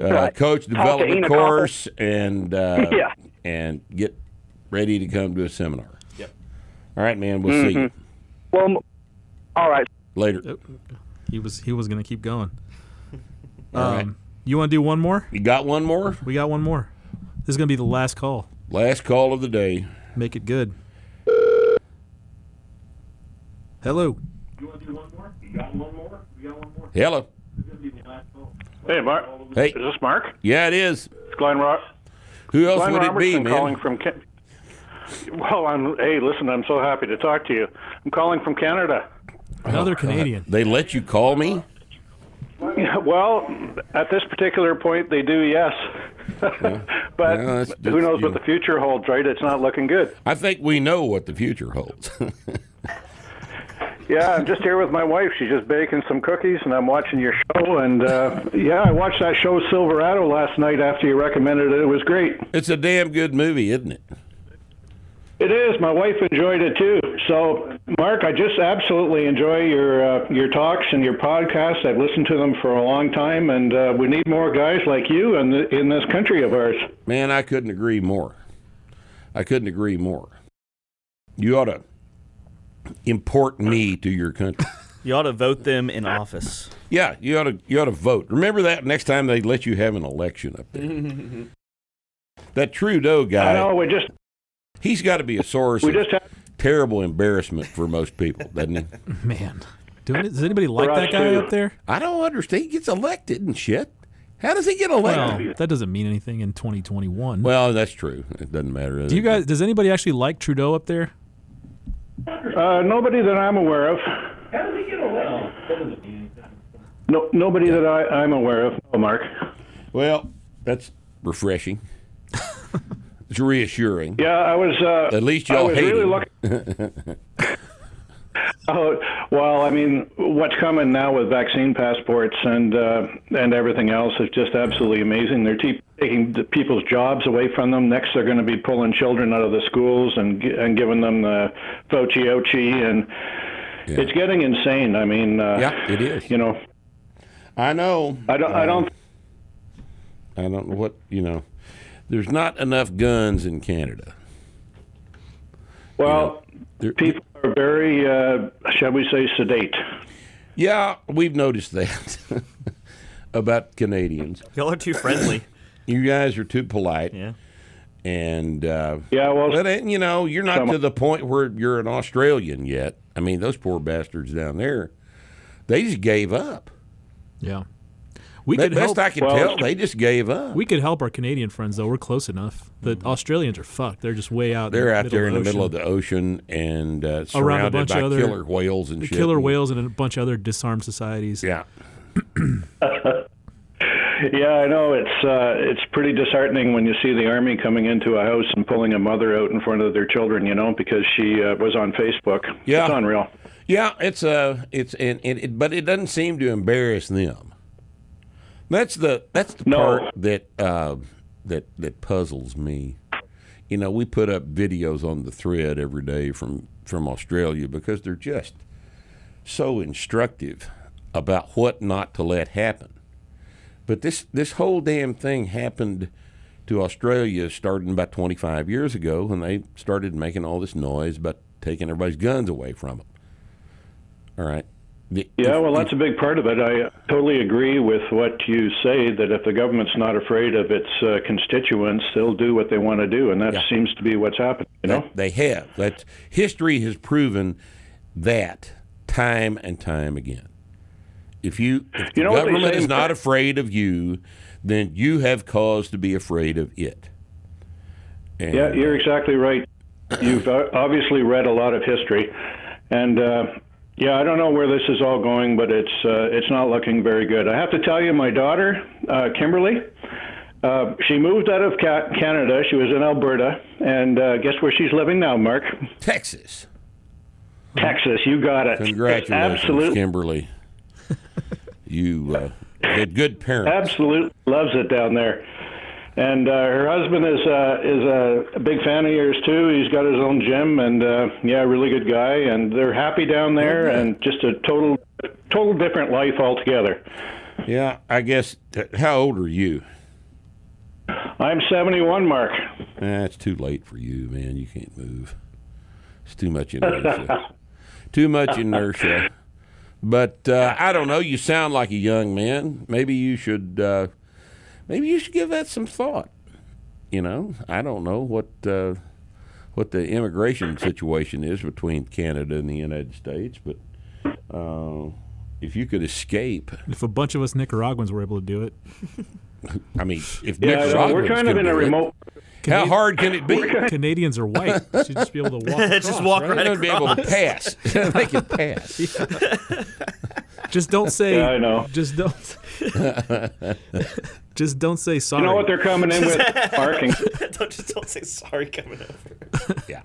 [SPEAKER 4] uh,
[SPEAKER 11] Right.
[SPEAKER 4] coach
[SPEAKER 11] Talk to
[SPEAKER 4] development
[SPEAKER 11] Ina
[SPEAKER 4] course and uh,
[SPEAKER 11] (laughs) Yeah.
[SPEAKER 4] and get ready to come to a seminar. Yep. All right, man. We'll see
[SPEAKER 10] Mm-hmm.
[SPEAKER 4] you
[SPEAKER 11] Mhm. Well, m- all right.
[SPEAKER 4] later.
[SPEAKER 5] He was he was gonna keep going.
[SPEAKER 4] All right.
[SPEAKER 5] Um, you want to do one more?
[SPEAKER 4] You got one more?
[SPEAKER 5] We got one more. This is gonna be the last call.
[SPEAKER 4] Last call of the day.
[SPEAKER 5] Make it good. Hello.
[SPEAKER 4] Hello.
[SPEAKER 10] Hey, Mark.
[SPEAKER 4] Hey.
[SPEAKER 10] Is this Mark?
[SPEAKER 4] Yeah, it is.
[SPEAKER 10] It's Glenn Rock.
[SPEAKER 4] Who else
[SPEAKER 10] Glenn
[SPEAKER 4] would it
[SPEAKER 10] Robertson
[SPEAKER 4] be, man? (laughs) Uh,
[SPEAKER 10] calling from. Ca- well, I'm. Hey, listen, I'm so happy to talk to you. I'm calling from Canada. (laughs)
[SPEAKER 5] Another Canadian.
[SPEAKER 4] They let you call me?
[SPEAKER 10] Well, at this particular point, they do, yes. but
[SPEAKER 4] Yeah, that's-
[SPEAKER 10] who knows
[SPEAKER 4] that's-
[SPEAKER 10] what the future holds, right? It's not looking good.
[SPEAKER 4] I think we know what the future holds. (laughs)
[SPEAKER 10] Yeah, I'm just here with my wife. She's just baking some cookies, and I'm watching your show. And uh, yeah, I watched that show Silverado last night after you recommended it. It was great.
[SPEAKER 4] it's a damn good movie, isn't it?
[SPEAKER 10] It is. My wife enjoyed it too. So, Mark, I just absolutely enjoy your uh, your talks and your podcasts. I've listened to them for a long time, and uh, we need more guys like you in the, in this country of ours.
[SPEAKER 4] Man, I couldn't agree more. I couldn't agree more. You ought to import me to your country.
[SPEAKER 12] You ought to vote them in office.
[SPEAKER 4] Yeah, you ought to you ought to vote. Remember that next time they let you have an election up there. That Trudeau guy.
[SPEAKER 10] I know. We just
[SPEAKER 4] He's got to be a source
[SPEAKER 10] We
[SPEAKER 4] of
[SPEAKER 10] just have-
[SPEAKER 4] terrible embarrassment for most people, doesn't he?
[SPEAKER 5] (laughs) Man, do any, does anybody (laughs) like
[SPEAKER 10] For us
[SPEAKER 5] that guy
[SPEAKER 10] too.
[SPEAKER 5] up there?
[SPEAKER 4] I don't understand. He gets elected and shit. How does he get elected?
[SPEAKER 5] Well, that doesn't mean anything in 2021.
[SPEAKER 4] Well, that's true. It doesn't matter.
[SPEAKER 5] do you guys? Does anybody actually like Trudeau up there?
[SPEAKER 10] uh, nobody that I'm aware of.
[SPEAKER 13] How did he get away?
[SPEAKER 10] No, nobody that I, I'm aware of. No, Mark.
[SPEAKER 4] Well, that's
[SPEAKER 5] (laughs)
[SPEAKER 4] refreshing. it's reassuring.
[SPEAKER 10] Yeah, I was. Uh,
[SPEAKER 4] At least
[SPEAKER 10] I
[SPEAKER 4] y'all
[SPEAKER 10] was
[SPEAKER 4] hate
[SPEAKER 10] really
[SPEAKER 4] him.
[SPEAKER 10] looking. Oh, well, I mean, what's coming now with vaccine passports and uh, and everything else is just absolutely amazing. They're te- taking the people's jobs away from them. Next, they're going to be pulling children out of the schools and gi- and giving them the Fauci Ochi, and it's getting insane. I mean, uh,
[SPEAKER 4] yeah, it is.
[SPEAKER 10] You know,
[SPEAKER 4] I know. Uh,
[SPEAKER 10] I don't. I don't.
[SPEAKER 4] (laughs) I don't know what you know. There's not enough guns in Canada.
[SPEAKER 10] Well,
[SPEAKER 4] There-
[SPEAKER 10] people are very, uh, shall we say, sedate.
[SPEAKER 4] yeah, we've noticed that (laughs) about Canadians.
[SPEAKER 12] Y'all are too friendly.
[SPEAKER 4] (coughs) You guys are too polite. Yeah. And uh,
[SPEAKER 10] yeah, well,
[SPEAKER 4] but and, you know, you're not
[SPEAKER 10] some-
[SPEAKER 4] to the point where you're an Australian yet. I mean, those poor bastards down there, they just gave up.
[SPEAKER 5] Yeah. We
[SPEAKER 4] Be-
[SPEAKER 5] could
[SPEAKER 4] best
[SPEAKER 5] help.
[SPEAKER 4] I can tell, they just gave up. Mm-hmm.
[SPEAKER 5] We could help our Canadian friends though. We're close enough. The Australians are fucked. They're just way out.
[SPEAKER 4] They're
[SPEAKER 5] in the
[SPEAKER 4] out
[SPEAKER 5] middle
[SPEAKER 4] there in the
[SPEAKER 5] of
[SPEAKER 4] middle of
[SPEAKER 5] ocean.
[SPEAKER 4] the ocean and uh,
[SPEAKER 5] around a
[SPEAKER 4] surrounded
[SPEAKER 5] bunch
[SPEAKER 4] by
[SPEAKER 5] of other
[SPEAKER 4] killer whales and shit.
[SPEAKER 5] killer whales and a bunch of other disarmed societies.
[SPEAKER 4] Yeah.
[SPEAKER 10] (laughs) Yeah, I know it's uh, it's pretty disheartening when you see the army coming into a house and pulling a mother out in front of their children, you know, because she uh, was on Facebook.
[SPEAKER 4] Yeah.
[SPEAKER 10] it's unreal.
[SPEAKER 4] Yeah, it's uh, it's and, and it, but it doesn't seem to embarrass them. That's the that's the part that uh, that that puzzles me. You know, we put up videos on the thread every day from from Australia because they're just so instructive about what not to let happen. But this this whole damn thing happened to Australia starting about 25 years ago when they started making all this noise about taking everybody's guns away from them. All right. The-
[SPEAKER 10] Yeah, well, that's a big part of it. I totally agree with what you say that if the government's not afraid of its uh, constituents, they'll do what they want to do, and that seems to be what's happening. You know,
[SPEAKER 4] They have. That history has proven that time and time again. If you, if the
[SPEAKER 10] You know what they
[SPEAKER 4] government
[SPEAKER 10] say-
[SPEAKER 4] is not afraid of you, then you have cause to be afraid of it. And uh,
[SPEAKER 10] Yeah, you're exactly right. You've uh, obviously read a lot of history, and uh, yeah, I don't know where this is all going, but it's uh, it's not looking very good. I have to tell you, my daughter, uh, Kimberly, uh, she moved out of ca- Canada. She was in Alberta, and uh, guess where she's living now, Mark?
[SPEAKER 4] Texas.
[SPEAKER 10] Texas, you got it.
[SPEAKER 4] Congratulations,
[SPEAKER 10] Absolutely.
[SPEAKER 4] Kimberly. you uh, had good parents.
[SPEAKER 10] Absolutely loves it down there. And uh, her husband is uh, is a big fan of yours too. He's got his own gym, and uh, yeah, really good guy. And they're happy down there, and just a total total different life altogether.
[SPEAKER 4] Yeah, I guess. th- How old are you?
[SPEAKER 10] I'm 71, Mark.
[SPEAKER 4] Eh, it's too late for you, man. You can't move. It's
[SPEAKER 10] (laughs)
[SPEAKER 4] too much inertia. too much inertia. But uh, I don't know. You sound like a young man. Maybe you should. Uh, maybe you should give that some thought. You know, I don't know what uh, what the immigration situation is between Canada and the United States, but uh, if you could escape,
[SPEAKER 5] If a bunch of us Nicaraguans were able to do it,
[SPEAKER 4] I mean, (laughs) if
[SPEAKER 5] Yeah,
[SPEAKER 4] Nick
[SPEAKER 5] no,
[SPEAKER 4] Rodgers
[SPEAKER 5] we're kind
[SPEAKER 4] could
[SPEAKER 5] of in a
[SPEAKER 4] do it,
[SPEAKER 5] remote-
[SPEAKER 4] How hard can it be?
[SPEAKER 5] Canadians are white.
[SPEAKER 4] (laughs)
[SPEAKER 5] Should just be able to walk.
[SPEAKER 12] Just
[SPEAKER 5] across,
[SPEAKER 12] walk
[SPEAKER 5] right?
[SPEAKER 12] right
[SPEAKER 4] They would be able to pass. (laughs) they can pass.
[SPEAKER 5] (laughs)
[SPEAKER 10] (laughs)
[SPEAKER 5] Just don't say.
[SPEAKER 10] Yeah, I know.
[SPEAKER 5] Just don't. (laughs) just don't say sorry.
[SPEAKER 10] You know what they're coming in with?
[SPEAKER 12] (laughs)
[SPEAKER 5] (laughs)
[SPEAKER 10] Parking.
[SPEAKER 12] don't just don't say sorry coming over.
[SPEAKER 4] Yeah.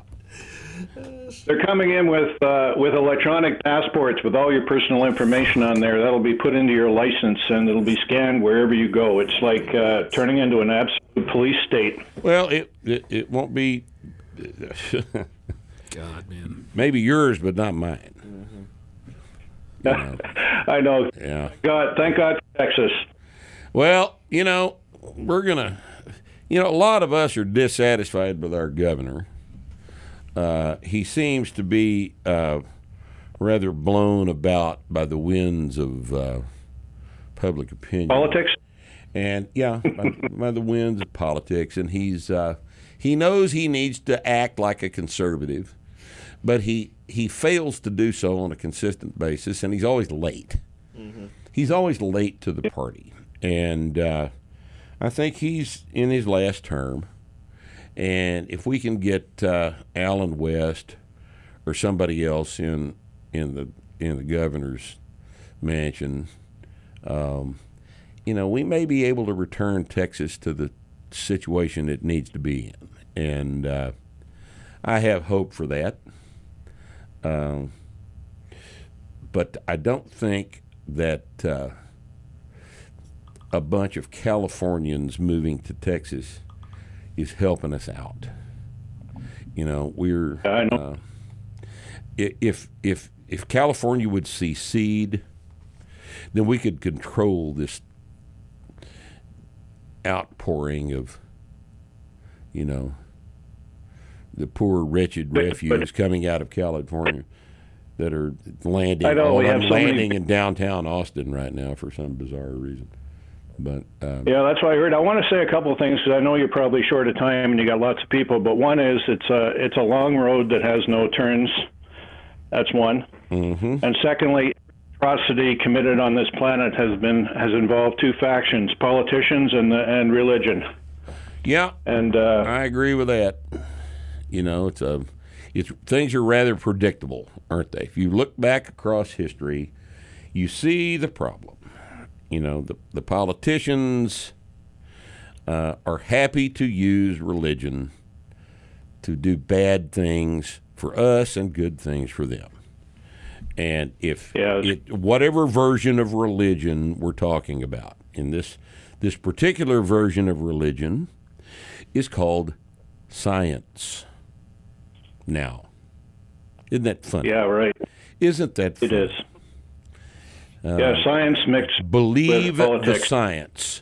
[SPEAKER 10] (laughs) They're coming in with uh, with electronic passports with all your personal information on there. That'll be put into your license, and it'll be scanned wherever you go. It's like uh, turning into an absolute police state.
[SPEAKER 4] Well, it it, it won't be. (laughs) God, man. Maybe yours, but not mine.
[SPEAKER 10] I know.
[SPEAKER 4] Mm-hmm. Yeah.
[SPEAKER 10] God, thank God, for Texas.
[SPEAKER 4] Well, you know, we're gonna. You know, a lot of us are dissatisfied with our governor. Uh, he seems to be uh, rather blown about by the winds of uh, public opinion,
[SPEAKER 10] Politics?
[SPEAKER 4] and yeah, by, (laughs) by the winds of politics. And he's uh, he knows he needs to act like a conservative, but he he fails to do so on a consistent basis, and he's always late he's always late to the party, and uh, I think he's in his last term. And if we can get uh, Alan West or somebody else in in the in the governor's mansion, um, you know, we may be able to return Texas to the situation it needs to be in, and uh, I have hope for that. Um, but I don't think that uh, a bunch of Californians moving to Texas is helping us out. You know, we're I know. Uh, i- if if if California would secede, then we could control this outpouring of, you know, the poor, wretched
[SPEAKER 10] But-
[SPEAKER 4] refugees coming out of California that are landing,
[SPEAKER 10] I know,
[SPEAKER 4] all
[SPEAKER 10] we have
[SPEAKER 4] I'm
[SPEAKER 10] so many-
[SPEAKER 4] landing in downtown Austin right now for some bizarre reason. But um,
[SPEAKER 10] Yeah, that's what I heard. I want to say a couple of things because I know you're probably short of time and you got lots of people. But one is it's a it's a long road that has no turns. That's one.
[SPEAKER 6] Mm-hmm.
[SPEAKER 4] mhm.
[SPEAKER 10] And secondly, atrocity committed on this planet has been has involved two factions: politicians and the, and religion.
[SPEAKER 4] yeah,
[SPEAKER 10] and uh,
[SPEAKER 4] I agree with that. You know, it's a, it's things are rather predictable, aren't they? If you look back across history, you see the problem. You know, the the politicians uh, are happy to use religion to do bad things for us and good things for them. And if it, whatever version of religion we're talking about in this this particular version of religion is called science. Now, isn't that funny?
[SPEAKER 10] Yeah, right.
[SPEAKER 4] Isn't that? Funny? It is.
[SPEAKER 10] yeah, science mixed.
[SPEAKER 4] Uh,
[SPEAKER 10] with
[SPEAKER 4] Believe the
[SPEAKER 10] politics.
[SPEAKER 4] science.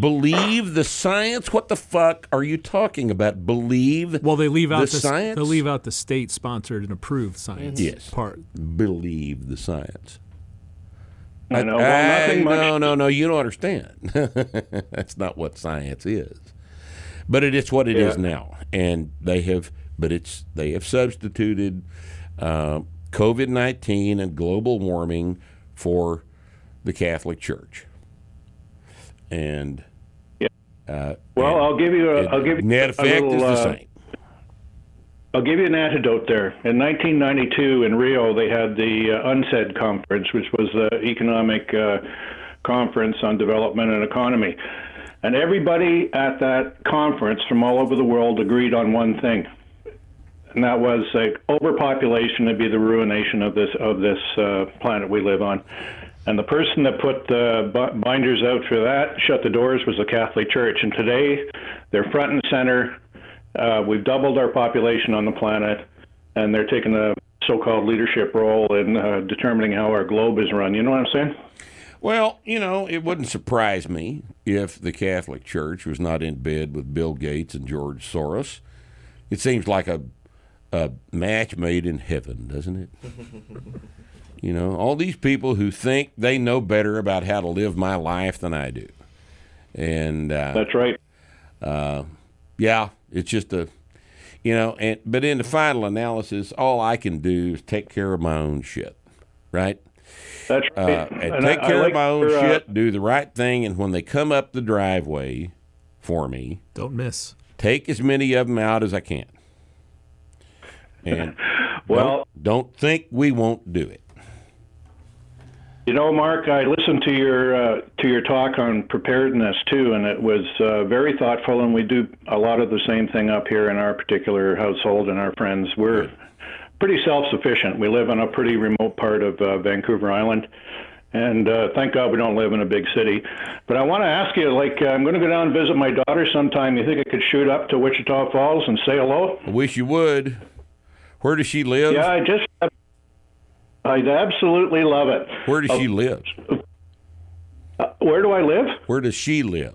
[SPEAKER 4] Believe the science. What the fuck are you talking about? Believe. Well,
[SPEAKER 5] they leave out
[SPEAKER 4] the
[SPEAKER 5] the, s-
[SPEAKER 4] science.
[SPEAKER 5] They leave out the state sponsored and approved science
[SPEAKER 4] Yes.
[SPEAKER 5] part.
[SPEAKER 4] Believe the science.
[SPEAKER 10] I know. Well, nothing much-
[SPEAKER 4] no, no, no. You don't understand. (laughs) That's not what science is. But it is what it is
[SPEAKER 10] Yeah.
[SPEAKER 4] now, and they have. But it's they have substituted uh, COVID 19 and global warming for the Catholic Church. And uh,
[SPEAKER 10] Well, I'll give you a.
[SPEAKER 4] It-
[SPEAKER 10] will give you a
[SPEAKER 4] net effect
[SPEAKER 10] little,
[SPEAKER 4] is the
[SPEAKER 10] uh,
[SPEAKER 4] same.
[SPEAKER 10] I'll give you an antidote there. In 1992 in Rio, they had the uh, UNSED conference, which was the economic uh, conference on development and economy. And everybody at that conference from all over the world agreed on one thing, and that was like overpopulation would be the ruination of this of this uh, planet we live on. And the person that put the bu- binders out for that, shut the doors, was the Catholic Church. And today, they're front and center. Uh, we've doubled our population on the planet, and they're taking a so-called leadership role in uh, determining how our globe is run. You know what I'm saying?
[SPEAKER 4] Well, you know, it wouldn't surprise me if the Catholic Church was not in bed with Bill Gates and George Soros. It seems like a, a match made in heaven, doesn't it? (laughs) You know, all these people who think they know better about how to live my life than I do, and uh,
[SPEAKER 10] that's right.
[SPEAKER 4] Uh, yeah, it's just a, you know, and but in the final analysis, all I can do is take care of my own shit, right?
[SPEAKER 10] That's right.
[SPEAKER 4] Uh, and,
[SPEAKER 10] And
[SPEAKER 4] take
[SPEAKER 10] I- I
[SPEAKER 4] care
[SPEAKER 10] like
[SPEAKER 4] of my own
[SPEAKER 10] your, uh,
[SPEAKER 4] shit, do the right thing, and when they come up the driveway for me,
[SPEAKER 5] don't miss.
[SPEAKER 4] Take as many of them out as
[SPEAKER 10] (laughs)
[SPEAKER 4] I can. And
[SPEAKER 10] Well-
[SPEAKER 4] don't, don't think we won't do it.
[SPEAKER 10] You know, Mark, I listened to your uh, to your talk on preparedness too, and it was uh, very thoughtful. And we do a lot of the same thing up here in our particular household and our friends. We're pretty self-sufficient. We live on a pretty remote part of uh, Vancouver Island, and uh, thank God we don't live in a big city. But I want to ask you, like, uh, I'm going to go down and visit my daughter sometime. You think I could shoot up to Wichita Falls and say hello?
[SPEAKER 4] I wish you would. Where does she live?
[SPEAKER 10] Yeah, I just, I'd absolutely love it. Uh,
[SPEAKER 4] Where does she live?
[SPEAKER 10] Where do I live?
[SPEAKER 4] Where does she live?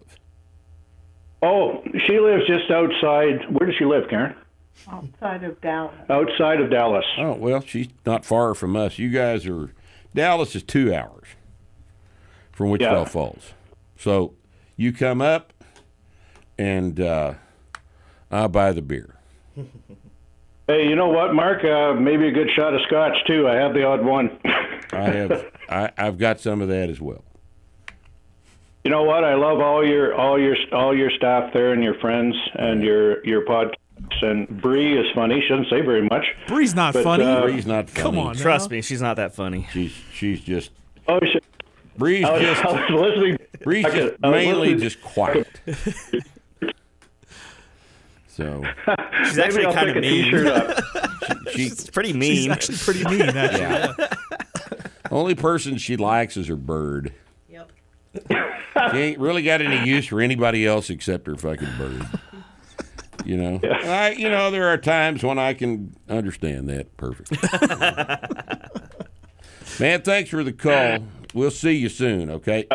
[SPEAKER 10] Oh, she lives just outside. Where does she live, Karen?
[SPEAKER 13] outside of Dallas.
[SPEAKER 10] Outside of Dallas.
[SPEAKER 4] Oh well, she's not far from us. You guys are Dallas is two hours from Wichita
[SPEAKER 10] Yeah.
[SPEAKER 4] Falls, so you come up and uh, I buy the beer.
[SPEAKER 10] Hey, you know what, Mark? Uh, maybe a good shot of scotch too. I have the odd one. (laughs)
[SPEAKER 4] I have I, I've got some of that as well.
[SPEAKER 10] You know what? I love all your all your all your staff there and your friends and your your podcasts. And Bree is funny. She doesn't say very much.
[SPEAKER 5] Bree's not
[SPEAKER 10] But,
[SPEAKER 5] funny.
[SPEAKER 10] uh,
[SPEAKER 4] Bree's not funny.
[SPEAKER 12] Trust me, she's not that funny.
[SPEAKER 4] She's she's just.
[SPEAKER 10] Oh shit.
[SPEAKER 4] Bree's
[SPEAKER 10] I was-
[SPEAKER 4] just
[SPEAKER 10] I was listening.
[SPEAKER 4] Bree's
[SPEAKER 10] I could-
[SPEAKER 4] just
[SPEAKER 10] I was
[SPEAKER 4] mainly
[SPEAKER 10] listening-
[SPEAKER 4] just quiet. so
[SPEAKER 12] She's
[SPEAKER 10] Maybe
[SPEAKER 12] actually
[SPEAKER 10] I'll
[SPEAKER 12] kind
[SPEAKER 10] pick
[SPEAKER 12] of
[SPEAKER 10] a
[SPEAKER 12] mean.
[SPEAKER 10] t-shirt up.
[SPEAKER 4] (laughs) she,
[SPEAKER 12] she's pretty mean.
[SPEAKER 5] She's actually pretty mean, actually,
[SPEAKER 4] Only person she likes is her bird. Yep. she ain't really got any use for anybody else except her fucking bird. You know, And I, you know, there are times when I can understand
[SPEAKER 10] (laughs)
[SPEAKER 4] that perfectly. man, thanks for the call. We'll see you soon. Okay.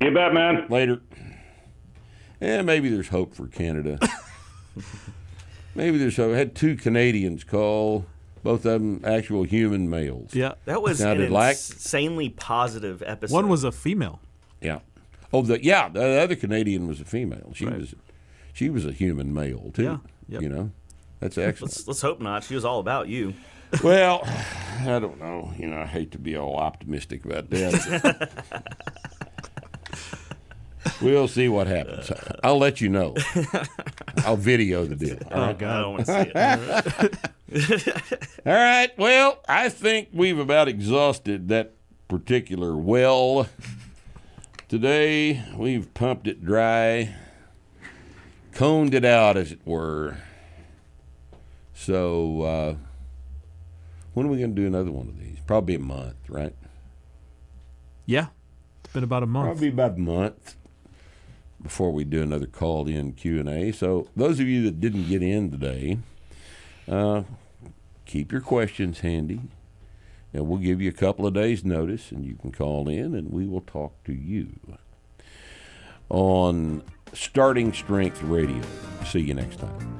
[SPEAKER 10] You bet, man.
[SPEAKER 4] Later. Yeah, maybe there's hope for
[SPEAKER 10] (laughs)
[SPEAKER 4] Canada. maybe there's hope. I had two Canadians call, both of them actual human males.
[SPEAKER 5] Yeah.
[SPEAKER 12] That was
[SPEAKER 4] sounded
[SPEAKER 12] an
[SPEAKER 4] like
[SPEAKER 12] insanely positive episode.
[SPEAKER 5] One was a female.
[SPEAKER 4] Yeah. Oh, the yeah. The other Canadian was a female. She was, she was a human male too.
[SPEAKER 12] Yeah, yep.
[SPEAKER 4] You know, that's excellent.
[SPEAKER 12] Let's, let's hope not. She was all about you.
[SPEAKER 4] (laughs) well, (sighs) I don't know. You know, I hate to be all optimistic about that.
[SPEAKER 5] (laughs)
[SPEAKER 4] we'll see what happens. I'll let you
[SPEAKER 12] (laughs)
[SPEAKER 4] know. I'll video the deal. all
[SPEAKER 12] Oh,
[SPEAKER 4] right?
[SPEAKER 12] God, I don't wanna see it.
[SPEAKER 4] (laughs) all right. Well, I think we've about exhausted that particular well. Today we've pumped it dry, combed it out, as it were. So, uh, when are we going to do another one of these? Probably a month, right?
[SPEAKER 5] Yeah. It's been about a month.
[SPEAKER 4] Probably about a month before we do another call in Q and A. So, those of you that didn't get in today, uh, keep your questions handy, and we'll give you a couple of days' notice, and you can call in, and we will talk to you on Starting Strength Radio. See you next time.